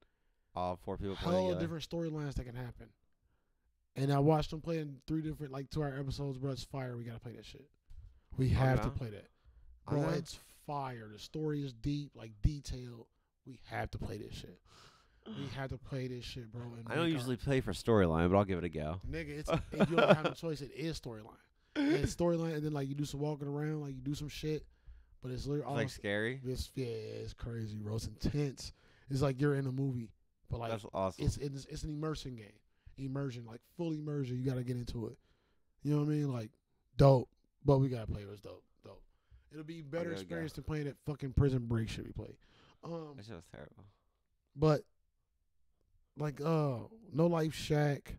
B: All four people playing
A: hell
B: together.
A: different storylines that can happen. And I watched them playing three different like two hour episodes, bro. It's fire. We gotta play that shit. We have to
B: down.
A: play that,
B: I'm
A: bro.
B: down.
A: It's fire. The story is deep, like detailed. We have to play this shit. We have to play this shit, bro. and
B: I don't
A: make our-
B: usually play for storyline, but I'll give it a go.
A: Nigga, it's if you don't have a choice, it is storyline. And It's storyline, and then like you do some walking around, like you do some shit, but it's literally
B: It's like
A: almost
B: scary.
A: it's, yeah, it's crazy, bro. It's intense. It's like you're in a movie, but like
B: That's awesome.
A: it's it's it's an immersion game, immersion, like full immersion. You gotta get into it. You know what I mean? Like dope, but we gotta play it. It's dope, dope. It'll be better
B: gotta go.
A: experience than playing that fucking prison break shit we play. Um,
B: That shit was terrible.
A: but like uh No Life Shack,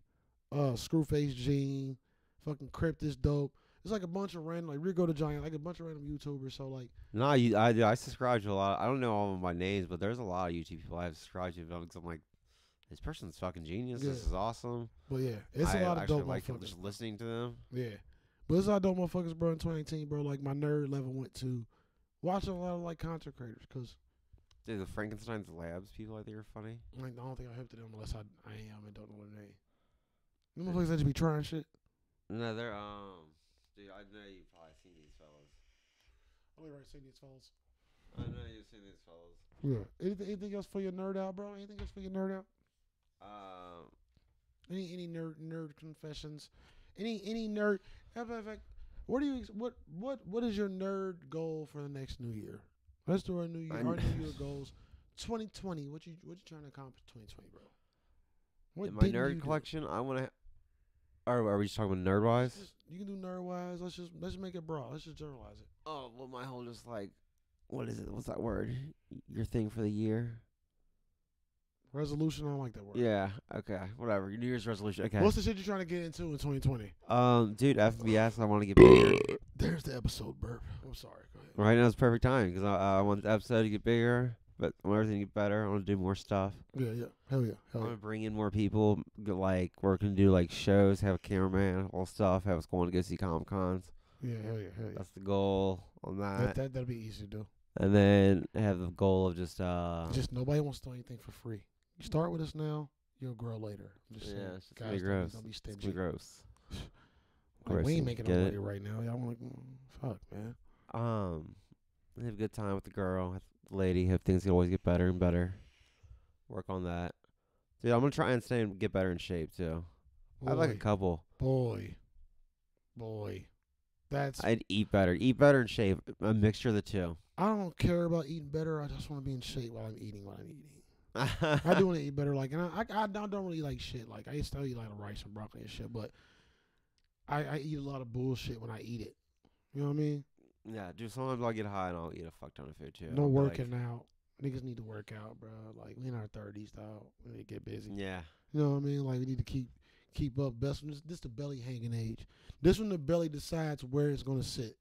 A: uh Screwface Gene, fucking Crypt is dope. It's like a bunch of random like Rico the Giant, like a bunch of random YouTubers. So like
B: No, you, I do. I subscribe to a lot. I don't know all of my names, but there's a lot of YouTube people I've subscribed to because I'm like, this person's fucking genius. This
A: Yeah.
B: is awesome.
A: but yeah, it's
B: I
A: a lot of
B: actually
A: dope
B: like
A: motherfuckers.
B: just listening to them.
A: Yeah. But it's a lot of dope motherfuckers, bro, in twenty eighteen, bro. Like my nerd level went to watching a lot of like content creators because
B: Dude, the Frankenstein's Labs people, I think are funny.
A: like I don't think I'm hip to them unless I I am and don't know their name. Them motherfuckers that just be trying shit.
B: No, they're um, dude, I know you have probably seen these fellas.
A: I'm right seeing these fellas.
B: I know you've seen these fellas.
A: Yeah. Anything, anything else for your nerd out, bro? Anything else for your nerd out?
B: Um,
A: Any any nerd nerd confessions? Any any nerd? How about fact? What do you ex- what what what is your nerd goal for the next new year? Let's do our new year
B: I
A: our
B: kn-
A: new year goals. Twenty twenty. What you what you trying to accomplish? Twenty twenty, bro. What
B: in my
A: didn't you
B: nerd
A: do?
B: collection, I want to. Are are we just talking about nerd wise?
A: Let's just- you can do nerd wise. Let's just let's make it broad. Let's just generalize it.
B: Oh well, my whole just like, what is it? What's that word? Your thing for the year?
A: Resolution, I don't like that word.
B: Yeah. Okay. Whatever. New Year's resolution. Okay.
A: What's the shit you're trying to get into in 2020?
B: um, dude, FBS. I want to get bigger.
A: There's the episode burp. I'm sorry. Go ahead.
B: Right now is perfect time because I, I want the episode to get bigger, but I want everything to get better. I want to do more stuff.
A: Yeah, yeah. Hell yeah.
B: I
A: Hell
B: want
A: yeah.
B: to bring in more people. g- Like we're gonna do like shows, have a cameraman, all stuff. Have us going to go see comic cons.
A: Yeah, hell yeah. Hell yeah.
B: That's the goal on
A: That,
B: that.
A: that, that'll be easy to do.
B: And then have the goal of just uh
A: Just nobody wants to do anything for free. You start with us now, you'll grow later. I'm just saying.
B: Yeah, it's just gonna
A: Guys,
B: be
A: don't be-
B: gross.
A: Don't be
B: it's
A: stingy.
B: gonna be gross.
A: Like, we
B: grossy.
A: ain't making
B: Get
A: no
B: it?
A: money right now. Y'all like, mm, fuck, man.
B: Um, have a good time with the girl, with the lady. Hope things can always get better and better. Work on that, dude. I'm gonna try and stay and get better in shape too. I have like a
A: Boy,
B: couple.
A: boy, boy. That's I,
B: I'd eat better, eat better and shape. A mixture of the two.
A: don't care about eating better. I just want to be in shape while I'm eating what I'm eating. I
B: I
A: do want to eat better. Like, and I, I, I don't don't really like shit. Like, I used to eat like rice and broccoli and shit, but I, I eat a lot of bullshit when I eat it. You know what I mean?
B: Yeah, dude. Sometimes I'll get high and I'll eat a fuck ton of food too.
A: no
B: I'll be like-
A: working out. Niggas need to work out, bro. Like, we in our thirties, dog. We need to get busy.
B: Yeah.
A: You know what I mean? Like we need to keep keep up. Best one. This, this the belly hanging age. This one the belly decides where it's gonna sit.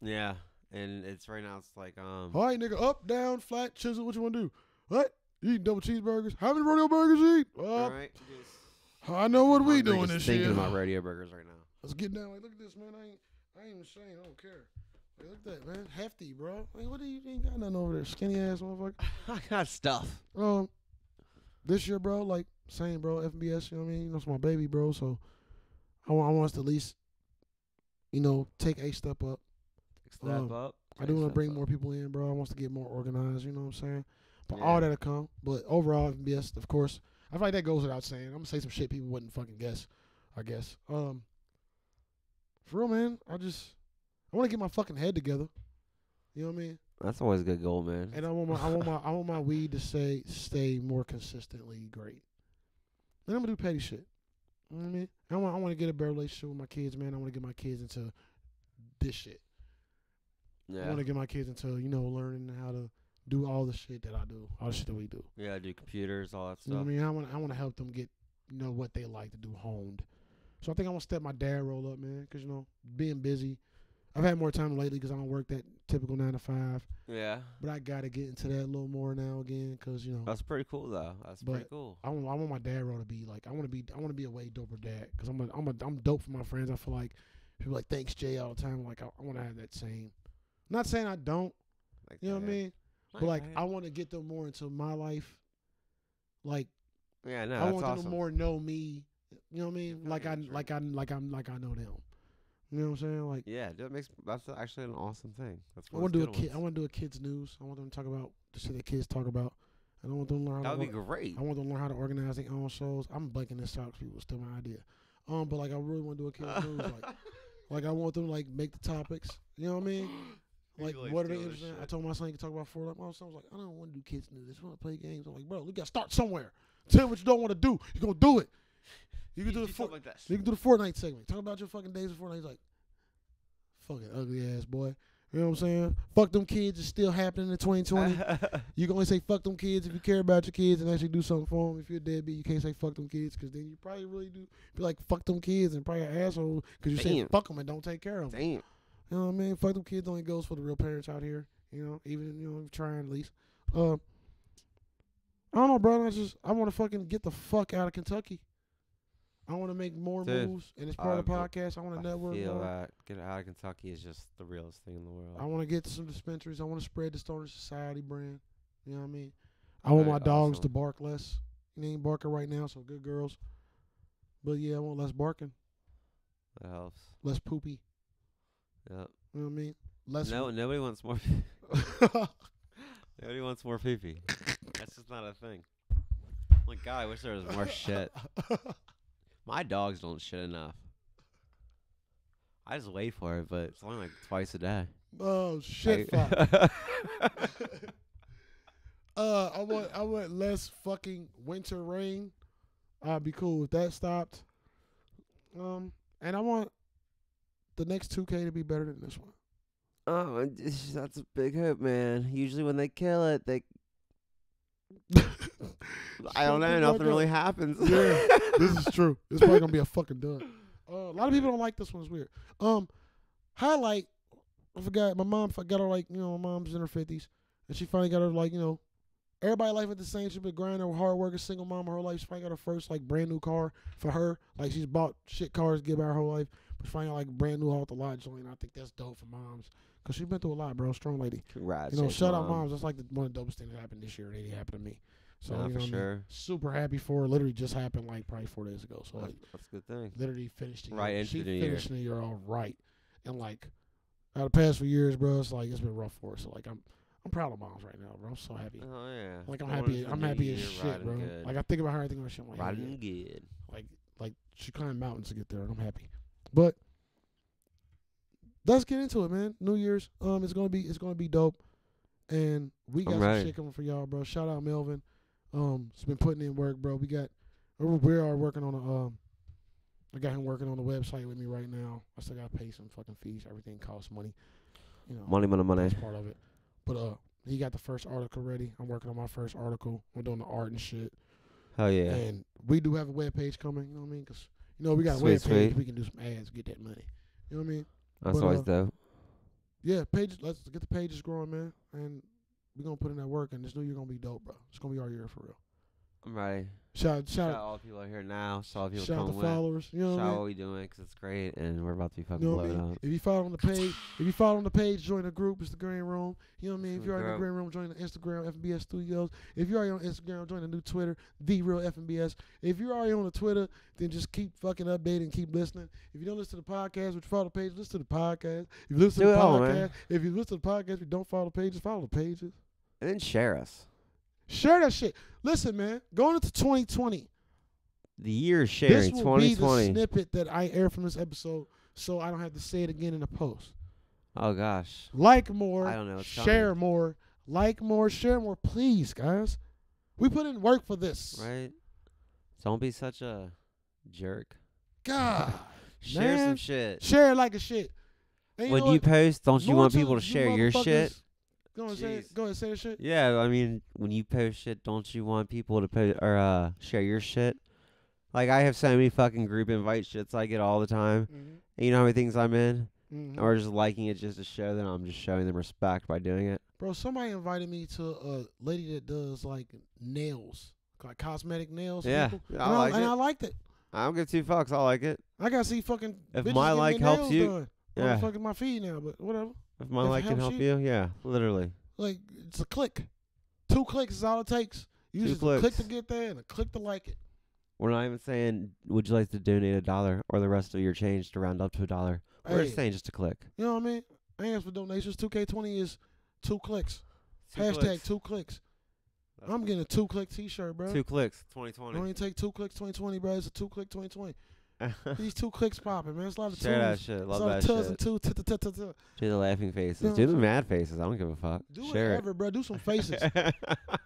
B: Yeah. And it's right now. It's like um.
A: All right, nigga, up, down, flat, chisel. What you wanna do? What? You eating double cheeseburgers? How many rodeo burgers you eat?
B: All
A: Uh,
B: right. just-
A: I know what we
B: hungry
A: doing
B: just
A: this
B: thinking
A: year.
B: about rodeo burgers right now.
A: Let's get down. Like, look at this, man. I ain't, I ain't even saying. I don't care. Like, look at that, man. Hefty, bro. Like, what do you you ain't got nothing over there? Skinny ass motherfucker.
B: I got stuff.
A: Um, this year, bro, like same, bro. FBS, you know what I mean? That's my baby, bro. So I want, I want us to at least, you know, take a step up.
B: Step
A: Um,
B: up.
A: I
B: take
A: do want to
B: step
A: bring
B: up.
A: more people in, bro. I want us to get more organized. You know what I'm saying? But
B: Yeah.
A: all that'll come. But overall, FBS, of course, I feel like that goes without saying. I'm gonna say some shit people wouldn't fucking guess. I guess. Um, for real, man. I just I want to get my fucking head together. You know what I mean?
B: That's always a good goal, man.
A: And I want my I want my I want my weed to say stay more consistently great. Then I'm gonna do petty shit. You know what I mean? I want I want to get a better relationship with my kids, man. I want to get my kids into this shit. I
B: yeah.
A: want to get my kids into you know learning how to do all the shit that I do, all the shit that we do.
B: Yeah, do computers, all that
A: You know
B: stuff.
A: what I mean? I want I want to help them get you know what they like to do honed. So I think I want to step my dad role up, man, because you know being busy. I've had more time lately because I don't work that typical nine to five,
B: Yeah.
A: but I gotta get into that a little more now again because you know
B: That's pretty cool though. That's pretty
A: But-
B: cool.
A: I want, I want my dad role to be like I want to be I want to be a way doper dad because I'm a, I'm a, I'm dope for my friends. I feel like people like thanks Jay all the time. Like I, I want to have that same. Not saying I don't,
B: Like
A: you know what I
B: that.
A: mean, but like
B: that.
A: I want to get them more into my life. Like
B: Yeah, no,
A: I
B: that's
A: want them
B: awesome.
A: to more know me. You know what I mean?
B: No,
A: Like
B: yeah,
A: I
B: that's right.
A: like I like I'm like I know them. You know what I'm saying? Like
B: yeah, that makes that's actually an awesome thing. That's
A: I
B: one
A: want
B: of
A: to
B: those
A: do a
B: good
A: kid. I
B: ones.
A: want to do a kids news. I want them to talk about the shit that kids talk about. And I want them to learn. how to
B: That would
A: work-
B: be great.
A: I want them to learn how to organize their own shows. I'm blanking this out 'cause people still my idea. Um, but like I really want to do a kids news. Like, like I want them to like make the topics. You know what I mean?
B: You
A: Like,
B: can, like,
A: what are they
B: steal this
A: interested? in? I
B: shit.
A: told my son he could talk about four. Like my son was like, I don't want to do kids news. I just want to play games. I'm like, bro, we got to start somewhere. Tell me what you don't want to do. You gonna do it. You can do the
B: something
A: four,
B: like that.
A: you can do the Fortnite segment. Talk about your fucking days of Fortnite. He's like, fucking ugly ass boy. You know what I'm saying? Fuck them kids. It's still happening in 2020. You can only say fuck them kids if you care about your kids and actually do something for them. If you're a deadbeat, you can't say fuck them kids because then you probably really do be like fuck them kids and probably an asshole because you say
B: Damn.
A: fuck them and don't take care of them.
B: Damn.
A: You know what I mean? Fuck them kids only goes for the real parents out here. You know, even you know trying at least. Um, I don't know, bro. I just I want to fucking get the fuck out of Kentucky. I want to make more
B: Dude,
A: moves, and it's part of the
B: I will-
A: podcast. I want to
B: I
A: network
B: feel
A: more.
B: that getting out of Kentucky is just the realest thing in the world.
A: I want to get to some dispensaries. I want to spread the Stoner Society brand. You know what I mean? I want my
B: Alright,
A: dogs
B: awesome.
A: to bark less. They ain't barking right now, so good girls. But yeah, I want less barking,
B: that helps.
A: less poopy.
B: Yep.
A: You know what I mean? Less.
B: No, nobody wants more. nobody wants more pee pee. That's just not a thing. Like, God, I wish there was more shit. My dogs don't shit enough. I just wait for it, but it's only like twice a day.
A: oh shit!
B: Like-
A: fuck. Uh, I want I want less fucking winter rain. I'd be cool if that stopped. Um, and I want the next two K to be better than this one.
B: oh, and it's- that's a big hope, man. Usually when they kill it, they I don't know.
A: Something like
B: Nothing really
A: that.
B: happens.
A: Yeah, this is true. It's probably gonna be a fucking dud. Uh, a lot of people don't like this one. It's weird. Um, highlight. I forgot. My mom got her like you know. My mom's in her fifties, and she finally got her like you know. Everybody life at the same. She's been grinding, hard working, single mom her whole life. She finally got her first like brand new car for her. Like she's bought shit cars, give her whole life, but she finally got, like brand new off the lot joint. I think that's dope for moms because she's been through a lot, bro. Strong lady.
B: Congrats.
A: You know,
B: Jake,
A: shout out
B: Mom.
A: moms. That's like the one of the dopest thing that happened this year. It ain't happened to me. So
B: Nah,
A: you know
B: for
A: what I mean?
B: sure.
A: super happy for. her. Literally just happened like probably four days ago. So like
B: That's, that's a good thing.
A: literally finished the year.
B: Right into
A: she
B: the new year.
A: finished the year all right. And like out of the past few years, bro, it's like it's been rough for her. So like I'm I'm proud of moms right now, bro. I'm so happy.
B: Oh yeah.
A: Like I'm
B: Going
A: happy
B: into the
A: I'm
B: new
A: happy as
B: year
A: shit,
B: riding
A: bro.
B: Good.
A: Like I think about her, I think about shit. I'm like, hell yeah.
B: riding good.
A: like like she climbed mountains to get there, and I'm happy. But let's get into it, man. New Year's, um, it's gonna be it's gonna be dope, and we got
B: Alright.
A: some shit coming for y'all, bro. Shout out Melvin, um, he's been putting in work, bro. We got we're- we are working on a um, I got him working on the website with me right now. I still gotta pay some fucking fees. Everything costs money, you know.
B: Money, money, money.
A: That's part of it. But uh, he got the first article ready. I'm working on my first article. We're doing the art and shit.
B: Hell yeah.
A: And we do have a web page coming, you know what I mean? Because, you know, we got a
B: Sweet,
A: web page.
B: sweet.
A: We can do some ads, get that money. You know what I mean?
B: That's
A: but,
B: always
A: uh,
B: dope.
A: Yeah, pages. Let's get the pages growing, man. And we're going to put in that work. And this new year going to be dope, bro. It's going to be our year for real.
B: I'm ready.
A: Shout,
B: Shout
A: shout,
B: out all the people out here now. Shout out the
A: shout,
B: people
A: shout out the
B: coming with.
A: followers. You know
B: Shout
A: what I
B: out
A: mean?
B: what we doing because it's great and we're about to be
A: You
B: fucking
A: know what I
B: blowing
A: mean?
B: up.
A: If you follow on the page, if you follow on the page, join the group. It's the Green Room. You know what I mean? If
B: The
A: you're already in the
B: group.
A: Green Room, join the Instagram FBS Studios. If you're already on Instagram, join the new Twitter, the real FBS. If you're already on the Twitter, then just keep fucking updating, and keep listening. If you don't listen to the podcast, which follow the page, listen to the podcast. If you listen
B: Do
A: to
B: it
A: the
B: all,
A: podcast,
B: man.
A: if you listen to the podcast, if you don't follow the pages, follow the pages.
B: And then share us.
A: Share that shit. Listen, man, going into 2020,
B: The year is
A: this
B: sharing
A: will be the
B: 2020.
A: snippet that I air from this episode, so I don't have to say it again in the post.
B: Oh gosh.
A: like more,
B: I don't know, it's
A: share
B: coming.
A: more, like more, share more, please, guys. We put in work for this.
B: Right. Don't be such a jerk.
A: God,
B: Share
A: Man.
B: some shit.
A: share like a shit. And
B: when
A: know
B: you
A: what?
B: post, don't you
A: More
B: want people to
A: you
B: share your shit?
A: motherfuckers- Go ahead, say,
B: Jeez.
A: go ahead, say that shit.
B: Yeah, I mean, when you post shit, don't you want people to post or uh, share your shit? Like I have so many fucking group invite shits I get all the time.
A: Mm-hmm.
B: And you know how many things I'm in,
A: Mm-hmm.
B: or just liking it just to show them I'm just showing them respect by doing it.
A: Bro, somebody invited me to a lady that does like nails, like cosmetic nails. for
B: Yeah,
A: people.
B: I
A: and I,
B: like
A: and
B: it.
A: I liked it.
B: I don't give two fucks. I like it.
A: I gotta see fucking.
B: If
A: bitches
B: my
A: getting
B: like
A: their
B: helps
A: nails
B: you-
A: done.
B: Yeah.
A: motherfucking my feed now, but whatever.
B: If my
A: if it
B: like can
A: helps
B: help
A: you-
B: you, yeah, literally.
A: Like it's a click. Two clicks is all it takes. You
B: Two
A: just a click
B: clicks.
A: to get there and a click to like it.
B: We're not even saying, would you like to donate a dollar or the rest of your change to round up to a dollar? We're
A: Hey.
B: just saying just to click.
A: You know what I mean? I ask for donations. Two K twenty is two clicks.
B: Two
A: Hashtag
B: clicks.
A: two clicks.
B: That's
A: I'm getting a two click T shirt, bro.
B: two clicks.
A: You
B: 2020.
A: only take two clicks twenty twenty, bro. It's a two click twenty twenty. These two clicks popping, man. It's a lot of
B: Share that
A: twos.
B: shit.
A: It's
B: Love
A: all
B: that
A: twos
B: shit.
A: and two. t- t- t- t- t-
B: Do the laughing faces.
A: what
B: Do
A: I'm
B: the
A: saying?
B: mad faces. I don't give a fuck.
A: Do
B: Share
A: whatever, bro. Do some faces.
B: it.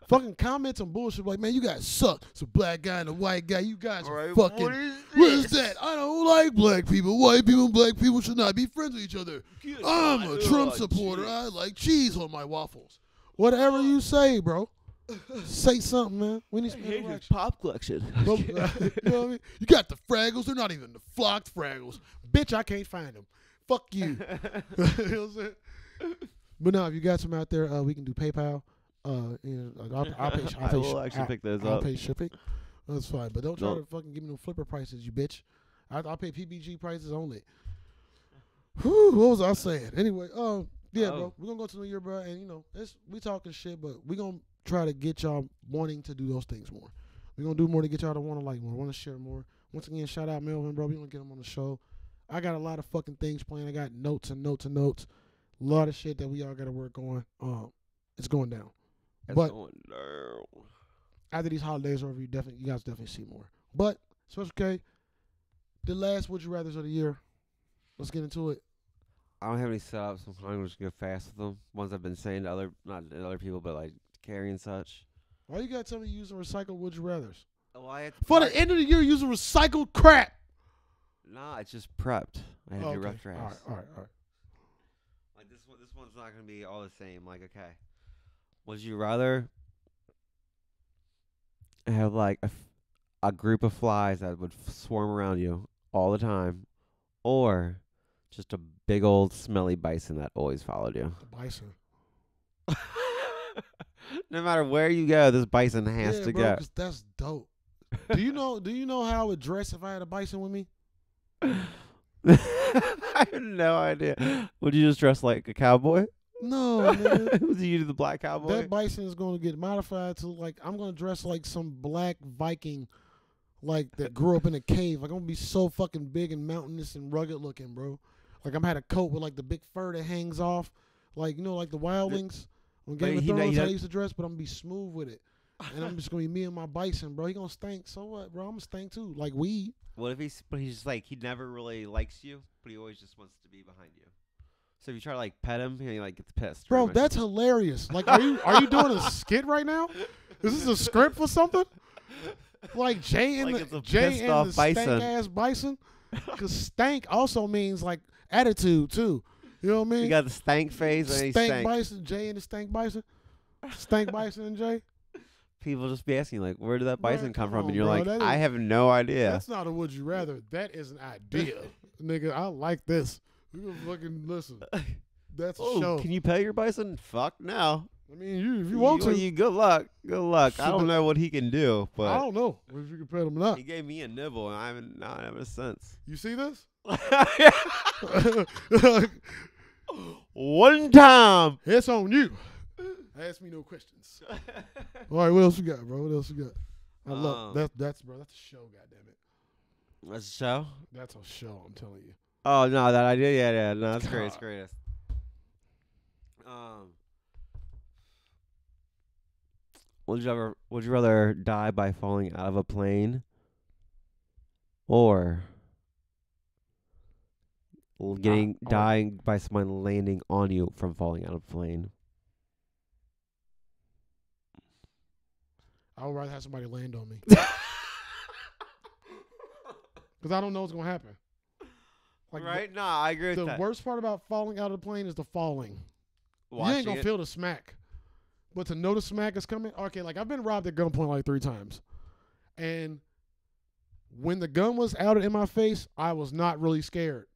A: Fucking comments on bullshit like, man, you guys suck. It's a black guy and a white guy. You guys are fucking
B: is
A: What is that? I don't like black people. White people and black people should not be friends with each other. I'm a Trump
B: Oh,
A: supporter. I like cheese on my waffles. Whatever you say, bro. Say something, man. We need some interaction.
B: pop collection.
A: Bro, you know what I mean? You got the Fraggles. They're not even the flocked Fraggles. Bitch, I can't find them. Fuck you. you know what I'm saying? But no, if you got some out there, uh, we can do PayPal. Uh, you know, I'll, I'll pay. I'll
B: I
A: pay
B: will actually
A: I-
B: pick those
A: I'll
B: up.
A: pay shipping. That's fine, but don't try
B: Don't-
A: to fucking give me no flipper prices, you bitch. I, I'll pay PBG prices only. Whew, what was I saying? Anyway, um, yeah, bro,
B: Oh.
A: we're gonna go to New Year, bro, and you know, it's we talking shit, but we gonna try to get y'all wanting to do those things more. We're gonna do more to get y'all to want to like more, want to share more. Once again, shout out Melvin, bro. We gonna get him on the show. I got a lot of fucking things planned. I got notes and notes and notes. A lot of shit that we all gotta work on. Um, it's going down. But- after these holidays are over, you definitely you guys definitely see more. But Special K, the last Would You Rather's of the year. Let's get into it.
B: I don't have any setups. so I'm just gonna go fast with them. Ones I've been saying to other, not to other people, but like Carrie and such.
A: Why you gotta tell me you using recycled Would You Rather's?
B: Oh, I had
A: For the end of the year, using recycled crap.
B: Nah, it's just prepped. I had
A: Oh,
B: to
A: okay.
B: do rough drafts.
A: All right, all right, all right.
B: Like this one, this one's not gonna be all the same. Like, okay, would you rather have like a, f- a group of flies that would f- swarm around you all the time, or just a big old smelly bison that always followed you.
A: The bison.
B: no matter where you go, this bison has
A: yeah,
B: to
A: bro,
B: go.
A: 'cause that's dope. Do you know? Do you know how I would dress if I had a bison with me?
B: I have no idea. Would you just dress like a cowboy?
A: No, man.
B: Would you do the black cowboy?
A: That bison is going to get modified to like I'm going to dress like some black Viking, like that grew up in a cave. Like I'm gonna be so fucking big and mountainous and rugged looking, bro. Like I'm had a coat with like the big fur that hangs off, like you know, like the wildlings on Game
B: But
A: of
B: he know-
A: Thrones.
B: he
A: how
B: know-
A: they used to dress, but I'm gonna be smooth with it. And I'm just gonna be me and my bison, bro. He gonna stink. So what, bro? I'm gonna stink too, like weed.
B: What if he's but he's just like he never really likes you, but he always just wants to be behind you. So if you try to like pet him, he like gets pissed.
A: Bro,
B: pretty much.
A: that's hilarious. Like, are you are you doing a skit right now? Is this a script for something? Like Jay and
B: Like it's
A: the
B: a
A: Jay
B: pissed
A: and
B: off
A: the
B: bison.
A: stank ass bison, because stank also means like attitude too. You know what I mean?
B: you got the stank phase and he
A: stank
B: stank.
A: bison, Jay and the stank bison, stank bison and Jay.
B: People just be asking like, where did that
A: Bro,
B: bison come
A: come
B: from?
A: on,
B: And you're
A: bro,
B: like,
A: that
B: I
A: is-
B: have no idea.
A: That's not a would you rather. That is an idea, nigga. I like this. You can fucking listen. That's a
B: Oh,
A: show.
B: can you pet your bison? Fuck no.
A: I mean, you if you want to.
B: you good luck. Good luck. I
A: So
B: don't
A: the-
B: know what he can do,
A: I
B: but
A: don't know if you can pet him or not.
B: he gave me a nibble, and I haven't not ever since.
A: You see this?
B: One time.
A: It's on you. Ask me no questions. All right, what else you got, bro? What else you got? I
B: Um,
A: love that. That's bro. That's a show. Goddamn it.
B: That's a show.
A: That's a show. I'm telling you.
B: Oh no, that idea, yeah, yeah, no, that's great, it's
A: God.
B: greatest. Um, would you ever, would you rather die by falling out of a plane, or l- getting
A: I would-
B: dying by someone landing on you from falling out of a plane?
A: I would rather have somebody land on me because I don't know what's gonna happen. Like the-
B: right? Nah, I agree
A: The,
B: with that.
A: worst part about falling out of the plane is the falling. you
B: Watching
A: ain't gonna
B: it.
A: feel the smack, but to know the smack is coming. Okay, like I've been robbed at gunpoint like three times, and when the gun was out in my face, I was not really scared.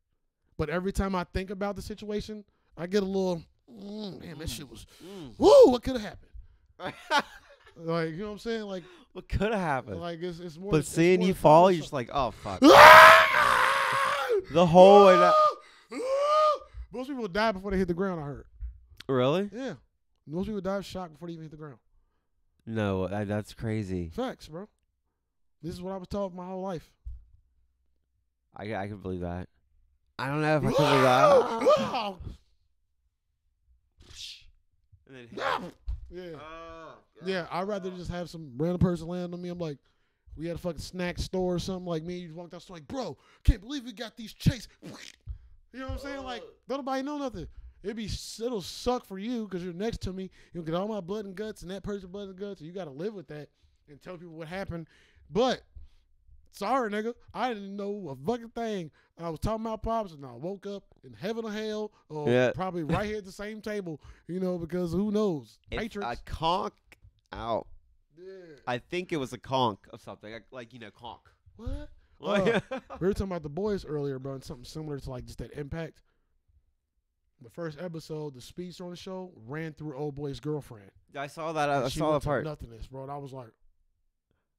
A: But every time I think about the situation, I get a little, mm, damn, that shit was, woo, what could have happened?
B: Mm.
A: Like you know what I'm saying? Like,
B: what could have happened?
A: like it's, it's more.
B: but
A: it's
B: seeing
A: more-
B: you
A: it's
B: fall,
A: more
B: you're just
A: so-
B: like, oh fuck.
A: Ah!
B: The whole way down.
A: Ah! Ah! Most people die before they hit the ground. I heard.
B: Really?
A: Yeah, most people die of shock before they even hit the ground.
B: No, that, that's crazy.
A: Facts, bro. This is what I was taught my whole life.
B: I, I can believe that. I don't know if I can believe that.
A: yeah.
B: and then hit- Oh,
A: Yeah, I'd rather just have some random person land on me. I'm like, we had a fucking snack store or something. Like, me and you walked out, so like, bro, can't believe we got these chase. You know what I'm saying? Like, don't nobody know nothing. It'd be, it'll suck for you because you're next to me. You'll get all my blood and guts and that person's blood and guts. And you got to live with that and tell people what happened. But, sorry, nigga, I didn't know a fucking thing. I was talking about pops and I woke up in heaven or hell or
B: Yeah.
A: probably right here at the same table, you know, because who knows?
B: It's
A: Matrix.
B: a conk out.
A: Yeah.
B: I think it was a conk of something. Like, like you know, conk.
A: What?
B: Like-
A: We were talking about the boys earlier, bro, and something similar to like just that impact. The first episode, the speedster on the show ran through old boy's girlfriend.
B: I saw that. I, I
A: She
B: saw
A: went
B: that
A: to
B: part.
A: Nothingness, bro. And I was like,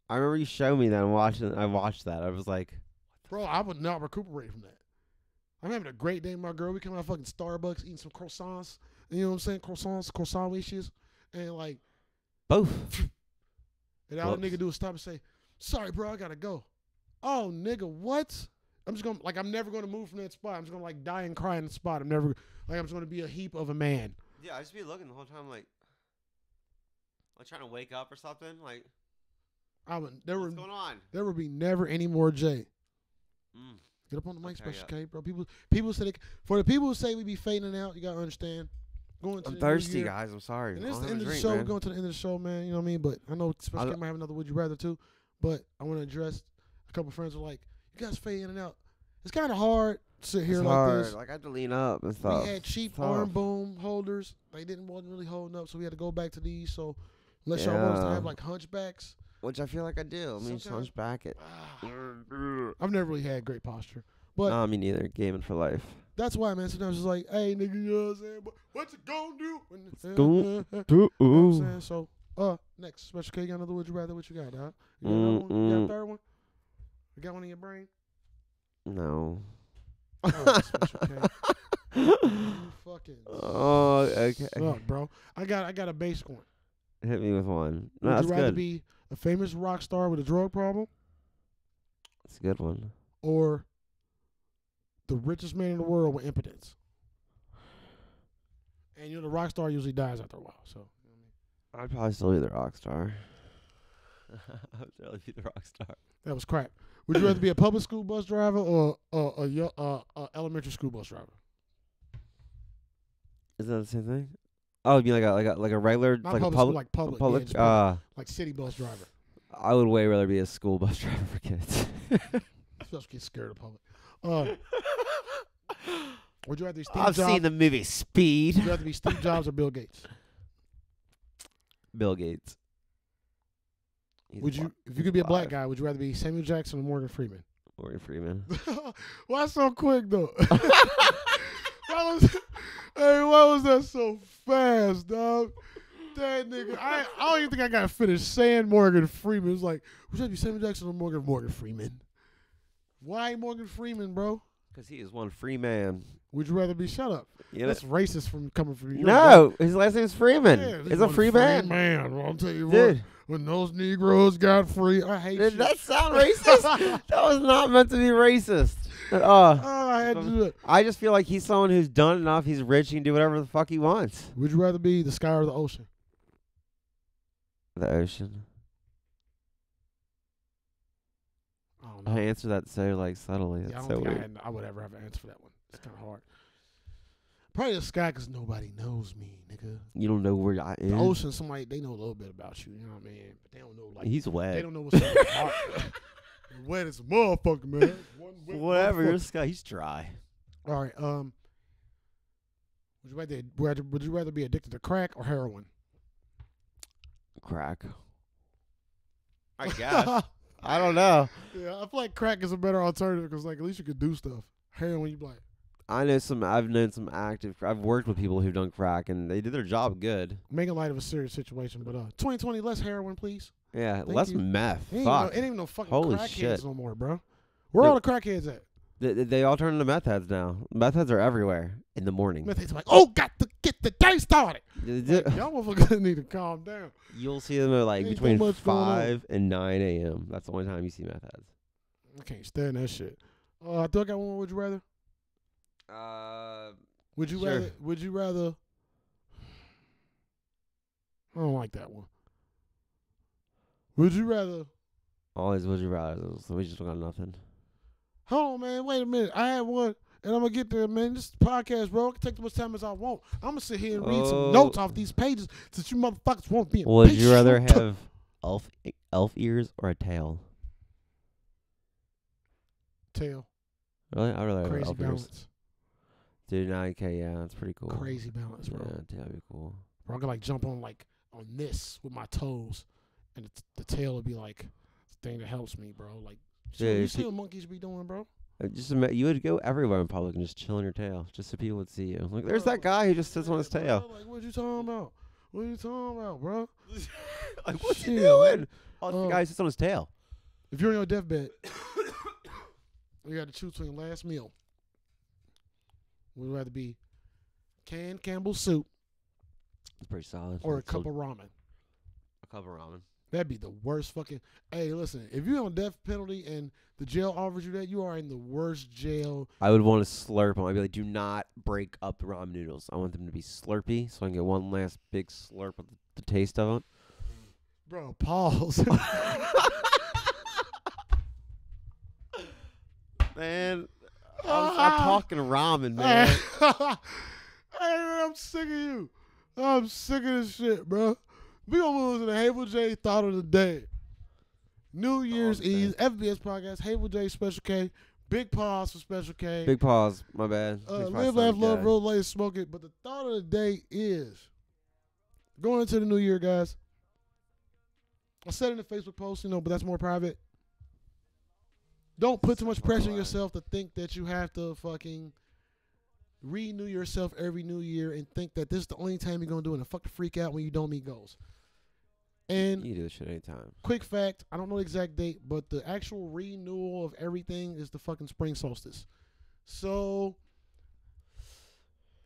B: I remember you showed me that. I'm watching. I watched that. I was like,
A: bro, I would not recuperate from that. I'm having a great day, with my girl. We come out of fucking Starbucks, eating some croissants. You know what I'm saying? Croissants, croissant wishes, and like,
B: both.
A: and all the
B: Whoops.
A: nigga do is stop and say, "Sorry, bro, I gotta go." Oh, nigga, what? I'm just gonna like I'm never gonna move from that spot. I'm just gonna like die and cry in the spot. I'm never like I'm just gonna be a heap of a man.
B: Yeah, I just be looking the whole time, like, like trying to wake up or something. Like,
A: I would there would
B: on?
A: there would be never any more Jay.
B: Mm.
A: Get up on the mic,
B: Okay,
A: special K, bro. People people say they, for the people who say we be fading out, you gotta understand. Going to
B: I'm
A: the new
B: thirsty,
A: year-
B: guys. I'm sorry.
A: And
B: I
A: this
B: don't
A: the
B: have
A: end of the
B: a drink,
A: show. We're
B: man.
A: going to the end of the show, man. You know what I mean? But I know Special
B: I'll-
A: K might have another Would You Rather too. But I want to address a couple friends were like, you guys fade in and out. It's kind of hard to sit here
B: it's
A: like
B: hard.
A: this.
B: Like I had to lean up and stuff.
A: we had cheap
B: Tough.
A: arm boom holders. They didn't wasn't really holding up, so we had to go back to these. So unless y'all want us to
B: Yeah.
A: have like hunchbacks
B: which I feel like I do. I mean, just
A: Sometimes-
B: hunchback it.
A: I've never really had great posture. But
B: Nah, me neither. Gaming for life.
A: that's why, man, sometimes it's like, hey, nigga, you know what I'm saying? But what you gonna do? When you
B: Gonna
A: know what I'm
B: Ooh.
A: saying? So, uh, next special K, you got another Would You Rather? What you got, dog? You got another one? You got a
B: Mm-mm.
A: third one? You got one in your brain?
B: No.
A: Oh, Special K. You fucking
B: Oh, okay.
A: suck, bro. I got I got a basic one.
B: Hit me with one. No,
A: Would
B: that's
A: you rather
B: good.
A: be a famous rock star with a drug problem
B: That's a good one.
A: or the richest man in the world with impotence? And you know the rock star usually dies after a while. So
B: I'd probably still be the rock star. I'd probably be the rock star.
A: that was crap. Would you rather be a public school bus driver or a a, yo- a, a elementary school bus driver?
B: Is that the same thing? Oh, you mean like a like a like a regular
A: Not
B: like
A: public,
B: a
A: school,
B: public
A: like public, yeah,
B: public
A: just public,
B: uh
A: like city bus driver.
B: I would way rather be a school bus driver for kids.
A: Especially get scared of public. Uh, would you rather be Steve
B: I've
A: Jobs?
B: seen the movie
A: Would you
B: Speed.
A: rather be Steve Jobs or Bill Gates?
B: Bill Gates. He's
A: Would you,
B: black.
A: if you
B: He's
A: could be a black
B: alive.
A: guy, would you rather be Samuel Jackson or Morgan Freeman?
B: Morgan Freeman.
A: why so quick though? why was, hey, why was that so fast, dog? That nigga, I, I don't even think I got finished saying Morgan Freeman. It was like, would you rather be Samuel Jackson or Morgan Morgan Freeman? Why Morgan Freeman, bro?
B: Because he is one free man.
A: Would you rather be shut up?
B: You know?
A: That's racist from coming from you.
B: No, his last name's Freeman.
A: Yeah,
B: He's
A: this
B: a
A: one
B: free man.
A: Man, well, I'll tell you what.
B: Dude,
A: When those Negroes got free, I hate
B: did
A: you.
B: that sound racist? that was not meant to be racist. Uh,
A: Oh, I had to do it.
B: I just feel like he's someone who's done enough. He's rich. He can do whatever the fuck he wants.
A: Would you rather be the sky or the ocean?
B: The ocean.
A: I don't know.
B: I answer that so like subtly.
A: yeah, I don't
B: That's so
A: think I,
B: weird.
A: had, I would ever have an answer for that one. It's kind of hard. Probably the sky because nobody knows me, nigga.
B: You don't know where I
A: The
B: am.
A: ocean, somebody they know a little bit about you. You know what I mean? But they don't know like
B: he's
A: they
B: wet.
A: don't know what's on your heart. Wet as a motherfucker, man. One wet
B: Whatever. Your
A: motherfucker.
B: sky. He's dry.
A: All right. Um, would you rather rather- would you rather be addicted to crack or heroin?
B: Crack. I
A: yeah,
B: I don't know.
A: I feel like crack is a better alternative because like at least you could do stuff. Heroin, you be like.
B: I know some. I've known some active. I've worked with people who've done crack, and they did their job good.
A: making light of a serious situation, but uh, 2020, less heroin, please.
B: Yeah,
A: Thank
B: less
A: you.
B: meth.
A: It ain't, even no,
B: Fuck.
A: it ain't even no fucking
B: Holy
A: crackheads
B: shit.
A: no more, bro. Where all the crackheads at?
B: They, they- they all turn into meth heads now. Meth heads are everywhere in the morning.
A: Meth heads are like, oh, got to get the day started.
B: They do-
A: Like, y'all motherfuckers need to calm down.
B: You'll see them at like
A: Ain't so
B: between
A: much going on.
B: five and nine a.m. That's the only time you see meth heads.
A: I can't stand that shit. Uh, I thought I got one. more. Would you rather?
B: Uh,
A: Would you
B: Sure.
A: rather? Would you rather? I don't like that one. Would you rather?
B: always would you rather? So we just don't got nothing.
A: Hold on, man. Wait a minute. I had one, and I'm gonna get there, man. This podcast, bro. I can take as much time as I want. I'm gonna sit here and read some
B: Oh.
A: notes off these pages since you motherfuckers won't be.
B: Would you rather
A: impatient.
B: have elf elf ears or a tail?
A: tail?
B: Really, I'd rather have
A: Crazy
B: elf ears.
A: balance.
B: Dude, now okay, yeah, that's pretty cool.
A: Crazy balance,
B: Yeah,
A: bro.
B: dude, that'd be cool.
A: Bro, I can like jump on like on this with my toes, and it's, the tail would be like the thing that helps me, bro. Like, see,
B: Yeah,
A: you
B: you
A: see
B: see-
A: what monkeys be doing, bro?
B: Uh, Just ima- you would go everywhere in public and just chill on your tail, just so people would see you. Like, there's
A: Bro,
B: that guy who just sits
A: Yeah,
B: on his
A: bro,
B: tail.
A: Like, what you talking about? What you talking about, bro?
B: like, what's he
A: Shit,
B: doing?
A: man.
B: Oh, it's
A: Uh,
B: the guy who sits on his tail.
A: If you're on your deathbed, you got to choose between last meal. Would rather be canned Campbell soup
B: It's pretty solid.
A: or a
B: It's so-
A: cup of ramen.
B: a cup of ramen.
A: That'd be the worst fucking. Hey, listen, if you're on death penalty and the jail offers you that, you are in the worst jail.
B: I would want to slurp them. I'd be like, do not break up the ramen noodles. I want them to be slurpy, so I can get one last big slurp of the, the taste of them.
A: Bro, pause.
B: Man, I
A: Ah.
B: was, I'm talking ramen, man.
A: hey, I'm sick of you. I'm sick of this shit, bro. We gonna move to the Havel J thought of the day. New Year's
B: of the
A: Eve, FBS podcast, Havel J Special K, Big Pause for Special K.
B: Big pause. My bad.
A: uh,
B: Thanks for my
A: live,
B: son,
A: laugh, love,
B: guys.
A: roll, lay, smoke it. But the thought of the day is going into the new year, guys. I said in the Facebook post, you know, but that's more private. Don't put too much pressure on yourself to think that you have to fucking renew yourself every new year and think that this is the only time you're gonna do it and fuck the freak out when you don't meet goals. And
B: You can do this shit anytime.
A: quick fact, I don't know the exact date, but the actual renewal of everything is the fucking spring solstice. So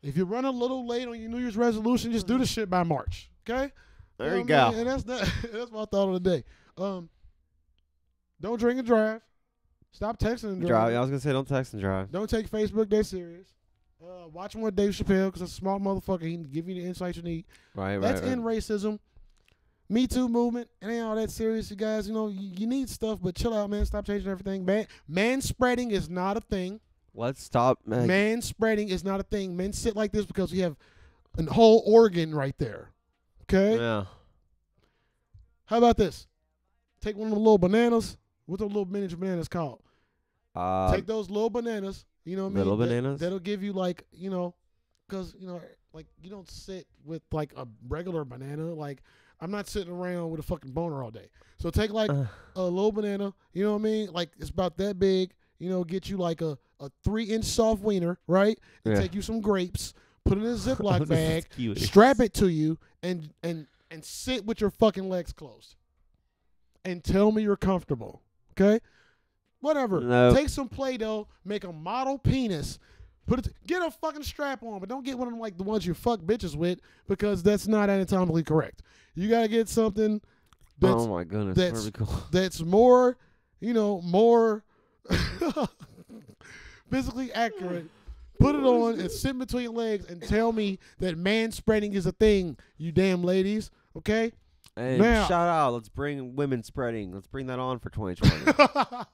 A: if you run a little late on your New Year's resolution, just do the shit by March. Okay?
B: There
A: know
B: you
A: what I
B: go.
A: mean? And that's that. that's my thought of the day. Um, don't drink and drive. Stop texting and
B: Drive.
A: driving.
B: I was gonna say don't text and drive.
A: Don't take Facebook that serious. Uh, watch more Dave Chappelle because a smart motherfucker. He can give you the insights you need.
B: Right,
A: That's
B: right,
A: in racism. Me Too movement. It ain't all that serious, you guys. You know, you, you need stuff, but chill out, man. Stop changing everything. Man, man spreading is not a thing.
B: Let's stop, man.
A: Man spreading is not a thing. Men sit like this because we have a whole organ right there. Okay?
B: Yeah.
A: How about this? Take one of the little bananas. What's the little miniature bananas called?
B: Uh,
A: Take those little bananas. You know what I mean?
B: Little
A: That-
B: bananas?
A: That'll give you like you know, because you know, like you don't sit with like a regular banana. Like I'm not sitting around with a fucking boner all day. So take like
B: Ugh.
A: a little banana. You know what I mean? Like it's about that big. You know, get you like a a three inch soft wiener, right? And
B: Yeah.
A: take you some grapes. Put it in a
B: This
A: Ziploc
B: is
A: bag.
B: cute.
A: Strap it to you and and and sit with your fucking legs closed. And tell me you're comfortable. Okay? Whatever.
B: No.
A: Take some Play-Doh, make a model penis. Put it get a fucking strap on, but don't get one of them like the ones you fuck bitches with because that's not anatomically correct. You got to get something that's
B: oh my goodness.
A: that's-
B: where we go?
A: that's more, you know, more physically accurate. Put it on and sit between legs and tell me that man spreading is a thing, you damn ladies. Okay?
B: And
A: Now-
B: shout out. Let's bring women spreading. Let's bring that on for 2020. let's
A: that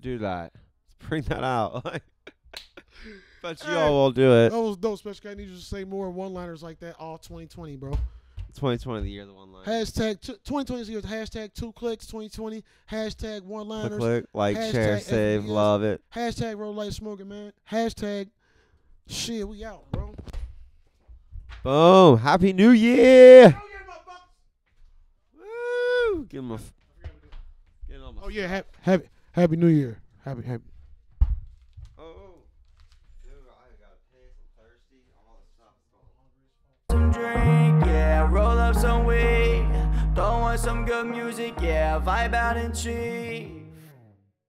B: do that. Let's bring that out. but you
A: Hey. Oh.
B: all will do it.
A: was dope, special guy. I need you to say more one liners like that all 2020, bro.
B: 2020, the year of the one line.
A: Hashtag t- 2020 is here. Hashtag two clicks 2020. Hashtag one
B: click,
A: liners.
B: click, like,
A: Hashtag
B: share, save,
A: FBS.
B: love it.
A: Hashtag road light smoking, man. Hashtag shit, we out, bro.
B: Boom. Happy New Year. Woo. Give him a. F- Get on my.
A: Oh, yeah. Happy, happy, happy New Year. Happy, happy.
B: Oh. Dude, I got piss. I'm thirsty. All this stuff is going on.
C: some drink, yeah, roll up some weed. Throw on some good music, yeah, vibe out and cheat.